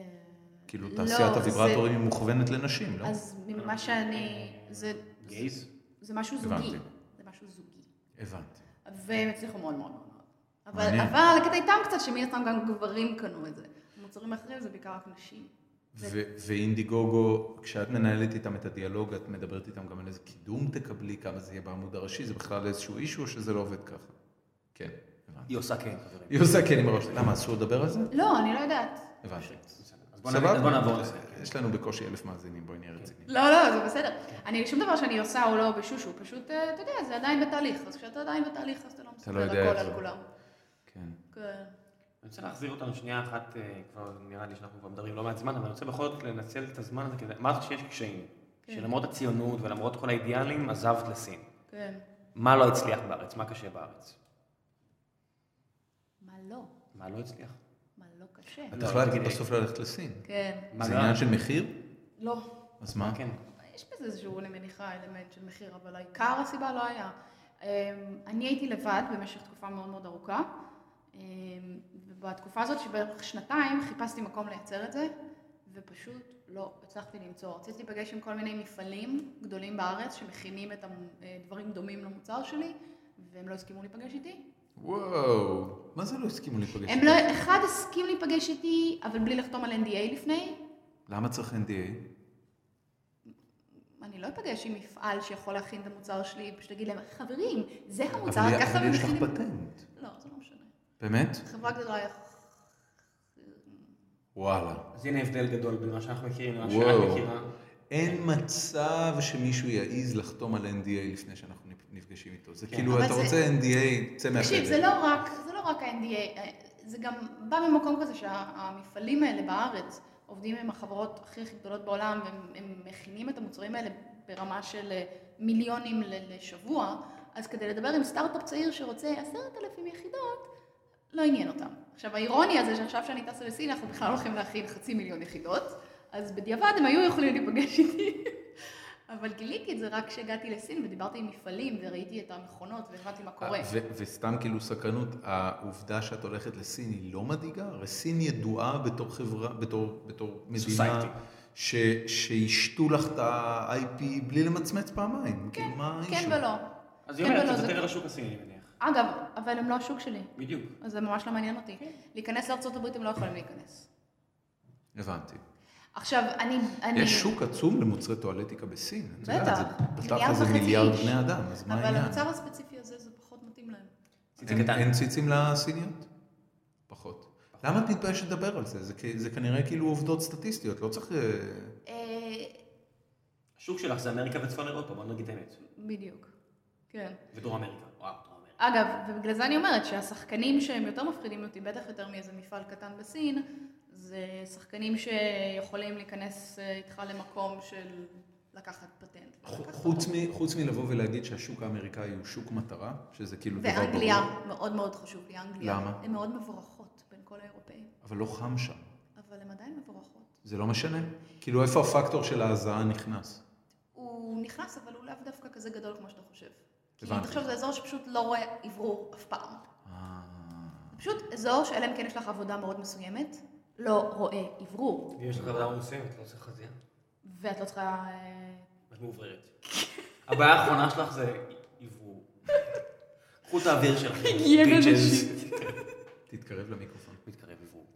A: כאילו
C: לא,
A: תעשיית
C: זה-
A: הוויברטורים היא מכוונת לנשים, לא? כן.
C: אז ממה שאני, זה,
B: גייז?
C: זה משהו
A: הבנתי.
C: זוגי, זה משהו זוגי.
A: הבנתי.
C: והם הצליחו מאוד מאוד מאוד. מאוד. אבל,
A: מעניין.
C: אבל הקטע איתם קצת שמן הסתם גם גברים קנו את זה. מוצרים אחרים זה בעיקר רק נשים.
A: ו- ואינדיגוגו, כשאת מנהלת איתם את הדיאלוג, את מדברת איתם גם על איזה קידום תקבלי, כמה זה יהיה בעמוד הראשי, זה בכלל איזשהו אישו או שזה לא עובד ככה? כן, הבנתי.
B: היא עושה כן, חברים.
A: היא עושה כן עם הראש, למה אסור לדבר על זה?
C: לא, אני לא יודעת.
A: הבנתי.
B: אז בוא נעבור- אז בוא נעבור לזה.
A: יש לנו בקושי אלף מאזינים, בואי נהיה רציניים.
C: לא, לא, זה בסדר. אני, שום דבר שאני עושה הוא לא בשושו, פשוט, אה, אתה יודע, זה עדיין בתהליך. אז כשאתה עדיין בתהליך, אז אתה לא מסתכל
A: לא יודע
C: הכל
A: איך
C: על
A: זה.
C: כולם.
A: כן.
C: כן.
B: אני רוצה להחזיר אותנו שנייה אחת, אה, כבר נראה לי שאנחנו כבר מדברים לא מעט זמן, אבל אני רוצה בכל זאת לנצל את הזמן הזה, כי אמרת שיש קשיים.
C: כן.
B: שלמרות הציונות ולמרות כל האידיאלים, עזבת לסין.
C: כן.
B: מה לא הצליח בארץ? מה קשה בארץ?
C: מה לא?
B: מה לא הצליח?
C: מה לא קשה?
A: את
B: לא,
A: החלטת
B: תגידי.
A: בסוף ללכת לסין.
C: כן.
B: מה
A: זה
B: לא?
A: עניין של מחיר?
C: לא.
A: אז מה?
B: כן.
C: יש בזה איזשהו, אני מניחה, אלמנט של מחיר, אבל העיקר הסיבה לא היה. אמ, אני הייתי לבד במשך תקופה מאוד מאוד ארוכה, אמ, ובתקופה הזאת שבערך שנתיים חיפשתי מקום לייצר את זה, ופשוט לא הצלחתי למצוא. רציתי להיפגש עם כל מיני מפעלים גדולים בארץ שמכינים את הדברים דומים למוצר שלי, והם לא הסכימו להיפגש איתי.
A: וואו, מה זה לא הסכימו להיפגש?
C: הם
A: איתי?
C: לא, אחד הסכים להיפגש איתי, אבל בלי לחתום על NDA לפני,
A: למה צריך NDA?
C: אני לא אפגש עם מפעל שיכול להכין את המוצר שלי, פשוט אגיד להם, חברים, זה המוצר,
A: אבל-
C: ככה
A: אבל יש לך
C: ומכינים...
A: פטנט.
C: לא, זה לא משנה.
A: באמת?
C: חברה גדולה, יכ-
A: וואלה.
B: אז הנה הבדל גדול בין מה שאנחנו מכירים למה שאת
A: וואו.
B: מכירה.
A: אין מצב שמישהו יעז לחתום על NDA לפני שאנחנו נפגשים איתו. זה כאילו,
C: כן, אבל
A: אתה
C: זה-
A: רוצה NDA, צא מהחדר.
C: תקשיב, זה לא רק, זה לא רק ה-NDA, אה, זה גם בא ממקום כזה שהמפעלים האלה בארץ עובדים עם החברות הכי הכי גדולות בעולם, והם הם מכינים את המוצרים האלה ברמה של אה, מיליונים ל- לשבוע, אז כדי לדבר עם סטארט-אפ צעיר שרוצה עשרת אלפים יחידות, לא עניין אותם. עכשיו, האירוניה זה שעכשיו שאני טסה לסין, אנחנו בכלל לא הולכים להכין חצי מיליון יחידות, אז בדיעבד הם היו יכולים להיפגש איתי. אבל גיליתי את זה רק כשהגעתי לסין ודיברתי עם מפעלים וראיתי את המכונות והבנתי מה קורה.
A: ו- וסתם כאילו סקרנות, העובדה שאת הולכת לסין היא לא מדאיגה? הרי סין ידועה בתור חברה, בתור, בתור מדינה,
B: Society.
A: ש- שישתו לך את ה-IP בלי למצמץ פעמיים. כאילו, מה
C: כן
A: האישו?
C: ולא.
B: אז היא
C: כן
B: אומרת,
C: ולא,
B: שזה
C: זה-
B: תראה לשוק הסיני, אני מניח.
C: אגב, אבל הם לא השוק שלי,
B: בדיוק.
C: אז זה ממש לא מעניין אותי.
A: כן.
C: להיכנס לארה"ב הם לא יכולים להיכנס.
A: הבנתי.
C: עכשיו, אני... אני-
A: יש שוק עצום למוצרי טואלטיקה בסין. את יודעת,
C: בטח.
A: זה-
C: מיליארד
A: בתכל'ס זה
C: וחצי
A: מיליארד
C: איש.
A: בני אדם, אז מה
C: אבל
A: העניין?
C: המוצר הספציפי הזה, זה פחות מתאים להם.
B: ציצי
A: אין,
B: קטן.
A: אין ציצים לסיניות? פחות. למה את מתביישת לדבר על זה? זה, כ- זה כנראה כאילו עובדות סטטיסטיות, לא צריך... אה,
C: אה,
B: השוק שלך זה אמריקה וצפון אירופה, בוא נגיד את האמת.
C: בדיוק. כן.
B: ודרום אמריקה. וואו, דרום אמריקה.
C: אגב, ובגלל זה אני אומרת שהשחקנים שהם יותר מפחידים אותי, בטח יותר מאיזה מפעל קטן בסין, זה שחקנים שיכולים להיכנס אה, איתך למקום של לקחת פטנט.
A: ח- חוץ, מ, חוץ מלבוא ולהגיד שהשוק האמריקאי הוא שוק מטרה, שזה כאילו דבר ברור.
C: ואנגליה, מאוד מאוד חשוב לי, אנגליה.
A: למה?
C: הן מאוד מבורכות בין כל האירופאים,
A: אבל לא חם שם.
C: אבל הן עדיין מבורכות.
A: זה לא משנה. כאילו, איפה הפקטור של ההזעה נכנס?
C: הוא נכנס, אבל הוא לאו דווקא כזה גדול כמו שאתה חושב. כי אם
A: הבנתי.
C: תחשוב, זה אזור שפשוט לא רואה אוורור אף פעם.
A: אה,
C: זה פשוט אזור שאלא אם כן יש לך עבודה מאוד מסוימת, לא רואה אוורור,
B: יש לך עבודה מוסלמת, לא צריך חזיר.
C: ואת לא צריכה... אה,
B: את מאובררת. הבעיה האחרונה שלך זה עברור. קחו את האוויר שלכם.
C: היגיינה
B: bitches.
C: נשית.
A: תתקרב למיקרופון.
B: מתקרב עברור.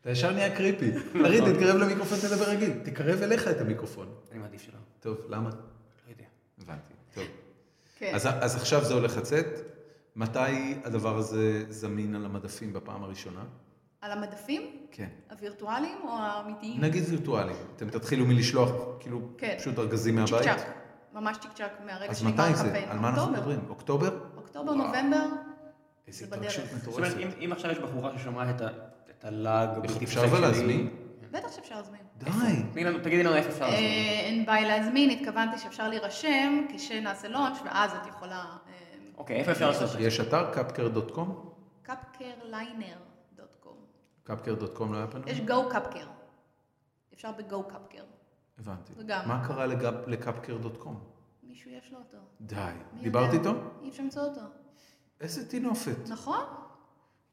A: אתה ישר נהיה קריפי. ארי, תתקרב למיקרופון, תדבר רגיל. תקרב אליך את המיקרופון.
B: אני מעדיף שלא.
A: טוב, למה?
B: לא יודע.
A: הבנתי. טוב.
C: כן.
A: אז, אז עכשיו זה הולך לצאת. מתי הדבר הזה זמין על המדפים בפעם הראשונה?
C: על המדפים?
A: כן.
C: הווירטואליים או האמיתיים?
A: נגיד וירטואלי. אתם תתחילו מלשלוח, כאילו,
C: כן.
A: פשוט ארגזים מהבית?
C: צ'יק צ'אק. ממש צ'יק צ'אק מהרגע
A: אז
C: שנגמר
A: מתי זה?
C: הקמפיין.
A: על מה אנחנו
C: אוקטובר.
A: מדברים? אוקטובר?
C: אוקטובר, נובמבר,
A: איזו
C: זה בדרך.
A: התרגשות
B: זאת אומרת,
A: מטורפת.
B: אם- אם עכשיו יש בחורה ששומעת את ה- את הלעג
A: איך
B: הבלתי
A: אפשר
B: פוסק
A: אבל
B: שלי-
A: להזמין?
C: בטח שאפשר להזמין.
A: די.
B: תני לנו- תגידי לנו איפה אפשר להזמין.
C: אה, אין בעיה להזמין, התכוונתי שאפשר להירשם כשנעשה לונץ', ואז את יכולה... אה,
B: אוקיי, איפה אפשר לעשות את זה?
A: יש אתר cupcare.com?
C: קפקרליינר.קום.
A: cupcare.com לא היה פנוי?
C: יש גו קפקר. אפשר בגו קפקר.
A: הבנתי.
C: זה גם.
A: מה קרה לגב- ל-cupcare.com?
C: מישהו יש לו אותו.
A: די.
C: מי
A: דיברת
C: יודע?
A: איתו?
C: אי אפשר למצוא אותו.
A: איזה טינופת.
C: נכון?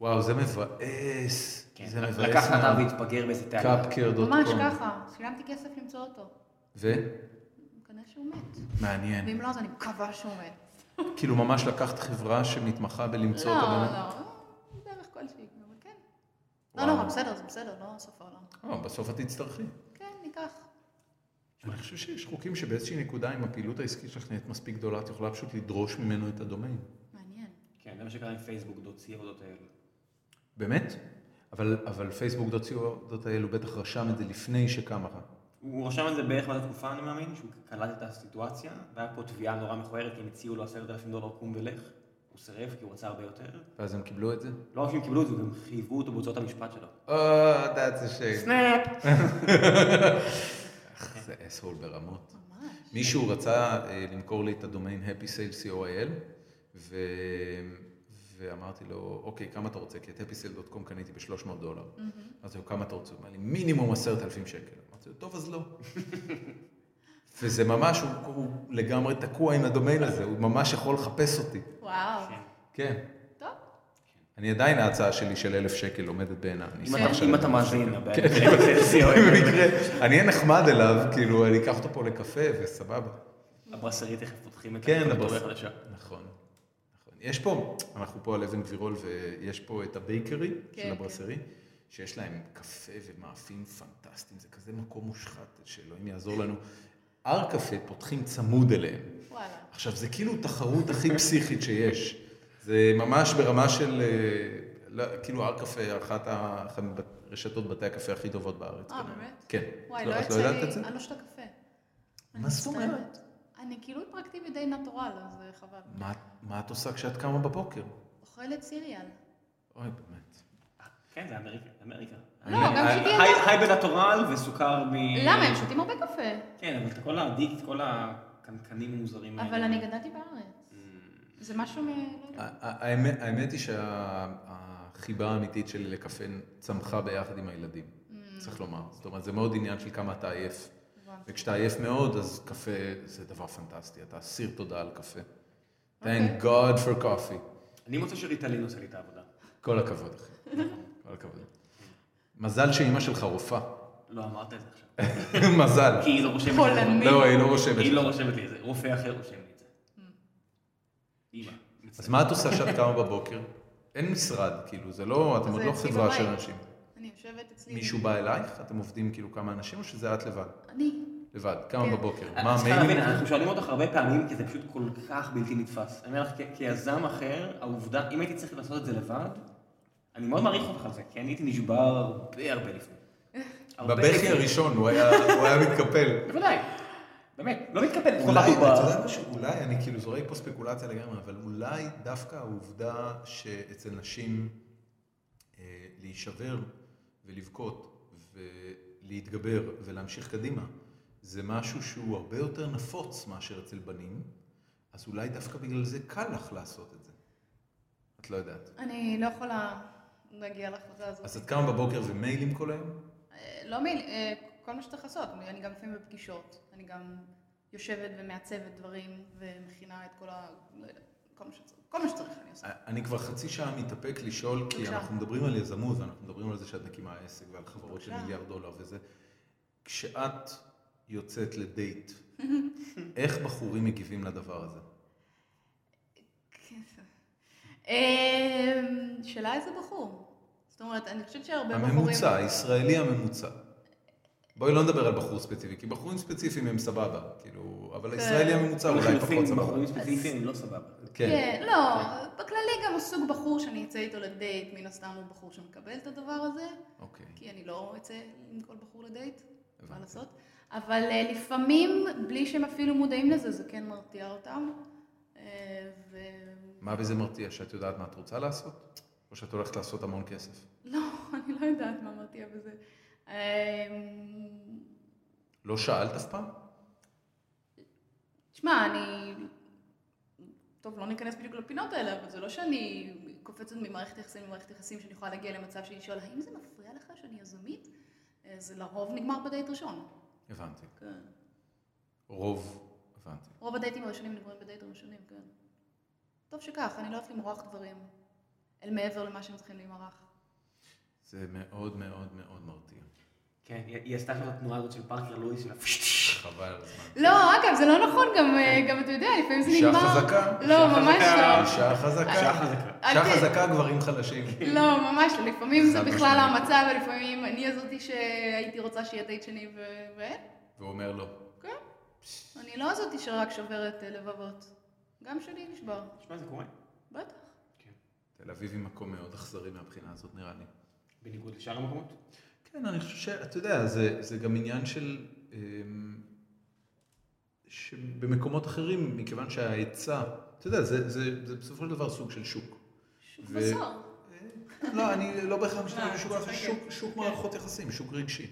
A: וואו, זה מבאס.
B: כן,
A: זה מבאס.
B: לקחת אתר והתפגר באיזה תעלה.
A: cupcare.com.
C: ממש ככה. שילמתי כסף למצוא אותו. כנראה שהוא מת.
A: ומעניין.
C: ואם לא, אז אני מקווה שהוא מת.
A: כאילו ממש לקחת חברה שמתמחה בלמצוא
C: לא,
A: אותה.
C: לא, דרך כלשהי, אבל כן. לא
A: וואו.
C: נורא, בסדר, זה בסדר, לא סוף העולם.
A: לא. בסוף את תצטרכי.
C: כן, ניקח.
A: אני חושב שיש חוקים שבאיזושהי נקודה, אם הפעילות העסקית שלך נהיית מספיק גדולה, את יכולה פשוט לדרוש ממנו את הדומיין.
C: מעניין.
B: כן, זה מה שקרה עם פייסבוק, דוט סי עבודות אה, האלה.
A: באמת? אבל, אבל פייסבוק .co.il הוא בטח רשם את זה לפני שקמה לך.
B: הוא רשם את זה בערך באותה תקופה, אני מאמין, שהוא קלט את הסיטואציה, והיה פה תביעה נורא מכוערת, כי הם הציעו לו עשרת אלפים דולר קום ולך, הוא סירב כי הוא רצה הרבה יותר.
A: ואז הם קיבלו את זה?
B: לא רק שהם קיבלו את זה, גם חייבו אותו בהוצאות המשפט שלו.
A: או, that's a shame.
B: סנאפ!
A: אך, זה אסהול ברמות.
C: ממש.
A: מישהו רצה אה, למכור לי את הדומיין happy sale co.il, ו... ואמרתי לו, אוקיי, כמה אתה רוצה? כי את happysale.com קניתי ב-300 דולר. אז הוא, כמה אתה רוצה? הוא אמר לי, מינימום 10,000 שקל. אמרתי לו, טוב, אז לא. וזה ממש, הוא, הוא לגמרי תקוע עם הדומיין הזה, הוא ממש יכול לחפש אותי.
C: וואו.
B: כן.
A: כן.
C: טוב.
A: אני עדיין, ההצעה שלי של 1,000 שקל עומדת בעיניו. אני
B: אם
A: אשמח
B: אתה-
A: לשלם
B: אם אתה
A: אלף
B: מאזין,
A: שקל.
B: הבעיה היא FSLCOIL.
A: במקרה, אני אהיה נחמד אליו, כאילו, אני אקח אותו פה לקפה וסבבה.
B: הברסרית תכף פותחים את
A: כן,
B: הקטגוריה
A: הברס-
B: החדשה.
A: נכון. נכון. יש פה, אנחנו פה על אבן גבירול, ויש פה את הבייקרי
C: כן,
A: של
C: כן.
A: הברסרי, שיש להם קפה ומאפים פנטסטיים, זה כזה מקום מושחת, שאלוהים יעזור לנו. הר קפה פותחים צמוד אליהם.
C: וואלה.
A: עכשיו, זה כאילו תחרות הכי פסיכית שיש. זה ממש ברמה של, אה, לא, כאילו הר קפה, אחת ה- אחת הרשתות בתי הקפה הכי טובות בארץ.
C: אה,
A: כנראה.
C: באמת?
A: כן.
C: וואי,
A: לא,
C: לא
A: את
C: יצא
A: לא יודעת את זה?
C: לי, אני לא שותה קפה. אני
A: זאת אומרת?
C: מצטערת. אני כאילו היפראקטיבית די נטורל, אז אה, חבל.
A: מה- מה את עושה כשאת קמה בבוקר?
C: אוכלת סיריאל.
A: אוי, באמת.
B: כן, זה אמריקה. אמריקה.
C: לא, גם
A: אני-
C: שלי
B: אה, היי- היי בנטורל וסוכר מ...
A: אה.
C: למה? הם שותים הרבה קפה.
B: כן, אבל את כל הדיק, כל הקנקנים המוזרים
C: אבל אני גדלתי בארץ. זה משהו מ... לא יודעת.
A: ה- האמת האמת היא שהחיבה האמיתית שלי לקפה צמחה ביחד עם הילדים,
C: Mm.
A: צריך לומר. זאת אומרת, זה מאוד עניין של כמה אתה עייף.
C: הבנתי.
A: וכשאתה עייף מאוד, אז קפה זה דבר פנטסטי, אתה אסיר תודה על קפה.
C: אוקיי.
A: Thank God for coffee.
B: אני מוצא שריטלין עושה לי את העבודה.
A: כל הכבוד, אחי. כל הכבוד. מזל שאימא שלך רופאה.
B: לא אמרת את זה עכשיו.
A: מזל.
B: כי היא לא רושמת לי את
C: פולני.
B: זה.
A: לא, היא אה. לא רושמת.
B: היא לא רושמת לי את זה. רופא אחר רושם לי את זה. אימא.
A: אז מה את עושה כשאת קמה בבוקר? אין משרד, כאילו, זה לא, אתם
C: זה
A: עוד לא
C: אצלי
A: חברה של
C: בבית.
A: אנשים.
C: אני יושבת אצלי.
A: מישהו בא אלייך? אתם עובדים כאילו כמה אנשים, או שזה את לבד?
C: אני.
A: לבד, קמה
C: כן.
A: בבוקר. מה
B: מה המיילים?
A: המיילים?
B: אנחנו שואלים אותך הרבה פעמים, כי זה פשוט כל כך בלתי נתפס. אני אומר לך, כ- כיזם אחר, העובדה, אם הייתי צריך לעשות את זה לבד, אני מאוד מעריך אותך על זה, כי אני הייתי נשבר הרבה הרבה לפני. הרבה
A: בבכי
B: לפני.
A: הראשון הוא היה הוא היה מתקפל.
B: בוודאי. באמת, לא מתקבל.
A: אולי, אתה יודע משהו? אולי, אני כאילו זורק פה ספקולציה לגמרי, אבל אולי דווקא העובדה שאצל נשים אה, להישבר ולבכות ולהתגבר ולהמשיך קדימה, זה משהו שהוא הרבה יותר נפוץ מאשר אצל בנים, אז אולי דווקא בגלל זה קל לך לעשות את זה. את לא יודעת.
C: אני לא יכולה להגיע להחלטה הזאת.
A: אז את קמה בבוקר ומיילים כל היום?
C: אה, לא מייל, אה, כל מה שצריך לעשות. אני גם לפעמים בפגישות. אני גם יושבת ומעצבת דברים ומכינה את כל ה... לא יודעת, כל מה שצריך. כל מה שצריך אני עושה.
A: אני כבר חצי שעה מתאפק לשאול, כי
C: בבקשה.
A: אנחנו מדברים על יזמות, ואנחנו מדברים על זה שאת מקימה עסק ועל חברות של
C: בבקשה.
A: מיליארד דולר וזה. כשאת יוצאת לדייט, איך בחורים מגיבים לדבר הזה?
C: אה, שאלה איזה בחור. זאת אומרת, אני חושבת שהרבה בחורים...
A: הממוצע, הישראלי הממוצע. בואי לא נדבר על בחור ספציפי, כי בחורים ספציפיים הם סבבה, כאילו, אבל
C: כן.
A: הישראלי הממוצע אולי
B: לחלופין,
A: פחות סבבה.
B: בחורים ספציפיים, לא סבבה.
A: כן,
C: כן, לא, בכללי גם הסוג בחור שאני אצא איתו לדייט, מן הסתם הוא בחור שמקבל את הדבר הזה,
A: אוקיי.
C: כי אני לא אצא עם כל בחור לדייט, מה
A: הבנתי.
C: לעשות. אבל אה, לפעמים, בלי שהם אפילו מודעים לזה, זה כן מרתיע אותם. אה, אה, ו...
A: מה בזה מרתיע? שאת יודעת מה את רוצה לעשות? או שאת הולכת לעשות המון כסף?
C: לא, אני לא יודעת מה מרתיע בזה. אמ,
A: לא שאלת אף פעם?
C: תשמע, אני... טוב, לא ניכנס בדיוק לפינות האלה, אבל זה לא שאני קופצת ממערכת יחסים למערכת יחסים שאני יכולה להגיע למצב שאני שואלה, האם זה מפריע לך שאני יזמית? אה, זה לרוב נגמר בדייט ראשון.
A: הבנתי.
C: כן.
A: רוב, הבנתי.
C: רוב הדייטים הראשונים נגמרים בדייטים ראשונים, כן. טוב שכך, אני לא אוהבת למרוח דברים אל מעבר למה שהם צריכים להימרח.
A: זה מאוד מאוד מאוד מרתיע.
B: כן, היא- היא עשתה שם את התנועה הזאת של פארקר לואיס, של הפשטש.
A: חבל על הזמן.
C: לא, אגב, זה לא נכון, גם, אה, גם אתה יודע, לפעמים זה
A: אישה
C: נגמר.
A: חזקה.
C: לא,
B: אישה
C: ממש
B: חזקה.
C: לא.
A: אישה חזקה.
C: אישה
B: חזקה.
C: אל ת-
A: אישה חזקה, גברים חלשים.
C: לא, ממש לא. לפעמים זה
A: חד
C: בכלל
A: משמעית.
C: המצב, ולפעמים אני הזאתי שהייתי רוצה שיהיה דייט שני, ו- ואין.
A: והוא אומר לא.
C: כן. אני לא הזאתי שרק שוברת אה, לבבות. גם שלי נשבר.
B: תשמע, זה קורה.
C: בטח.
B: כן.
A: תל אביב היא מקום מאוד אכזרי מהבחינה הזאת, נראה לי.
B: בניגוד לשאר המקומות.
A: כן, אני חושב שאתה יודע, זה, זה גם עניין של... אמ, שבמקומות אחרים, מכיוון שההיצע, אתה יודע, זה, זה, זה בסופו של דבר סוג של שוק.
C: שוק
A: ו-
C: בשר.
A: לא, אני לא בהכרח משתמש
C: אה,
A: בשוק,
C: אתה
A: אנחנו
C: צודקת.
A: שוק, שוק מערכות יחסים, שוק רגשי.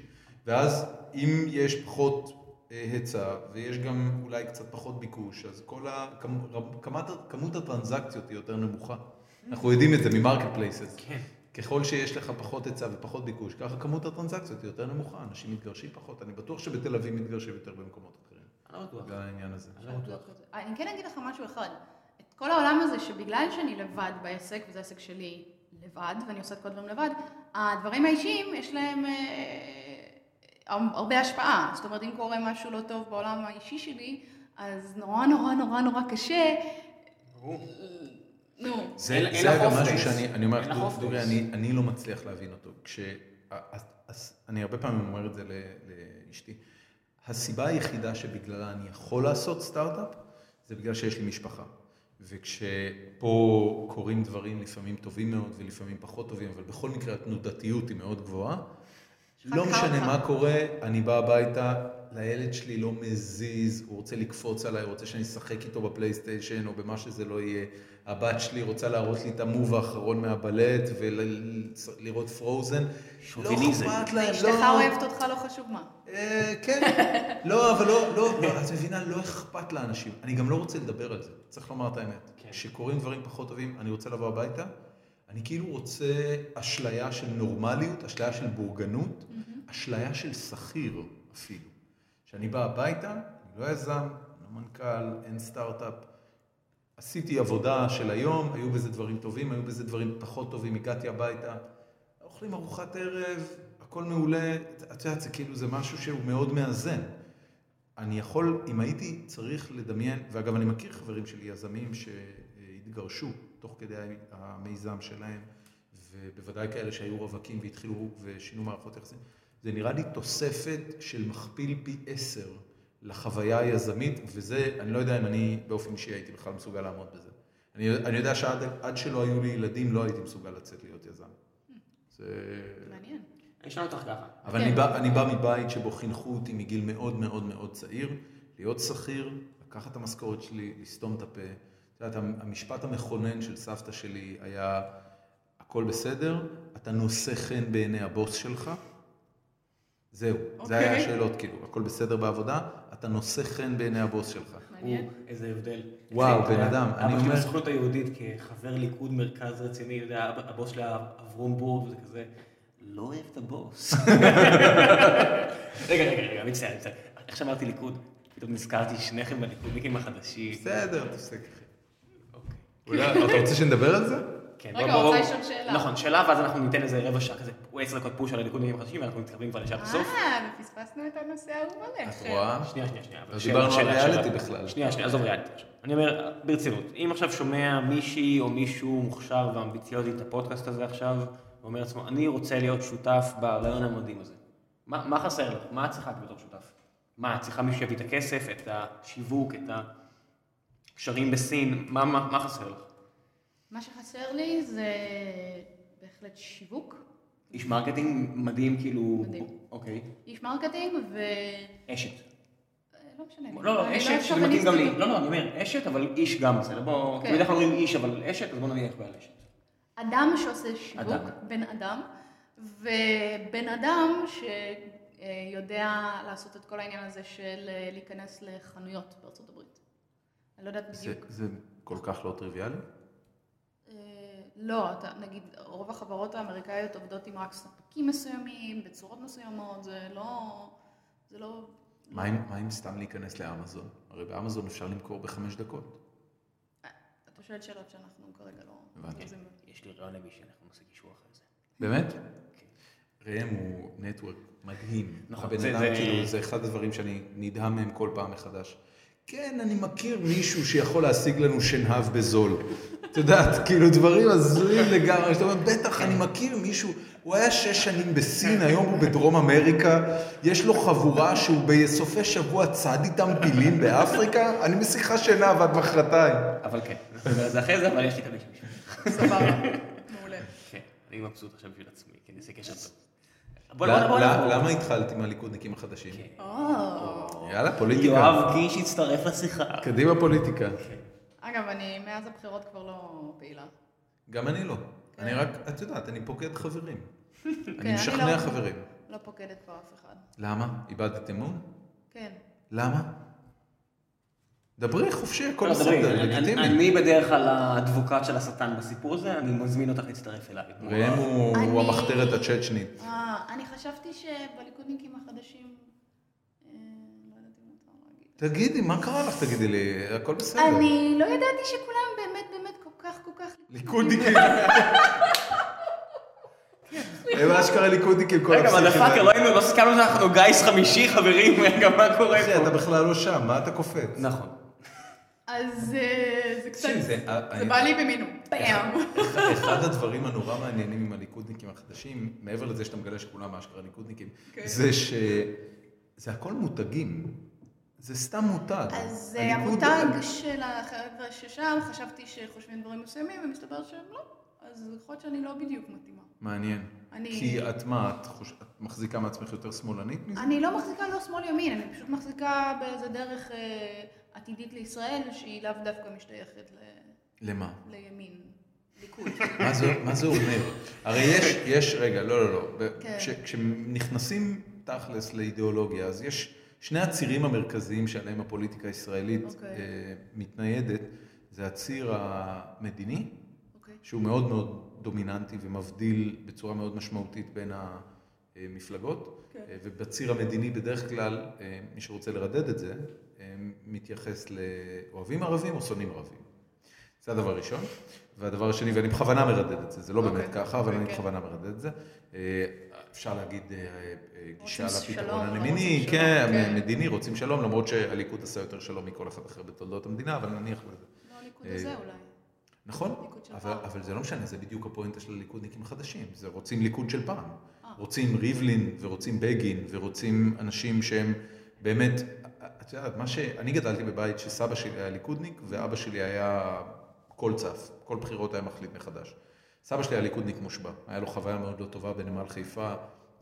A: ואז אם יש פחות אה, היצע, ויש גם אולי קצת פחות ביקוש, אז כל ה... כמ- רב- כמת, כמות הטרנזקציות היא יותר נמוכה. אנחנו יודעים את זה ממרקט פלייסס.
B: כן.
A: ככל שיש לך פחות היצע ופחות ביקוש, ככה כמות הטרנזקציות היא יותר נמוכה, אנשים מתגרשים פחות. אני בטוח שבתל אביב מתגרשים יותר במקומות אחרים,
B: אני לא בטוח.
A: בגלל העניין הזה.
B: אני לא בטוח.
C: אני כן אגיד לך משהו אחד. את כל העולם הזה שבגלל שאני לבד בעסק, וזה העסק שלי לבד, ואני עושה את כל הדברים לבד, הדברים האישיים יש להם אה, הרבה השפעה. זאת אומרת, אם קורה משהו לא טוב בעולם האישי שלי, אז נורא נורא נורא נורא קשה.
B: ברור.
C: נו.
A: זה,
B: אין-
A: אין,
B: אין
A: זה
B: לך
A: אגב
B: אופנס.
A: משהו שאני אני אומר,
B: אין לך
A: דור-
B: אופנס.
A: דורי, אני, אני לא מצליח להבין אותו. כש... אז- אז- אני הרבה פעמים אומר את זה ל- לאשתי. הסיבה היחידה שבגללה אני יכול לעשות סטארט-אפ, זה בגלל שיש לי משפחה. וכשפה קורים דברים לפעמים טובים מאוד ולפעמים פחות טובים, אבל בכל מקרה התנודתיות היא מאוד גבוהה,
C: יש לך
A: לא משנה
C: חרטא.
A: מה קורה, אני בא הביתה, לילד שלי לא מזיז, הוא רוצה לקפוץ עליי, הוא רוצה שאני אשחק איתו בפלייסטיישן או במה שזה לא יהיה. הבת שלי רוצה להראות לי את המוב האחרון מהבלט ולראות פרוזן.
B: שוביניזם.
A: לא אכפת להם, לא...
C: אשתך אוהבת אותך, לא חשוב מה.
A: אה, כן. לא, אבל לא, לא, לא, את מבינה, לא אכפת לאנשים. אני גם לא רוצה לדבר על זה, צריך לומר את האמת.
B: כן.
A: כשקורים דברים פחות טובים, אני רוצה לבוא הביתה, אני כאילו רוצה אשליה של נורמליות, אשליה של בורגנות, אשליה של שכיר אפילו. שאני בא הביתה, אני לא יזם, אני לא מנכ"ל, אין סטארט-אפ. עשיתי עבודה של היום, היו בזה דברים טובים, היו בזה דברים פחות טובים, הגעתי הביתה, אוכלים ארוחת ערב, הכל מעולה, את יודעת, זה כאילו, זה משהו שהוא מאוד מאזן. אני יכול, אם הייתי צריך לדמיין, ואגב, אני מכיר חברים שלי, יזמים שהתגרשו תוך כדי המיזם שלהם, ובוודאי כאלה שהיו רווקים והתחילו ושינו מערכות יחסים. זה נראה לי תוספת של מכפיל פי עשר לחוויה היזמית, וזה, אני לא יודע אם אני באופן אישי הייתי בכלל מסוגל לעמוד בזה. אני, אני יודע שעד עד שלא היו לי ילדים לא הייתי מסוגל לצאת להיות יזם. זה...
C: מעניין.
B: אני אשאל אותך ככה.
A: אבל אני בא, אני בא מבית שבו חינכו אותי מגיל מאוד מאוד מאוד צעיר, להיות שכיר, לקחת את המשכורת שלי, לסתום את הפה. את יודעת, המשפט המכונן של סבתא שלי היה, הכל בסדר, אתה נושא חן בעיני הבוס שלך, זהו. זה היה
C: אוקיי.
A: השאלות, כאילו, הכל בסדר בעבודה, אתה נושא חן בעיני הבוס שלך.
C: מעניין.
B: הוא, איזה הבדל.
A: וואו,
B: איך זה
A: בן
B: קורה?
A: אדם, אני
B: אבא שלי
A: אומר-
B: בסוכנות היהודית כחבר ליכוד מרכז רציני, אתה יודע, אבא- הבוס שלי היה אברום בורג, וזה כזה, לא אוהב את הבוס. רגע, רגע, רגע, מצטער, מצטער. איך שאמרתי ליכוד, פתאום נזכרתי שניכם בליכודניקים החדשים.
A: בסדר, תפסק. אחי.
B: אוקיי.
A: אולי- אתה רוצה שנדבר על זה?
B: כן,
C: רגע,
B: בוא- בוא-
C: רוצה
B: בוא-
C: לשאול שאלה.
B: נכון, שאלה, ואז אנחנו ניתן איזה רבע שעה כזה, הוא עשר דקות פוש על הליכודניקים החדשים, ואנחנו מתקרבים כבר לשעה בסוף.
C: אה, ופספסנו את הנושא האהוב עליך.
A: את רואה?
B: שנייה, שנייה, שנייה. אבל
A: לא
B: שאלה,
A: דיברנו
B: שאלה,
A: על ריאליטי
B: שאלה.
A: בכלל.
B: שנייה, שנייה, עזוב ריאליטי עכשיו. אני אומר, ברצינות, אם עכשיו שומע מישהי או מישהו מוכשר ואמביציוזי את הפודקאסט הזה עכשיו, ואומר לעצמו, אני רוצה להיות שותף ברעיון המדהים הזה. מה, מה חסר לך? מה את צריכה בתור שותף? מה, את צריכה מישהו שיביא את הכסף, את השיווק, את הקשרים בסין? מה, מה, מה חסר לך?
C: מה שחסר לי זה בהחלט שיווק,
B: איש מרקטינג מדהים, כאילו...
C: מדהים.
B: אוקיי.
C: איש מרקטינג ו...
B: אשת.
C: אה, לא משנה.
B: לא,
C: אני
B: לא, אשת, שזה מתאים
C: שוביניסטית.
B: גם לי. לא, לא, אני אומר, אשת, אבל איש גם בסדר. בואו,
C: כן.
B: כי בדרך כלל אומרים איש, אבל אשת, אז בואו נניח בעל אשת.
C: אדם שעושה שיווק,
B: אדם.
C: בן אדם, ובן אדם שיודע לעשות את כל העניין הזה של אה, להיכנס לחנויות בארצות הברית. אני לא יודעת
A: זה,
C: בדיוק.
A: זה כל כך לא טריוויאלי?
C: אה, לא, אתה, נגיד, רוב החברות האמריקאיות עובדות עם רק ספקים מסוימים, בצורות מסוימות, זה לא... זה לא...
A: מה עם, מה עם סתם להיכנס לאמזון? הרי באמזון אפשר למכור בחמש דקות.
C: אתה שואל שאלות שאנחנו כרגע לא...
A: הבנתי.
C: לא זה-
B: יש לי רעיון למי שאנחנו נעשה קישור אחרי זה.
A: באמת? כן. ראם הוא נטוורק מדהים.
B: נכון,
A: הבן
B: זה-
A: אדם,
B: זה-
A: כאילו, זה אחד הדברים שאני נדהם מהם כל פעם מחדש. כן, אני מכיר מישהו שיכול להשיג לנו שנהב בזול. את יודעת, כאילו דברים הזויים לגמרי, שאתה אומר, בטח, אני מכיר מישהו, הוא היה שש שנים בסין, היום הוא בדרום אמריקה, יש לו חבורה שהוא בסופי שבוע צד איתם פילים באפריקה, אני משיחה שנהב עד מחרתיים.
B: אבל כן, נדבר על זה אחרי זה, אבל יש לי את המישהו בשביל זה.
C: סבבה, מעולה.
B: כן, אני מבסוט עכשיו בשביל עצמי, כי אני עושה קשר טוב. בוא נעבור- בוא נעבור.
A: למה התחלת עם הליכודניקים החדשים?
B: כן.
C: או.
A: יאללה, פוליטיקה.
B: יואב קיש הצטרף לשיחה.
A: קדימה פוליטיקה.
C: אגב, אני מאז הבחירות כבר לא פעילה.
A: גם אני לא. אני רק, את יודעת, אני פוקד חברים.
C: אני
A: אני
C: לא-
A: משכנע חברים.
C: לא פוקדת כבר אף אחד.
A: למה? איבדת אמון?
C: כן.
A: למה? דברי חופשי, הכל
B: לא, דברי,
A: בסדר,
B: אני- אני-
A: לגיטימי.
B: אני בדרך כלל הדבוקת של השטן בסיפור הזה, אני מזמין אותך להצטרף אליי.
A: ראם הוא
C: אני-
A: הוא המחתרת הצ'צ'נית.
C: אה, אני חשבתי שבליכודניקים החדשים... אה, לא יודעת אם מותר להגיד.
A: תגידי, מה קרה לך? תגידי לי, הכל בסדר.
C: אני לא ידעתי שכולם באמת באמת כל כך כל כך...
A: ליכודניקים. הם אשכרה ליכודניקים, כל
B: רגע, מה
A: הפסיכים.
B: דפאקר, לא היינו, לא סיכמנו שאנחנו גיס חמישי, חברים, רגע, מה קורה
A: אחי, אתה
B: פה?
A: בכלל לא שם, מה אתה קופץ?
B: נכון.
C: אז אה, זה קצת...
A: תקשיב, זה- אה,
C: זה בא לי במינון. פעם.
A: אחד הדברים הנורא מעניינים עם הליכודניקים החדשים, מעבר לזה שאתה מגלה שכולם אשכרה ליכודניקים,
C: כן.
A: זה ש... זה הכל מותגים. זה סתם מותג.
C: אז אה,
A: הליכוד-
C: המותג של החבר'ה ששם, חשבתי שחושבים דברים מסוימים, ומסתבר שהם לא. אז יכול להיות שאני לא בדיוק מתאימה.
A: מעניין.
C: אני-
A: כי את מה, את, חוש... את מחזיקה מעצמך יותר שמאלנית מזה?
C: אני לא מחזיקה לא שמאל ימין, אני פשוט מחזיקה באיזה דרך אה, עתידית לישראל, שהיא לאו דווקא משתייכת ל-
A: למה?
C: לימין, ליכוד.
A: מה זה, מה זה אומר? הרי יש, יש, רגע, לא, לא, לא. ב-
C: כן.
A: כש, כשנכנסים תכלס לאידיאולוגיה, אז יש שני הצירים המרכזיים שעליהם הפוליטיקה הישראלית
C: אוקיי.
A: אה, מתניידת, זה הציר המדיני,
C: אוקיי.
A: שהוא מאוד מאוד דומיננטי ומבדיל בצורה מאוד משמעותית בין המפלגות.
C: כן.
A: אה, ובציר המדיני בדרך כלל, אה, מי שרוצה לרדד את זה, אה, מתייחס לאוהבים ערבים או שונאים ערבים. זה הדבר הראשון. והדבר השני, ואני בכוונה מרדד את זה, זה לא
C: אוקיי.
A: באמת ככה, אבל אני
C: אוקיי.
A: בכוונה מרדד את זה. אה, אפשר להגיד אה, אה, גישה
C: רוצים
A: לפתרון
C: שלום, לא
A: המדיני,
C: רוצים
A: כן,
C: שלום, כן.
A: מדיני, רוצים שלום, למרות שהליכוד עשה יותר שלום מכל אחד אחר בתולדות המדינה, אבל נניח לזה.
C: לא הליכוד
A: אה,
C: הזה אולי.
A: נכון,
C: ליכוד של
A: אבל,
C: פעם.
A: אבל זה לא משנה, זה בדיוק הפואנטה של הליכודניקים החדשים, זה רוצים ליכוד של פעם.
C: אה.
A: רוצים ריבלין ורוצים בגין ורוצים אנשים שהם באמת, את יודעת, מה ש... אני גדלתי בבית שסבא שלי היה ליכודניק ואבא שלי היה כל צף, כל בחירות היה מחליט מחדש. סבא שלי היה ליכודניק מושבע, היה לו חוויה מאוד לא טובה בנמל חיפה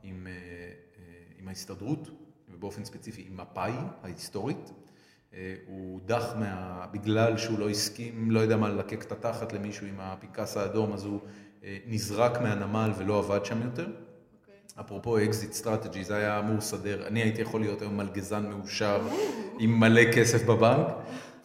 A: עם, אה, אה, עם ההסתדרות, ובאופן ספציפי עם מפא"י ההיסטורית. אה, הוא הודח מה... בגלל שהוא לא הסכים, לא יודע מה, ללקק את התחת למישהו עם הפנקס האדום, אז הוא אה, נזרק מהנמל ולא עבד שם יותר.
C: אוקיי.
A: אפרופו אקזיט סטרטג'י, זה היה אמור לסדר, אני הייתי יכול להיות היום מלגזן מאושר עם מלא כסף בבנק,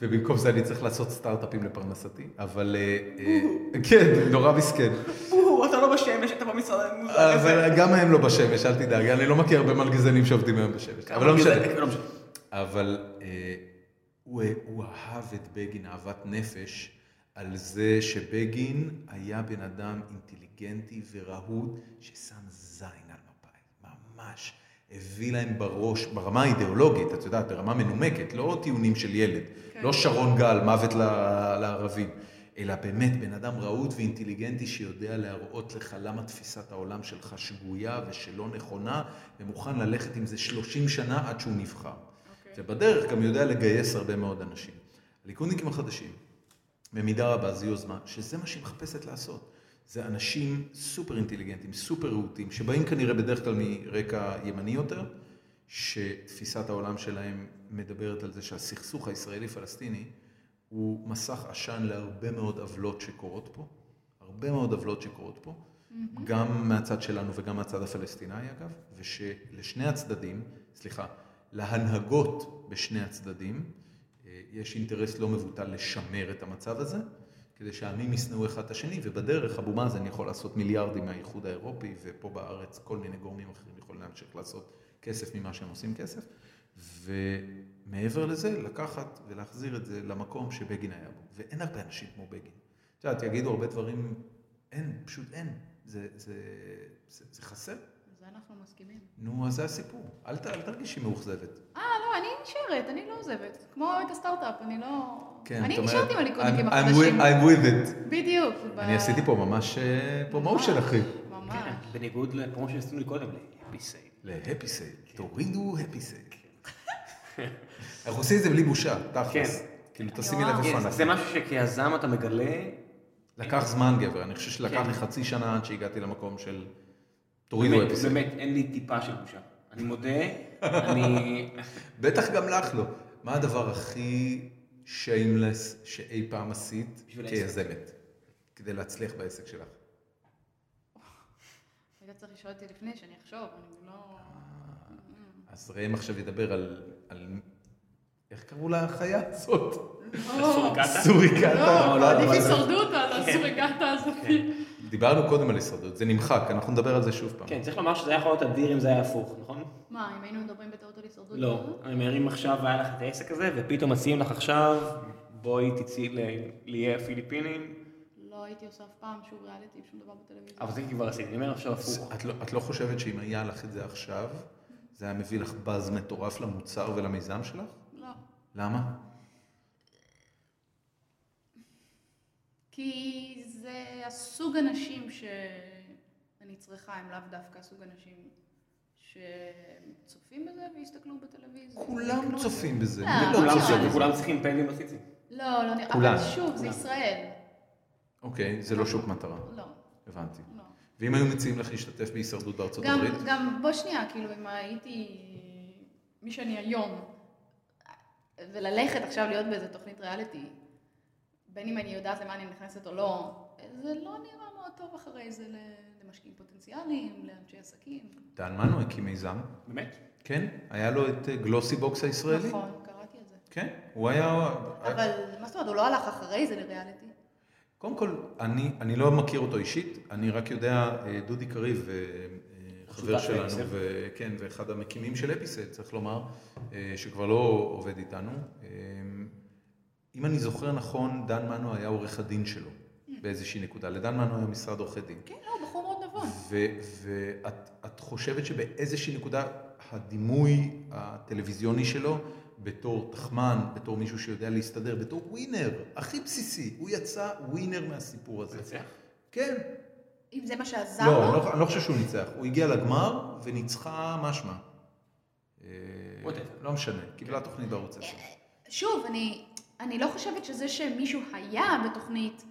A: ובמקום זה אני צריך לעשות סטארט-אפים לפרנסתי, אבל... אה, אה, כן, נורא מסכן.
B: או, אתה לא בשמש, אתה במשרד המוזר הזה.
A: אבל גם הם לא בשמש, אל תדאג, אני לא מכיר הרבה מלגזנים שעובדים היום בשמש, אבל לא משנה.
B: לא משנה.
A: אבל אה, הוא, הוא אהב את בגין אהבת נפש על זה שבגין היה בן אדם אינטליגנטי ורהוט ששם זין על מפאי, ממש. הביא להם בראש, ברמה האידיאולוגית, את יודעת, ברמה מנומקת, לא טיעונים של ילד,
C: כן.
A: כן. לא שרון גל, מוות ל- לערבים, אלא באמת בן אדם רהוט ואינטליגנטי שיודע להראות לך למה תפיסת העולם שלך שגויה ושלא נכונה, ומוכן ללכת עם זה 30 שנה עד שהוא נבחר.
C: אוקיי.
A: ובדרך גם יודע לגייס הרבה מאוד אנשים. הליכודניקים החדשים, במידה רבה זו יוזמה, שזה מה שהיא מחפשת לעשות. זה אנשים סופר אינטליגנטים, סופר רהוטים, שבאים כנראה בדרך כלל מרקע ימני יותר, שתפיסת העולם שלהם מדברת על זה שהסכסוך הישראלי-פלסטיני הוא מסך עשן להרבה מאוד עוולות שקורות פה, הרבה מאוד עוולות שקורות פה, גם מהצד שלנו וגם מהצד הפלסטיני אגב, ושלשני הצדדים, סליחה, להנהגות בשני הצדדים, אה, יש אינטרס לא מבוטל לשמר את המצב הזה, כדי שהעמים ישנאו אחד את השני, ובדרך אבו מאזן יכול לעשות מיליארדים מהאיחוד האירופי, ופה בארץ כל מיני גורמים אחרים יכולים להמשיך לעשות כסף ממה שהם עושים כסף, ומעבר לזה, לקחת ולהחזיר את זה למקום שבגין היה בו, ואין הרבה אנשים כמו בגין. את יודעת, יגידו הרבה דברים, אין, פשוט אין, זה, זה, זה, זה חסר.
C: זה אנחנו מסכימים.
A: נו, אז זה הסיפור. אל, ת- אל תרגישי מאוכזבת.
C: אה, לא, אני נשארת, אני לא עוזבת. כמו את הסטארט-אפ, אני לא...
A: כן,
C: אני
A: את אומרת,
C: נשארתי עם הליכודניקים
A: I'm- I'm with-
C: החדשים.
A: I'm with it.
C: בדיוק. ב-
A: אני עשיתי כן. פה ממש אה, פרומושן, אחי.
C: ממש.
B: בניגוד לפרומו שעשינו לי קודם, לאפיסי.
A: להפי סייל. תורידו הפי סייל.
C: כן.
A: אנחנו עושים את זה בלי בושה, תכלס.
B: כן.
A: כאילו, תשימי לב
C: וואו.
A: איפה
B: זה
A: אנחנו.
B: משהו שכיזם אתה מגלה,
A: לקח זמן, גבר. אני חושב שלקח
B: כן.
A: לי חצי שנה עד שהגעתי למקום של... תורידו
B: באמת,
A: הפי סייל.
B: באמת, אין לי טיפה של בושה. אני מודה, אני...
A: בטח גם לך לא. מה הדבר הכי שיימלס שאי פעם עשית
B: בשביל העסק.
A: כיזמת? כדי להצליח בעסק שלך.
C: רגע, צריך לשאול אותי לפני, שאני אחשוב, אני לא...
A: אז ראם עכשיו ידבר על... על... איך קראו לה החיה הזאת?
B: סוריקטה?
A: סוריקטה.
C: לא,
A: אה, לא, כן.
C: עדיף
A: אבל-
C: הישרדות על הסורגטה הזאת.
A: דיברנו קודם על הישרדות, זה נמחק, אנחנו נדבר על זה שוב פעם.
B: כן, צריך לומר שזה היה יכול להיות אדיר אם זה היה הפוך, נכון?
C: מה, אם היינו מדברים בטעות על הישרדות?
B: לא,
C: כזאת?
B: אני מרים עכשיו, היה לך את העסק הזה, ופתאום מציעים לך עכשיו, בואי תצאי ל- לאיי הפיליפינים,
C: לא הייתי עושה אף פעם שוב ריאליטי, שום דבר בטלוויזיה.
B: אבל זה כבר עשיתי, אני אומר עכשיו הפוך.
A: אז את לא, את לא חושבת שאם היה לך את זה עכשיו, זה היה מביא לך באז מטורף למוצר ולמיזם שלך?
C: לא.
A: למה?
C: כי זה הסוג אנשים שאני צריכה, הם לאו דווקא הסוג אנשים שצופים בזה ויסתכלו בטלוויזיה.
A: כולם
C: ויקנו.
A: צופים בזה,
C: אה,
A: מי לא
B: כולם
C: לא,
A: צופה
C: אבל-
B: צריכים-
A: בזה?
B: כולם צריכים פנים בציצים.
C: לא, לא נראה,
A: כולם.
C: אבל שוב, זה ישראל.
A: אוקיי, זה לא שוק מטרה,
C: לא,
A: הבנתי.
C: לא.
A: ואם היו מציעים לך להשתתף בהישרדות בארצות
C: גם,
A: הברית?
C: גם, בוא שנייה, כאילו, אם הייתי מי שאני היום, וללכת עכשיו להיות באיזה תוכנית ריאליטי, בין אם אני יודעת למה אני נכנסת או לא, זה לא נראה מאוד טוב אחרי זה ל- למשקיעים פוטנציאליים, לאנשי עסקים.
A: דן מנו הקים מיזם,
B: באמת?
A: כן? היה לו את אה, גלוסי בוקס הישראלי?
C: נכון, קראתי את זה.
A: כן, הוא היה...
C: אבל מה זאת אומרת, הוא לא הלך אחרי זה לריאליטי.
A: קודם כל, אני, אני לא מכיר אותו אישית, אני רק יודע, אה, דודי קריב, אה, אה, חבר
B: שותף
A: שלנו,
B: לאפיסל.
A: וכן, ואחד המקימים של אפיסל, צריך לומר, אה, שכבר לא עובד איתנו. אה, אם אני זוכר נכון, דן מנו היה עורך הדין שלו, באיזושהי נקודה. לדן מנו היה משרד עורכי דין.
C: כן, לא, הוא בחור מאוד נבון.
A: ואת את חושבת שבאיזושהי נקודה הדימוי הטלוויזיוני שלו בתור תחמן, בתור מישהו שיודע להסתדר, בתור ווינר, הכי בסיסי, הוא יצא ווינר מהסיפור הזה.
B: מצליח?
A: כן.
C: אם זה מה שעזר
A: לא, אני
C: לו,
A: לא, אני לא חושב שהוא ניצח. הוא הגיע לגמר וניצחה משמע. אה,
B: Whatever.
A: לא משנה, קיבלה תוכנית בערוץ הזה.
C: שוב, אני, אני לא חושבת שזה שמישהו היה בתוכנית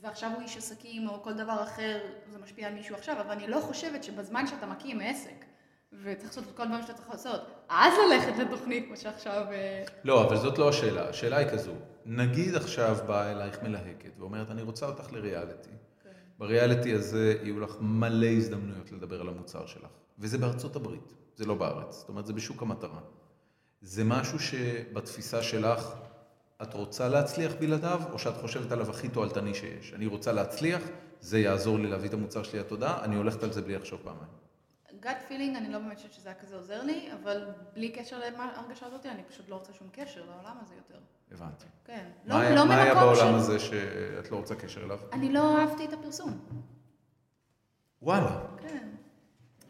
C: ועכשיו הוא איש עסקים או כל דבר אחר, זה משפיע על מישהו עכשיו, אבל אני לא חושבת שבזמן שאתה מקים עסק וצריך לעשות את כל הדברים שאתה צריך לעשות, אז ללכת לתוכנית כמו שעכשיו... אה,
A: לא, אבל זאת לא השאלה. השאלה היא כזו, נגיד עכשיו באה אלייך מלהקת ואומרת, אני רוצה אותך לריאליטי. בריאליטי הזה יהיו לך מלא הזדמנויות לדבר על המוצר שלך. וזה בארצות הברית, זה לא בארץ. זאת אומרת, זה בשוק המטרה. זה משהו שבתפיסה שלך, את רוצה להצליח בלעדיו, או שאת חושבת עליו הכי תועלתני שיש. אני רוצה להצליח, זה יעזור לי להביא את המוצר שלי לתודעה, אני הולכת על זה בלי לחשוב פעמיים.
C: gut feeling, אני לא באמת חושבת שזה היה כזה עוזר לי, אבל בלי קשר להרגשה הזאת, אני פשוט לא רוצה שום קשר לעולם הזה יותר.
A: הבנתי.
C: כן. לא,
A: מה, היה-
C: לא
A: מה היה
C: ממקום
A: בעולם
C: של-
A: הזה שאת לא רוצה קשר אליו?
C: אני לא אהבתי את הפרסום.
A: וואלה.
C: כן.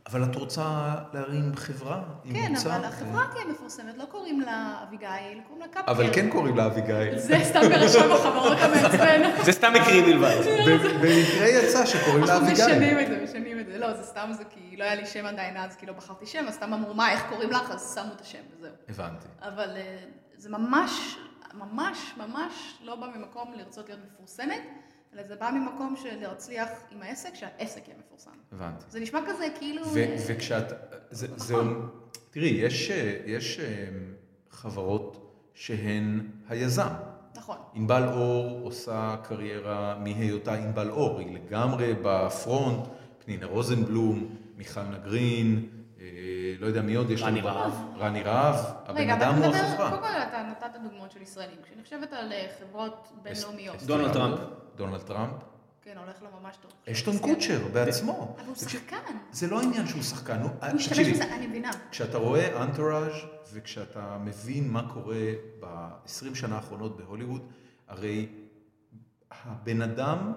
A: אבל את רוצה להרים חברה עם
C: כן,
A: מוצר?
C: אבל החברה תהיה מפורסמת, לא קוראים לה אביגיל, קוראים לה קפקר.
A: אבל כן קוראים לה אביגיל.
C: זה סתם ברשם החברות המעצבן.
B: זה סתם מקרי בלבד.
A: ב- במקרה יצא שקוראים לה
C: אנחנו
A: אביגיל.
C: משנים את זה, משנים את זה. לא, זה סתם זה כי לא היה לי שם עדיין אז, כי לא בחרתי שם, אז סתם אמרו מה, איך קוראים לך, אז שמו את השם וזהו.
A: הבנתי.
C: אבל אה, זה ממש, ממש, ממש לא בא ממקום לרצות להיות מפורסמת, אלא זה בא ממקום של להצליח עם העסק, שהעסק יהיה מפורסם.
A: הבנתי.
C: זה נשמע כזה כאילו...
A: ו- וכשאת... זה... זה-
C: נכון.
A: תראי, יש, אה, יש אה, חברות שהן היזם.
C: נכון.
A: ענבל אור עושה קריירה מהיותה ענבל אור, היא לגמרי בפרונט, פנינה רוזנבלום, מיכל נגרין, אה, לא יודע מי עוד יש
B: רני
A: לנו.
B: רהב.
A: רני רהב, הבן
C: רגע, אתה
A: אדם לא הוא
C: מדבר,
A: החברה.
C: קודם כל אתה נתת דוגמאות של ישראלים. כשאני חושבת על אה, חברות בינלאומיות,
A: אסתר
B: דונלד
A: לנדאו,
B: טראמפ.
A: דונלד טראמפ.
C: כן, הולך לו ממש טוב.
A: אשטון
C: מסכן.
A: קוצ'ר בעצמו.
C: אבל הוא
A: תקשיב,
C: שחקן.
A: זה לא העניין שהוא שחקן, הוא...
C: הוא משתמש
A: תקשיבי,
C: בזה, אני מבינה.
A: כשאתה רואה אנטוראז' וכשאתה מבין מה קורה ב-20 שנה האחרונות בהוליווד, הרי הבן אדם,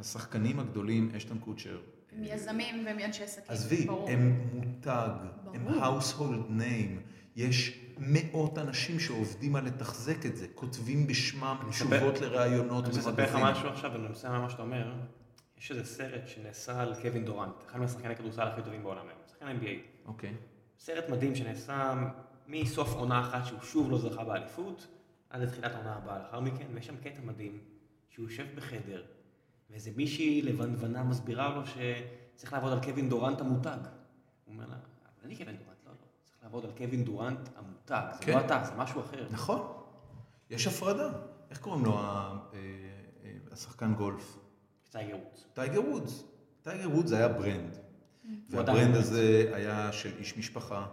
A: השחקנים הגדולים, אשטון קוצ'ר,
C: הם יזמים והם אנשי עסקים.
A: עזבי,
C: כן, ברור.
A: הם מותג, הם
C: ברור.
A: household name, יש מאות אנשים שעובדים על לתחזק את זה, כותבים בשמם
B: אספר-
A: תשובות לראיונות.
B: אני רוצה לספר לך
A: במגזינים.
B: משהו עכשיו בנושא מה שאתה אומר. יש איזה סרט שנעשה על קווין דורנט, אחד מהשחקני הכדורסל הכי טובים בעולם היום, שחקן NBA.
A: אוקיי.
B: סרט מדהים שנעשה מסוף עונה אחת שהוא שוב לא זכה באליפות, עד לתחילת העונה הבאה לאחר מכן, ויש שם קטע מדהים, שהוא יושב בחדר, ואיזה מישהי לבנוונה מסבירה לו שצריך לעבוד על קווין דורנט המותג. הוא אומר לה, אבל אני קווין דורנט, לא, לא, צריך לעבוד על קווין דורנט המותג, זה
A: כן.
B: לא אתה, זה משהו אחר.
A: נכון, יש הפרדה. איך קוראים לו ה- אה, אה, השחקן גולף?
B: קצת ייעוץ.
A: טייגר וודס. טייגר וודס היה ברנד.
B: Mm-hmm. עדיין
A: והברנד
B: ברנד.
A: הזה היה של איש משפחה,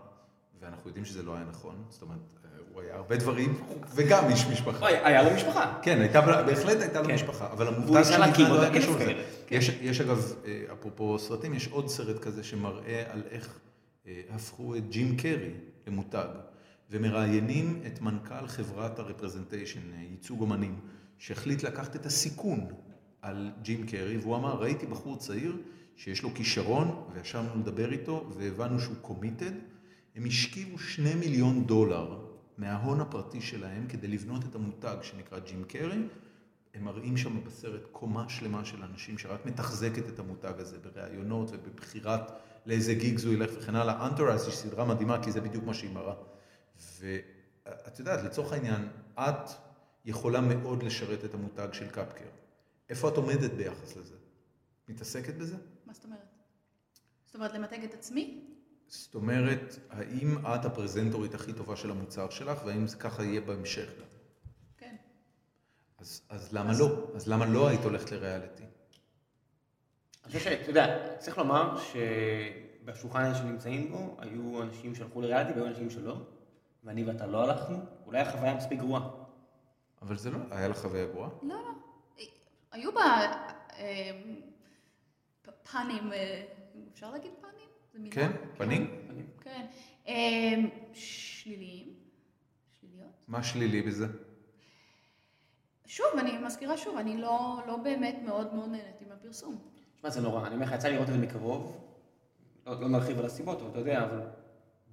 A: ואנחנו יודעים שזה לא היה נכון. זאת אומרת, אה, הוא היה הרבה דברים, וגם איש משפחה.
B: אוי, היה לו משפחה.
A: כן, הייתה, בהחלט הייתה לו
B: כן.
A: משפחה, אבל
B: והוא
A: המובטל
B: ניסה להקים
A: לא
B: עוד
A: היה
B: אלף
A: קשור לזה.
B: כאלה.
A: יש, יש אגב, אה, אפרופו סרטים, יש עוד סרט כזה שמראה על איך אה, הפכו את ג'ים קרי למותג, ומראיינים את מנכ"ל חברת הרפרזנטיישן, אה, ייצוג אומנים, שהחליט לקחת את הסיכון על ג'ים קרי, והוא אמר, ראיתי בחור צעיר שיש לו כישרון, וישבנו לדבר איתו, והבנו שהוא קומיטד. הם השקיעו שני מיליון דולר מההון הפרטי שלהם כדי לבנות את המותג שנקרא ג'ים קרי, הם מראים שם בסרט קומה שלמה של אנשים שרק מתחזקת את המותג הזה בראיונות ובבחירת לאיזה גיגז הוא ילך וכן הלאה. אנטורס היא סדרה מדהימה, כי זה בדיוק מה שהיא מראה. ואת יודעת, לצורך העניין, את יכולה מאוד לשרת את המותג של קפקר. איפה את עומדת ביחס לזה? מתעסקת בזה?
C: מה זאת אומרת? זאת אומרת, למתג את עצמי?
A: זאת אומרת, האם את הפרזנטורית הכי טובה של המוצר שלך, והאם זה ככה יהיה בהמשך גם?
C: כן.
A: אז, אז למה לא? אז למה לא היית הולכת לריאליטי?
B: אני חושב שאתה יודע, צריך לומר שבשולחן הזה שנמצאים בו, היו אנשים שהלכו לריאליטי והיו אנשים שלא, ואני ואתה לא הלכנו, אולי החוויה מספיק גרועה.
A: אבל זה לא, היה לך חוויה גרועה?
C: לא, לא. היו בה אה, פ- פנים, אה, אפשר להגיד פנים? זה מילה?
A: כן, פנים?
B: אני-
C: נכון, כן. אה, שליליים. שליליות.
A: מה שלילי בזה?
C: שוב, אני מזכירה שוב, אני לא, לא באמת מאוד מאוד נהניתי מהפרסום.
B: שמע, זה נורא, אני אומר לך, יצא לי לראות את זה מקרוב, לא לא נרחיב על הסיבות, אבל אתה יודע, אבל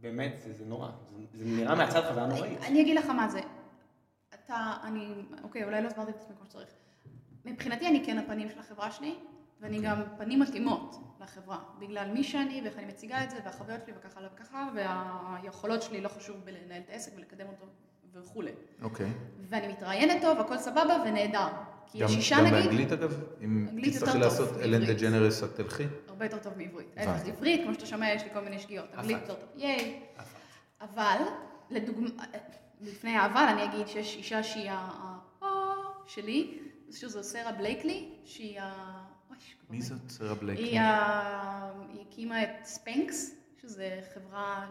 B: באמת, זה- זה נורא. זה- זה נראה מהצד חוויה נוראית.
C: אני אגיד לך מה זה. אתה, אני, אוקיי, אולי לא הסברתי את עצמי כמו שצריך. מבחינתי אני כן הפנים של החברה שלי, ואני
A: אוקיי.
C: גם פנים מתאימות לחברה, בגלל מי שאני ואיך אני מציגה את זה, והחוויות שלי וככה וככה, והיכולות שלי לא חשוב בלנהל את העסק ולקדם אותו וכולי.
A: אוקיי.
C: ואני מתראיינת טוב, הכל סבבה ונהדר. כי יש אישה
A: גם
C: נגיד,
A: באנגלית אגב? אם
C: אנגלית יותר
A: תצטרכי
C: טוב
A: לעשות אלן דה
C: מעברית.
A: ג'נרס את תלכי?
C: הרבה יותר טוב מעברית.
A: הבנתי.
C: ההפך, עברית, כמו שאתה שומע, יש לי כל מיני שגיאות. אנגלית
B: אחת.
C: יותר טוב. ייי.
B: אף אחד.
C: אבל, לדוגמה, לפני האבל אני אגיד שיש אישה שהיא ה... ה- ה- שלי, שזו סרה בלייקלי, שהיא ה... אוי, שקוראים
A: מי
C: לה.
A: זאת שרה בלייק?
C: היא ה- היא הקימה את ספנקס, שזה חברה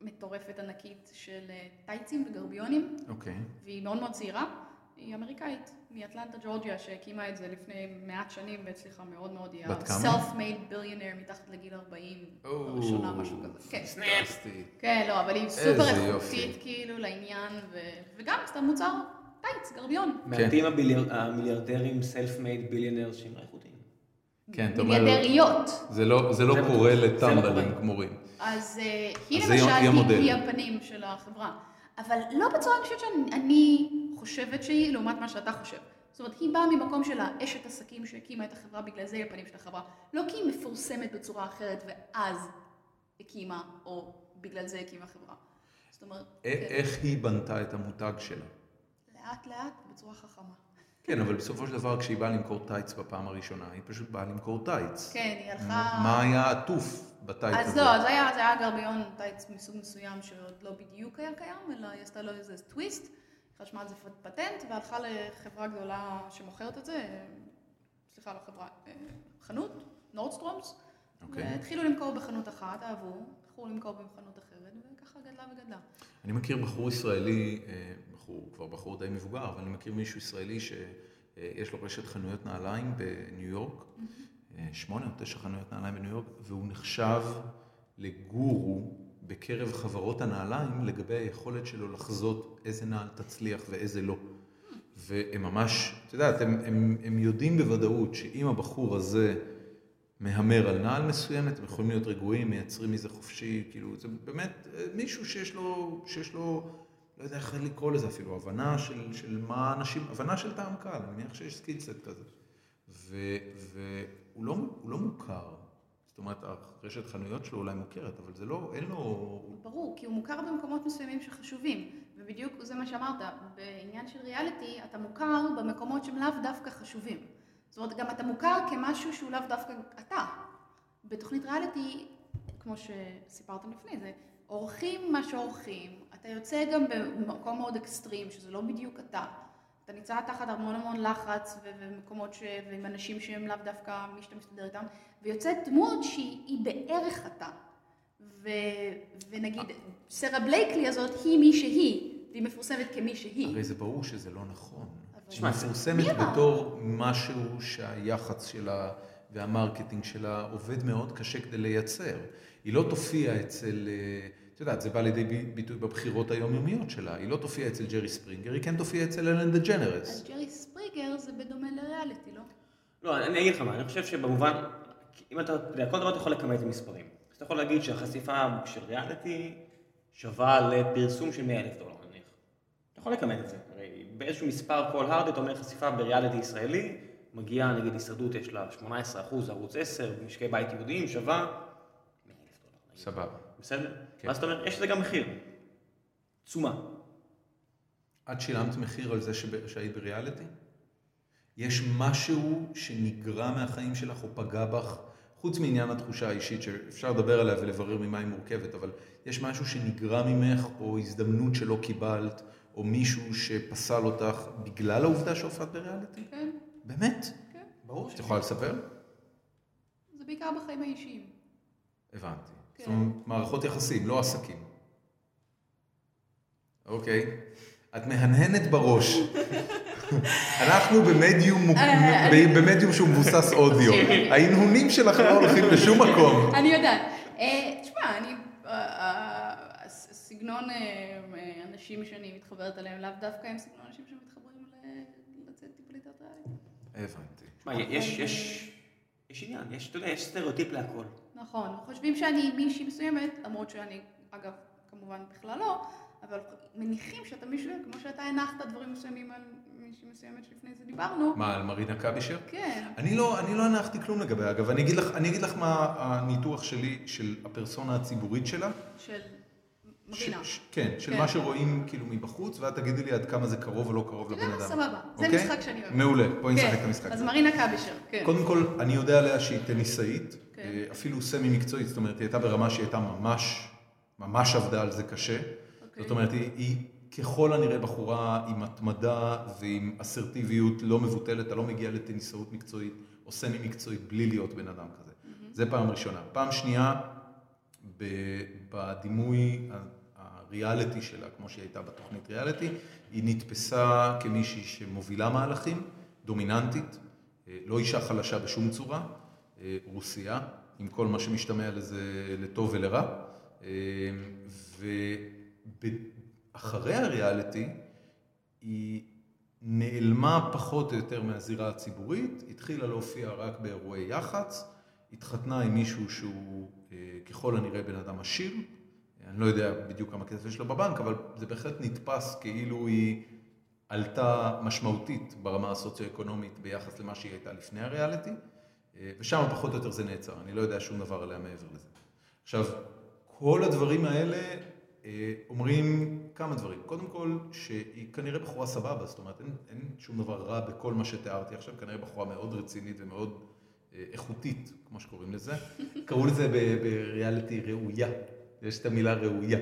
C: מטורפת ענקית של אה, טייצים וגרביונים,
A: אוקיי.
C: והיא מאוד מאוד צעירה. היא אמריקאית, מאטלנטה ג'ורג'יה, שהקימה את זה לפני מעט שנים והצליחה מאוד מאוד, היא
A: בת כמה?
C: ה-self-made billionaire מתחת לגיל 40, הראשונה, משהו כזה. כן.
A: פנטסטי.
C: כן, לא, אבל היא
A: איזה
C: סופר
A: יופי.
C: איכותית, כאילו, לעניין, ו... וגם סתם מוצר טייץ, גרביון.
B: מעטים הביליאר- המיליארדרים, self-made billionaires שהם לא איכותיים.
A: כן, אתה אומר...
C: מיליארדריות.
A: זה לא- זה לא
B: זה
A: קורה
B: בטוח. זה לא
A: לטמבלים
B: קורה.
A: גמורים.
C: אז אה, היא
A: אז
C: למשל,
A: היא- היא
C: היא,
A: המודל.
C: היא הפנים של החברה. אבל לא בצורה, אני חושבת שאני אני חושבת שהיא, לעומת מה שאתה חושב. זאת אומרת, היא באה ממקום של האשת עסקים שהקימה את החברה, בגלל זה היא הפנים של החברה. לא כי היא מפורסמת בצורה אחרת, ואז הקימה, או בגלל זה הקימה חברה. זאת אומרת,
A: אה, א- איך היא בנתה את המותג שלה?
C: לאט לאט, בצורה חכמה.
A: כן, אבל בסופו של דבר כשהיא באה למכור טייץ בפעם הראשונה, היא פשוט באה למכור טייץ.
C: כן, היא הלכה...
A: מה היה עטוף בטייץ הזה?
C: אז לא, אז היה, זה היה גרביון טייץ מסוג מסוים שעוד לא בדיוק היה קיים, אלא היא עשתה לו איזה טוויסט, חשבה על זה פטנט, והלכה לחברה גדולה שמוכרת את זה, אה, סליחה, לא חברה, אה, חנות, נורדסטרומס,
A: אוקיי.
C: והתחילו למכור בחנות אחת, אהבו, התחילו למכור בחנות אחרת, וככה גדלה וגדלה.
A: אני מכיר בחור ישראלי, אה, בחור, כבר בחור די מבוגר, אבל אני מכיר מישהו ישראלי שיש לו רשת חנויות נעליים בניו יורק, אה, שמונה או תשע חנויות נעליים בניו יורק, והוא נחשב לגורו בקרב חברות הנעליים לגבי היכולת שלו לחזות איזה נעל תצליח ואיזה לא. והם ממש, את יודעת, הם, הם, הם יודעים בוודאות שאם הבחור הזה מהמר על נעל מסוימת, הם יכולים להיות רגועים, מייצרים מזה חופשי, כאילו, זה באמת אה, מישהו שיש לו, שיש לו, לא יודע איך לקרוא לזה אפילו, הבנה של, של מה אנשים, הבנה של טעם קהל, אני מניח שיש סקילסט כזה. ו, והוא לא, הוא לא מוכר, זאת אומרת, רשת חנויות שלו אולי מוכרת, אבל זה לא, אין לו,
C: ברור, כי הוא מוכר במקומות מסוימים שחשובים, ובדיוק זה מה שאמרת, בעניין של ריאליטי, אתה מוכר במקומות שהם לאו דווקא חשובים. זאת אומרת, גם אתה מוכר כמשהו שהוא לאו דווקא אתה. בתוכנית ריאליטי, כמו שסיפרתם לפני זה, עורכים מה שעורכים, אתה יוצא גם במקום מאוד אקסטרים, שזה לא בדיוק אתה. אתה נמצא תחת המון המון לחץ ו- ומקומות ש... ועם אנשים שהם לאו דווקא מי שאתה מסתדר איתם, ויוצאת דמות שהיא בערך אתה. ו... ונגיד, סרה בלייקלי הזאת היא מי שהיא, והיא מפורסמת כמי שהיא.
A: הרי זה ברור שזה לא נכון. היא
B: תשמע, זה-
A: מפורסמת
C: מי אמר?
A: בתור משהו שהיח"צ שלה והמרקטינג שלה עובד מאוד קשה כדי לייצר. היא לא תופיע אצל, אה, את יודעת, זה בא לידי בי- ביטוי בבחירות היומיומיות שלה. היא לא תופיע אצל ג'רי ספרינגר, היא כן תופיע אצל אלן דה
C: אז
A: ג'נרס.
C: ג'רי ספריגר זה בדומה לריאליטי, לא?
B: לא, אני- אני אגיד לך מה, אני חושב שבמובן, אם אתה, אתה יודע, כל דבר אתה יכול לכמת עם מספרים. אז אתה יכול להגיד שהחשיפה של ריאליטי שווה לפרסום של 100 אלף דולר נניח. אתה יכול לכמת את זה. הרי באיזשהו מספר כל הרד אתה אומר חשיפה בריאליטי ישראלי, מגיעה נגיד הישרדות יש לה 18% ערוץ 10, משקי בית יהודיים שווה 100 אלף דולר. נגיד.
A: סבבה.
B: בסדר?
A: כן.
B: ואז אתה אומר, יש לזה גם מחיר. תשומה.
A: את שילמת מחיר על זה שב- שהיית בריאליטי? יש משהו שנגרע מהחיים שלך או פגע בך, חוץ מעניין התחושה האישית שאפשר לדבר עליה ולברר ממה היא מורכבת, אבל יש משהו שנגרע ממך או הזדמנות שלא קיבלת, או מישהו שפסל אותך בגלל העובדה שהופעת בריאליטי?
C: כן,
A: באמת?
C: כן.
A: ברור. את יכולה לספר?
C: זה בעיקר בחיים האישיים.
A: הבנתי.
C: כן.
A: זאת אומרת, מערכות יחסים, לא עסקים. אוקיי. את מהנהנת בראש. אנחנו במדיום, מוק-
C: אה, כן.
A: ב- במדיום שהוא מבוסס אודיו. ההנהונים שלך לא הולכים לשום מקום.
C: אני יודעת. אה, תשמע, אני... אה, אה, הס- סגנון אה, אה, אנשים שאני מתחברת אליהם, לאו דווקא עם סגנון אנשים שמתחברים ל- לצאת טיפולית על ריאליטי.
A: הבנתי.
B: תשמע, יש, יש, יש עניין, יש, אתה יודע, יש סטריאוטיפ להכל.
C: נכון, חושבים שאני מישהי מסוימת, למרות שאני, אגב, כמובן בכלל לא, אבל מניחים שאתה מישהו, כמו שאתה הנחת דברים מסוימים על מישהי מסוימת שלפני זה דיברנו,
A: מה, על מרינה קבישר?
C: כן,
A: אני לא, אני לא הנחתי כלום לגביה. אגב, אני אגיד לך, אני אגיד לך מה הניתוח שלי של הפרסונה הציבורית שלה.
C: של מרינה.
A: ש- ש- כן, של
C: כן.
A: מה שרואים כאילו מבחוץ, ואת תגידי לי עד כמה זה קרוב או לא קרוב
C: אתה
A: לבן
C: יודע
A: אדם.
C: מה, סבבה, זה
A: אוקיי?
C: משחק שאני אוהבת.
A: מעולה, בואי נשחק
C: כן,
A: את המשחק.
C: אז מרינה קבישר, כן.
A: קודם כל, אני יודע עליה שהיא טניסאית,
C: כן.
A: אה, אפילו סמי-מקצועית, זאת אומרת, היא הייתה ברמה שהיא הייתה ממש, ממש עבדה על זה קשה.
C: אוקיי.
A: זאת אומרת, היא, היא ככל הנראה בחורה עם התמדה ועם אסרטיביות לא מבוטלת, אתה לא מגיע לטניסאות מקצועית או סמי-מקצועית בלי להיות בן אדם כזה. זה פעם ראשונה. פעם שנייה, ב- בדימוי ה- הריאליטי שלה, כמו שהיא הייתה בתוכנית ריאליטי, היא נתפסה כמישהי שמובילה מהלכים, דומיננטית, אה, לא אישה חלשה בשום צורה, אה, רוסייה, עם כל מה שמשתמע לזה לטוב ולרע. אה, ואחרי הריאליטי, היא נעלמה פחות או יותר מהזירה הציבורית, התחילה להופיע רק באירועי יח"צ, התחתנה עם מישהו שהוא אה, ככל הנראה בן אדם עשיר, אני לא יודע בדיוק כמה כסף יש לו בבנק, אבל זה בהחלט נתפס כאילו היא עלתה משמעותית ברמה הסוציו-אקונומית ביחס למה שהיא הייתה לפני הריאליטי, אה, ושם פחות או יותר זה נעצר, אני לא יודע שום דבר עליה מעבר לזה. עכשיו, כל הדברים האלה אה, אומרים כמה דברים. קודם כל, שהיא כנראה בחורה סבבה, זאת אומרת, אין, אין שום דבר רע בכל מה שתיארתי עכשיו, כנראה בחורה מאוד רצינית ומאוד אה, איכותית, כמו שקוראים לזה. קראו לזה ב- בריאליטי ראויה. יש את המילה ראויה.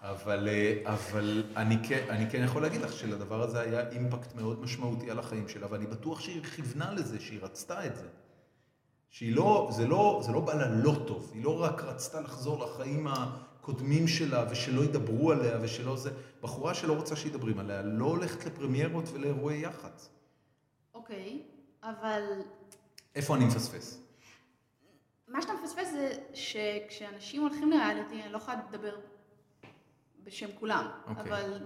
A: אבל, אה, אבל אני, כן, אני כן יכול להגיד לך שלדבר הזה היה אימפקט מאוד משמעותי על החיים שלה, ואני בטוח שהיא כיוונה לזה, שהיא רצתה את זה. שהיא לא, זה לא, זה לא בא לה לא טוב, היא לא רק רצתה לחזור לחיים הקודמים שלה, ושלא ידברו עליה, ושלא זה, בחורה שלא רוצה שידברים עליה, לא הולכת לפרמיירות ולאירועי יח"צ.
C: אוקיי, אבל
A: איפה אני מפספס?
C: מה שאתה מפספס זה שכשאנשים הולכים לריאליטי, אני לא יכולה לדבר בשם כולם, okay.
A: אוקיי.
C: אבל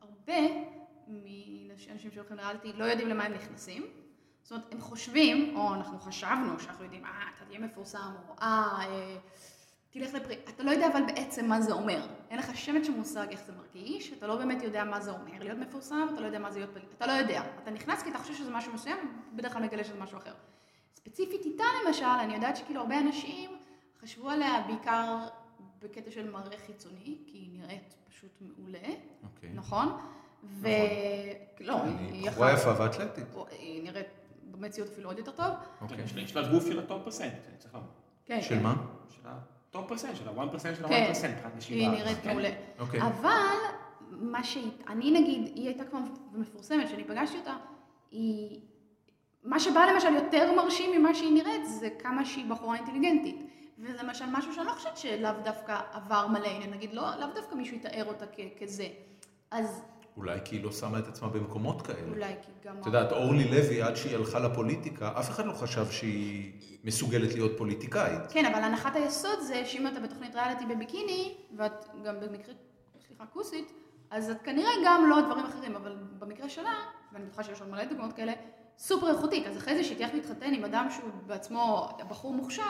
C: הרבה מאנשים שהולכים לריאליטי לא יודעים למה הם נכנסים. זאת אומרת, הם חושבים, או אנחנו חשבנו שאנחנו יודעים, אה, אתה תהיה מפורסם, או אה, אה, תלך לפרי... אתה לא יודע אבל בעצם מה זה אומר. אין לך שמץ של מושג איך זה מרגיש, אתה לא באמת יודע מה זה אומר להיות מפורסם, אתה לא יודע מה זה להיות פרי... אתה לא יודע. אתה נכנס כי אתה חושב שזה משהו מסוים, בדרך כלל מגלה שזה משהו אחר. ספציפית איתה למשל, אני יודעת שכאילו הרבה אנשים חשבו עליה בעיקר בקטע של מראה חיצוני, כי היא נראית פשוט מעולה,
A: אוקיי.
C: נכון? ו... לא,
A: נכון. אני
C: היא
A: בחורה
C: יפה.
A: יפה ואתלטית.
C: היא נראית במציאות אפילו עוד יותר טוב.
A: אוקיי.
B: יש לה- יש לה גוף של הטופ פרסנט, אני צריך לומר.
C: כן.
A: של מה?
B: של הטופ פרסנט, של הוואן פרסנט, של הוואן
C: כן.
B: פרסנט, מבחינת נשים
C: היא
B: בארץ,
C: נראית
B: כן?
C: מעולה.
A: אוקיי.
C: אבל מה שהיא, אני נגיד, היא הייתה כבר מפורסמת, כשאני פגשתי אותה, היא... מה שבא למשל יותר מרשים ממה שהיא נראית, זה כמה שהיא בחורה אינטליגנטית. וזה למשל משהו שאני לא חושבת שלאו דווקא עבר מלא, הנה נגיד, לא, לאו דווקא מישהו יתאר אותה כ- כזה. אז
A: אולי כי היא לא שמה את עצמה במקומות כאלה.
C: אולי כי גם...
A: כן. את יודעת, אורלי לוי, עד שהיא הלכה לפוליטיקה, אף אחד לא חשב שהיא מסוגלת להיות פוליטיקאית.
C: כן, אבל הנחת היסוד זה שאם אתה בתוכנית ריאליטי בביקיני, ואת גם במקרה, סליחה, כוסית, אז את כנראה גם לא דברים אחרים, אבל במקרה שלה, ואני בטוחה שיש עוד מלא דוגמאות כאלה, סופר איכותית. אז אחרי זה שהיא תלך להתחתן עם אדם שהוא בעצמו בחור מוכשר,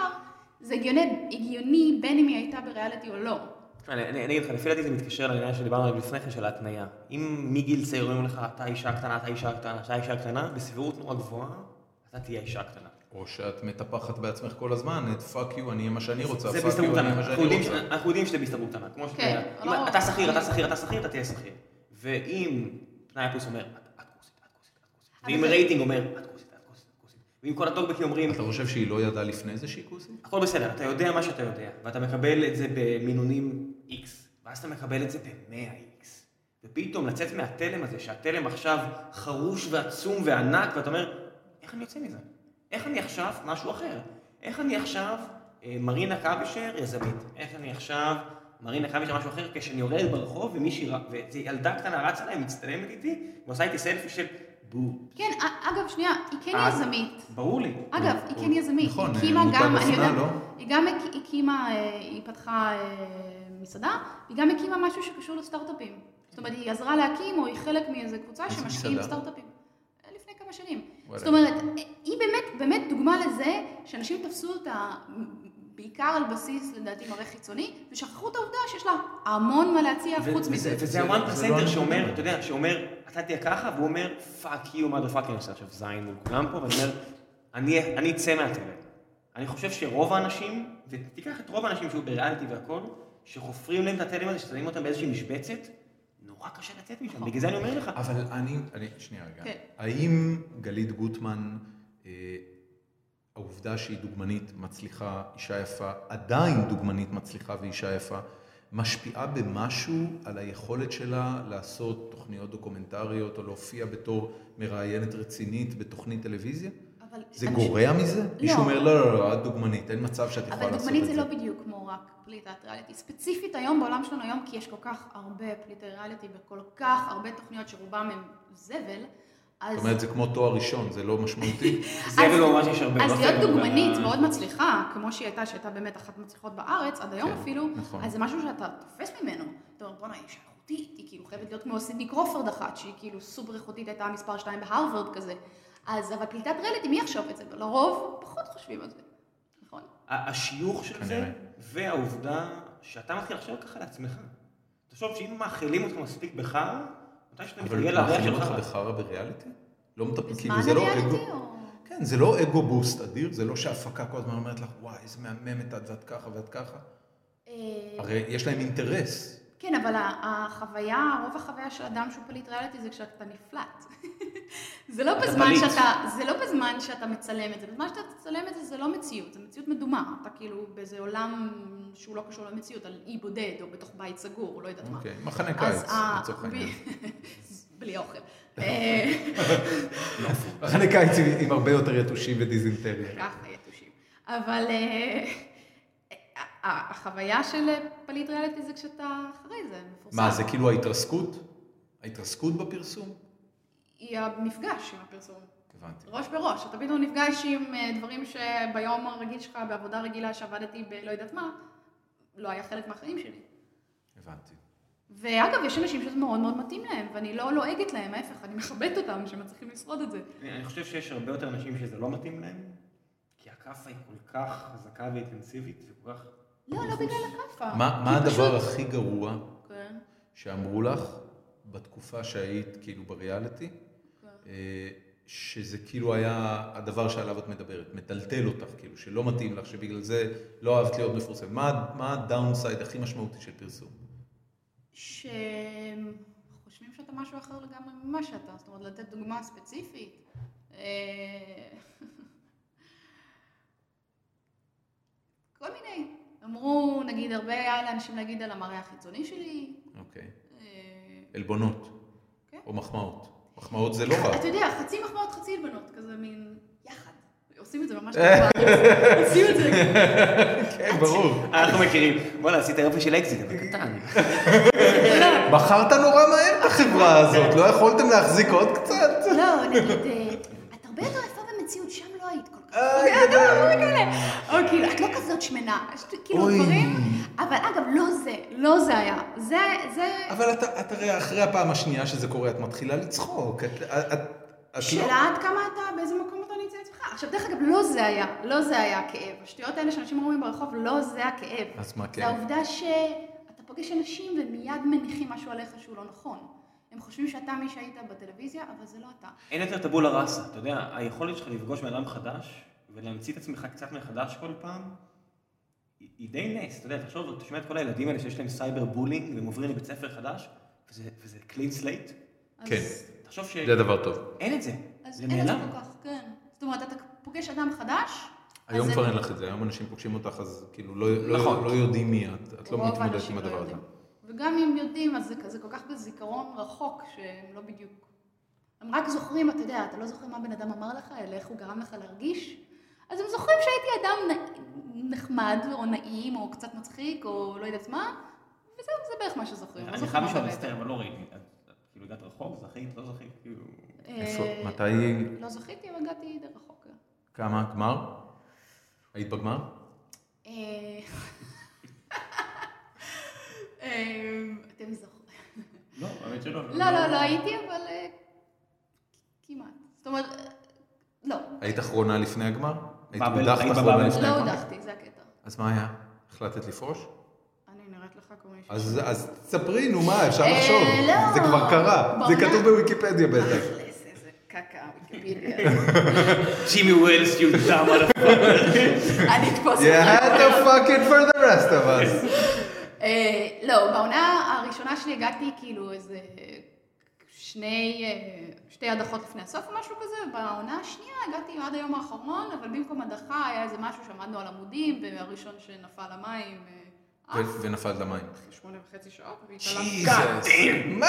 C: זה הגיוני, הגיוני בין אם היא הייתה בריאליטי או לא.
B: תשמע, אני אני- אני אגיד לך, לפי דעתי זה מתקשר לעניין שדיברנו עליו לפני כן, של ההתניה. אם מגיל צעיר אומרים לך, אתה אישה קטנה, אתה אישה קטנה, אתה אישה קטנה, בסבירות נורא גבוהה, אתה תהיה אישה קטנה.
A: או שאת מטפחת בעצמך כל הזמן, את פאק יו, אני אהיה מה שאני רוצה,
B: זה
A: פאק
B: בהסתברות
A: יו, אני אהיה
B: קטנה.
A: מה
B: אנחנו
A: שאני
B: יודעים
A: רוצה.
B: ש- אנחנו יודעים שזה בהסתברות קטנה. כמו שאתה
C: כן,
B: יודע, אם
C: לא-
B: אתה שכיר, אתה שכיר, אתה שכיר, אתה תהיה שכיר. ואם תנאי הפלוס אומר, "את- את כוסית, את כוסית, את כוסית.
C: אבל
B: ואם
C: זה-
B: רייטינג אומר, את כוסית, את כוסית, את כוסית. ואם כל הטוקבקים אומרים,
A: אתה חושב שהיא לא ידעה לפני זה שהיא כוסית?
B: הכל בסדר, אתה יודע מה שאתה יודע, ואתה מקבל את זה במינונים X, ואז אתה מקבל את זה ב-100X. ופתאום לצאת מהתלם הזה, שהתלם עכשיו חרוש ועצום וענק, ואתה אומר, איך אני יוצא מזה? איך אני עכשיו משהו אחר? איך אני עכשיו אה, מרינה קבישר יזמית? איך אני עכשיו מרינה קבישר משהו אחר כשאני יורד ברחוב ומישהי, ר- ואיזו ילדה קטנה רצה להם, מצטלמת איתי, ועושה איתי סלפי של בום.
C: כן, א- אגב, שנייה, היא כן
B: אה,
C: יזמית.
B: ברור לי.
C: אגב, היא כן יזמית,
A: נכון,
C: היא הקימה
A: מותג
C: גם, אני
A: אופנה,
C: יודעת,
A: לא?
C: היא גם הק- הקימה, אה, היא פתחה אה, מסעדה, היא גם הקימה משהו שקשור לסטארט-אפים. זאת אומרת, היא עזרה להקים, או היא חלק מאיזו קבוצה
A: איזה
C: שמשקיעים
A: מסעדה?
C: בסטארט-אפים. אה, לפני כמה שנים.
A: וואלה.
C: זאת אומרת, אה, היא באמת, באמת דוגמה לזה שאנשים תפסו אותה בעיקר על בסיס, לדעתי, מראה חיצוני, ושכחו את העובדה שיש לה המון מה להציע
B: ו-
C: חוץ
B: וזה-
C: מזה.
B: וזה
A: זה-
B: הוואן
A: זה לא
B: פרסנטר
A: אני.
B: שאומר, אתה יודע, שאומר, אתה תהיה ככה, והוא אומר, פאק יו, מה דה פאק, אני עושה עכשיו זין מול כולם פה, ואני אומר, "אני- אני אצא מהתלם. אני חושב שרוב האנשים, ותיקח את רוב האנשים שהיו בריאליטי והכל, שחופרים להם את התלם הזה, ששמים אותם באיזושהי משבצת, נורא קשה לצאת
C: נכון.
B: משם, בגלל זה אני אומר לך.
A: אבל אני, אני, שנייה רגע.
C: כן.
A: האם גלית גוטמן, אה, העובדה שהיא דוגמנית מצליחה, אישה יפה, עדיין דוגמנית מצליחה ואישה יפה, משפיעה במשהו על היכולת שלה לעשות תוכניות דוקומנטריות או להופיע בתור מראיינת רצינית בתוכנית טלוויזיה?
C: אבל
A: זה
C: אנשים-
A: גורע מזה?
C: לא.
A: מישהו אומר, לא, לא, לא, את דוגמנית, אין מצב שאת יכולה
C: אבל
A: לעשות את זה.
C: דוגמנית זה לא בדיוק כמו רק פליטת ריאליטי. ספציפית היום בעולם שלנו היום, כי יש כל כך הרבה פליטי ריאליטי וכל כך הרבה תוכניות שרובם הם זבל, אז...
A: זאת אומרת, זה כמו תואר ראשון, זה לא משמעותי.
B: זה
C: אז-
B: ולא ממש יש הרבה.
C: אז
B: לא
C: להיות
B: בסדר,
C: דוגמנית
A: אה,
B: אבל-
C: מאוד מצליחה, כמו שהיא הייתה, שהייתה באמת אחת המצליחות בארץ, עד היום
A: כן,
C: אפילו,
A: נכון.
C: אז זה משהו שאתה תופס ממנו. אתה אומר, בואנה, היא אישה איכותית, היא כאילו חייבת להיות כמו סידני קרופורד אחת, שהיא כאילו סופר איכותית, הייתה מספר 2 בהרווארד כזה. אז, אבל פליטת ריאליטי, מי יחשוב את זה? לרוב, פחות חושבים על זה. נכון?
B: ה- השיוך של זה,
A: כנראה.
B: והעובדה שאתה מתחיל לחשוב ככה לעצמך. תחשוב שאם מאכילים אותך מספיק בחרא, מתי שאתה מתרגל
A: אבל
B: לריח
A: מאכילים
B: של
A: אותך
B: חרא.
A: בחרא בריאליטי? לא מטפלים,
C: בזמן
A: כאילו זה לא אגו.
C: הריאליטי או...
A: כן, זה לא אגו בוסט אדיר, זה לא שההפקה כל
C: כן.
A: הזמן אומרת לך, וואי, איזה מהממת את ואת ככה ואת ככה.
C: אה,
A: הרי יש להם אינטרס.
C: כן, אבל ה- החוויה, רוב החוויה של אדם שהוא פליט ריאליטי זה כשאתה נפלט. זה לא
B: אתה
C: בזמן
B: פליט.
C: שאתה, זה לא בזמן שאתה מצלם את זה, בזמן שאתה מצלם את זה זה לא מציאות, זה מציאות מדומה, אתה כאילו באיזה עולם שהוא לא קשור למציאות, על אי בודד או בתוך בית סגור, או לא יודעת מה.
A: אוקיי, מחנה
C: אז אה,
A: קיץ,
C: ה-
A: לצורך
C: ב-
A: העניין.
C: בלי אוכל. אה,
A: מחנה קיץ עם- עם הרבה יותר יתושים ודיזינטריה.
C: ככה יתושים. אבל אה, ה- החוויה של פליט ריאליטי זה כשאתה אחרי זה, מפורסם.
A: מה, זה כאילו ההתרסקות? ההתרסקות בפרסום?
C: היא המפגש עם הפרסום.
A: הבנתי.
C: ראש בראש, אתה פתאום נפגש עם אה, דברים שביום הרגיל שלך, בעבודה רגילה שעבדתי בלא יודעת מה, לא היה חלק מהחיים שלי.
A: הבנתי.
C: ואגב, יש אנשים שזה מאוד מאוד מתאים להם, ואני לא לועגת להם, ההפך, אני מכבדת אותם שהם מצליחים לשרוד את זה.
B: אני חושב שיש הרבה יותר אנשים שזה לא מתאים להם, כי הכאפה היא כל כך חזקה ואינטנסיבית, וכל כך...
C: לא, לא בגלל הכאפה.
A: מה
C: כי
A: מה
C: פשוט-
A: הדבר הכי גרוע
C: כן,
A: שאמרו לך בתקופה שהיית כאילו בריאליטי?
C: כן.
A: אה, שזה כאילו היה הדבר שעליו את מדברת, מטלטל אותך, כאילו, שלא מתאים לך, שבגלל זה לא אהבת להיות מפורסמת. מה- מה הדאונסייד הכי משמעותי של פרסום?
C: שחושבים שאתה משהו אחר לגמרי ממה שאתה, זאת אומרת, לתת דוגמה ספציפית. אה, כל מיני. אמרו, נגיד, הרבה היה לאנשים להגיד על המראה החיצוני שלי.
A: אוקיי.
C: אה,
A: עלבונות.
C: כן.
A: או מחמאות. מחמאות זה לא רע.
C: אתה יודע, חצי מחמאות, חצי עלבונות, כזה מין יחד. עושים את זה ממש טוב בארץ. עושים את זה.
A: כן, ברור.
B: אנחנו מכירים, וואלה, עשית יופי של אקזיט, אבל קטן.
A: מכרת נורא מהר את החברה הזאת, לא יכולתם להחזיק עוד קצת?
C: לא, נגיד, אה, את הרבה יותר יפה במציאות, שם לא היית כל כך.
A: אה, כן.
C: לא, אתה יודע, דברים כאלה. או כאילו, את לא כזאת שמנה. יש כאילו
A: אוי.
C: דברים, אבל אגב, לא זה, לא זה היה. זה, זה,
A: אבל אתה- את הרי אחרי הפעם השנייה שזה קורה, את מתחילה לצחוק. את- את- את- את לא...
C: שאלה עד כמה אתה, באיזה מקום אתה נמצא אצלך. עכשיו, דרך אגב, לא זה היה, לא זה היה הכאב. השטויות האלה שאנשים אומרים ברחוב, לא זה הכאב.
A: אז מה
C: זה
A: כן?
C: העובדה שאתה פוגש אנשים ומיד מניחים משהו עליך שהוא לא נכון. הם חושבים שאתה מי שהיית בטלוויזיה, אבל זה לא אתה.
B: אין יותר טבולה ראסה, אתה יודע, היכולת שלך לפגוש בן אדם חדש, ולהמציא את עצמך קצת מחדש כל פעם, היא- היא די נס, אתה יודע, תחשוב, אתה שומע את כל הילדים האלה שיש להם סייבר בולינג, והם עוברים לבית ספר חדש, וזה- וזה קלין סלייט,
C: אז-
A: כן.
B: תחשוב
A: זה
B: שאין
A: דבר טוב.
B: את זה,
C: אז
B: זה
C: אין את זה
B: נעלם.
C: כל כך, כן. זאת אומרת, אתה פוגש אדם חדש,
A: היום
C: אז
A: כבר
C: זה-
A: אין לך את זה, היום אנשים פוגשים אותך, אז כאילו לא- לא
B: נכון.
A: לא יודעים מי את, את לא
C: רוב
A: מתמודדת
C: האנשים
A: עם
C: לא
A: הדבר הזה.
C: יודעים. וגם אם יודעים, אז זה כזה כל כך בזיכרון רחוק, שהם לא בדיוק... הם רק זוכרים, אתה יודע, אתה לא זוכר מה בן אדם אמר לך, אלא איך הוא גרם לך להרגיש. אז הם זוכרים שהייתי אדם נ- נחמד, או נעים, או קצת מצחיק, או לא יודעת מה, וזהו, זה בערך מה שזוכרים. לא
B: אני חייב
C: זוכרים
B: לשאול,
C: הרבה
B: מצטער,
C: יותר.
B: אבל לא ראיתי. את- את כאילו הגעת רחוב, זכית, לא זכית, כאילו...
A: איפה?
C: אה,
A: מתי?
C: לא זכיתי, אבל הגעתי די רחוק. כן.
A: כמה? גמר? היית בגמר?
C: אה, אה, אתם זוכרים.
B: לא, האמת שלא.
C: לא, לא, לא הייתי, אבל אה, כמעט. זאת אומרת, אה, לא,
A: היית אחרונה לפני הגמר? היית
B: בבל-
A: הודחת
B: היית
A: אחרונה
B: בבבל.
A: לפני
C: לא
A: הגמר?
C: הודחתי, זה הקטע.
A: אז מה היה? החלטת לפרוש?
C: אני נראית לך כמו מישהו.
A: אז אז תספרי, נו מה, אפשר
C: אה,
A: לחשוב.
C: לא.
A: זה כבר קרה. זה
C: בעונה-
A: כתוב בוויקיפדיה בטח.
C: אכלס, איזה קקה, ויקיפדיה.
B: ג'ימי ווילס, יו דאם
C: אני אתפוס
A: You had
C: אותך.
A: to fuck it for the rest of us.
C: אה, לא, בעונה הראשונה שלי הגעתי כאילו איזה אה, שני, אה, שתי הדחות לפני הסוף או משהו כזה, בעונה השנייה הגעתי עד היום האחרון, אבל במקום הדחה היה איזה משהו שעמדנו על עמודים, והראשון שנפל למים, אה, עף,
A: ו- ונפלת למים.
C: אחרי שמונה וחצי שעות, והתעלמתי.
A: Jesus. מה?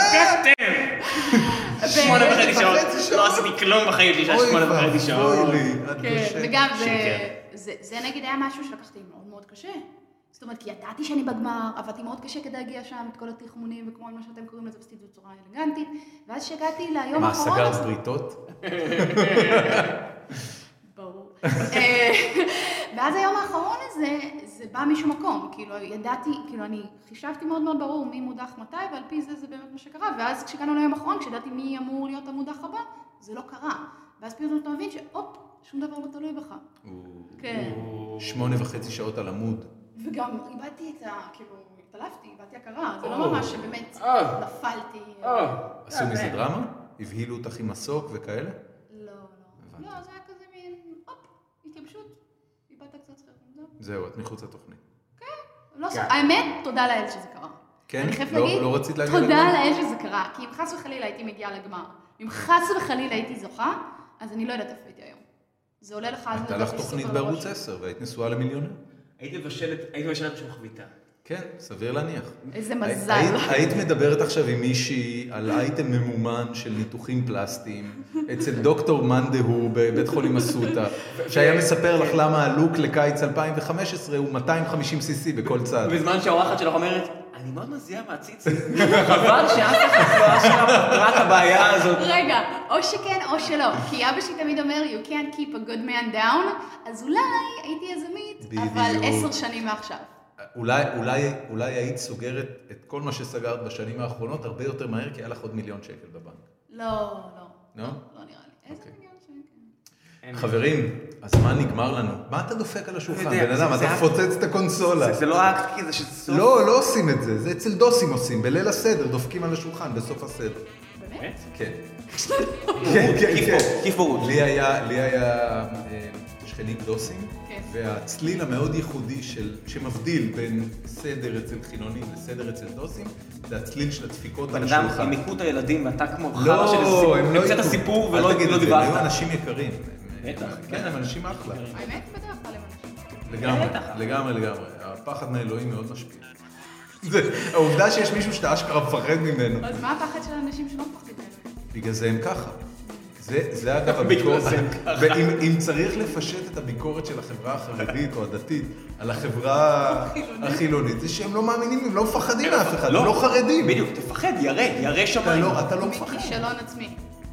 B: שמונה וחצי שעות.
A: וחצי
B: לא
A: שעות.
B: עשיתי כלום בחיים שלי, שהיה
A: אוי
B: שמונה וחצי שעות.
A: ואבוי לי. את
C: כן,
A: בשקט.
C: וגם זה,
B: שקר.
A: כן.
C: זה, זה נגיד היה משהו שלקחתי מאוד מאוד קשה. זאת אומרת, כי ידעתי שאני בגמר, עבדתי מאוד קשה כדי להגיע שם, את כל התחמונים וכל מה שאתם קוראים לזה בסטיליות בצורה אלגנטית, ואז כשהגעתי ליום
A: מה,
C: האחרון...
A: סגרת
C: אז-
A: בריתות?
C: ברור. אה, ואז היום האחרון הזה, זה בא משום מקום. כאילו, ידעתי, כאילו, אני חישבתי מאוד מאוד ברור מי מודח מתי, ועל פי זה זה באמת מה שקרה. ואז כשהגענו ליום האחרון, כשידעתי מי אמור להיות המודח הבא, זה לא קרה. ואז פתאום אתה מבין שהופ, שום דבר לא תלוי בך. כן.
A: שמונה וחצי שעות על עמוד.
C: וגם איבדתי את ה... כאילו, התעלפתי, איבדתי הכרה, זה
B: או.
C: לא ממש שבאמת
B: אה.
C: נפלתי.
A: עשו
C: אה,
A: מזה דרמה? הבהילו אותך עם מסוק וכאלה?
C: לא, לא.
A: הבנתי.
C: לא, זה היה כזה מין, הופ, התייבשות, איבדת קצת חרדות.
A: זהו, את מחוץ לתוכנית.
C: לא, ס- האמת, תודה לאל שזה קרה.
A: כן?
C: אני חייבת
A: לא-
C: להגיד,
A: לא רצית להגיד
C: תודה
A: לגמר?
C: לאל שזה קרה, כי אם חס וחלילה הייתי מגיעה לגמר, אם חס וחלילה הייתי זוכה, אז אני לא יודעת איפה הייתי היום. זה עולה לך... אז לא
A: הייתה
C: לדעתי
A: לך תוכנית
C: סופר
A: בערוץ
C: בראש.
A: 10 והיית נשואה למיליונר.
B: הייתי מבשלת, הייתי מבשלת שום חביתה.
A: כן, סביר להניח.
C: איזה
A: הי-
C: מזל.
A: היית- היית מדברת עכשיו עם מישהי על אייטם ממומן של ניתוחים פלסטיים אצל דוקטור מאן דהור בבית חולים אסותא, שהיה מספר
C: כן.
A: לך למה הלוק לקיץ 2015 הוא 250 cc בכל צד.
B: בזמן שהאורחת שלך אומרת, אני מאוד מזיעה מהציצים, חבל שאף אחד שלה פתרה את הבעיה הזאת.
C: רגע, או שכן או שלא, כי אבא שלי תמיד אומר, you can't keep a good man down, אז אולי הייתי יזמית, אבל
A: בדיוק.
C: עשר שנים מעכשיו.
A: אולי, אולי, אולי היית סוגרת את כל מה שסגרת בשנים האחרונות הרבה יותר מהר, כי היה לך עוד מיליון שקל בבנק.
C: לא, לא,
A: לא?
C: לא נראה לי. איזה
A: אוקיי.
C: מיליון שנים? כן.
A: חברים, הזמן נגמר לנו. מה אתה דופק על השולחן,
B: יודע,
A: בן אדם?
B: זה- זה
A: אתה
B: אקט-
A: מפוצץ את הקונסולה.
B: זה- זה לא אקט כזה של סוף.
A: לא, לא עושים את זה, זה אצל דוסים עושים, בליל הסדר, דופקים על השולחן בסוף הסדר.
C: באמת?
A: כן. כן, כן,
B: כיף
A: כן.
B: בורות, כיף בורות.
A: לי היה, לי היה אה, שכנים דוסים,
C: כן.
A: והצליל המאוד ייחודי של, שמבדיל בין סדר אצל חילונים לסדר אצל דוסים, זה הצליל של הדפיקות
B: בן
A: על
B: אדם,
A: השולחן.
B: הם הכו את הילדים, ואתה כמו חרא של
A: לא,
B: הסיפור,
A: הם לא
B: המצאת
A: יקרו.
B: סיפור
A: אל
B: ולא
A: תגיד
B: לא
A: את זה, הם היו
B: דיברת.
A: אנשים יקרים. הם-
B: בטח,
A: הם- כן, הם אנשים אחלה.
C: האמת, בדרך כלל הם אנשים.
A: לגמרי,
B: בטח.
A: לגמרי, לגמרי. הפחד מאלוהים מאוד משפיע. זה- העובדה שיש מישהו שאתה אשכרה מפחד ממנו.
C: אז מה הפחד של אנשים שלא מפחדים האלה?
A: בגלל זה הם ככה. זה, זה אגב הביקורת, ואם אם צריך לפשט את הביקורת של החברה החרדית או הדתית על החברה החילונית, זה שהם לא מאמינים, הם לא מפחדים מאף אחד, הם לא חרדים.
B: בדיוק, תפחד, ירא, ירא
A: אתה
B: שמיים.
A: לא, אתה לא מפחד,
C: מכישלון עצמי.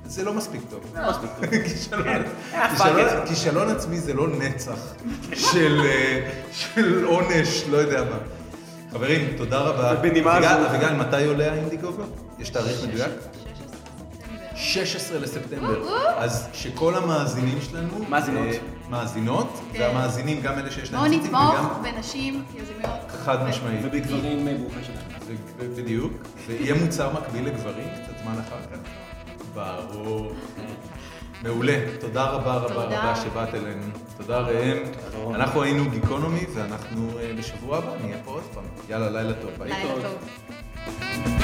A: זה לא כן. מספיק טוב.
B: מספיק טוב.
A: כישלון-
B: אה,
A: כישלון-
B: fuck it.
A: כישלון עצמי זה לא נצח של, אה, של עונש, לא יודע מה. חברים, תודה רבה.
B: ובנימה
A: אביגל-
B: זו-
A: אביגל, מתי עולה האינדיגוגו? יש תאריך מדויק?
C: 16 ספטמבר.
A: 16
C: או,
A: לספטמבר.
C: או.
A: אז שכל המאזינים שלנו...
B: מאזינות.
A: אה, מאזינות,
C: כן.
A: והמאזינים, גם אלה שיש להם
C: בואו
A: ציצים,
C: נתמוך בנשים יזמיות.
A: חד משמעית.
B: ובדברים אה, ברוכים שלכם.
A: ו- ו- בדיוק. ויהיה מוצר מקביל לגברים, קצת זמן אחר כך. ברור. מעולה. תודה רבה רבה
C: תודה.
A: רבה שבאת אלינו. תודה ראם. אנחנו היינו גיקונומי, ואנחנו אה, בשבוע הבא נהיה פה עוד פעם. יאללה, לילה טוב. ביי.
C: לילה טוב.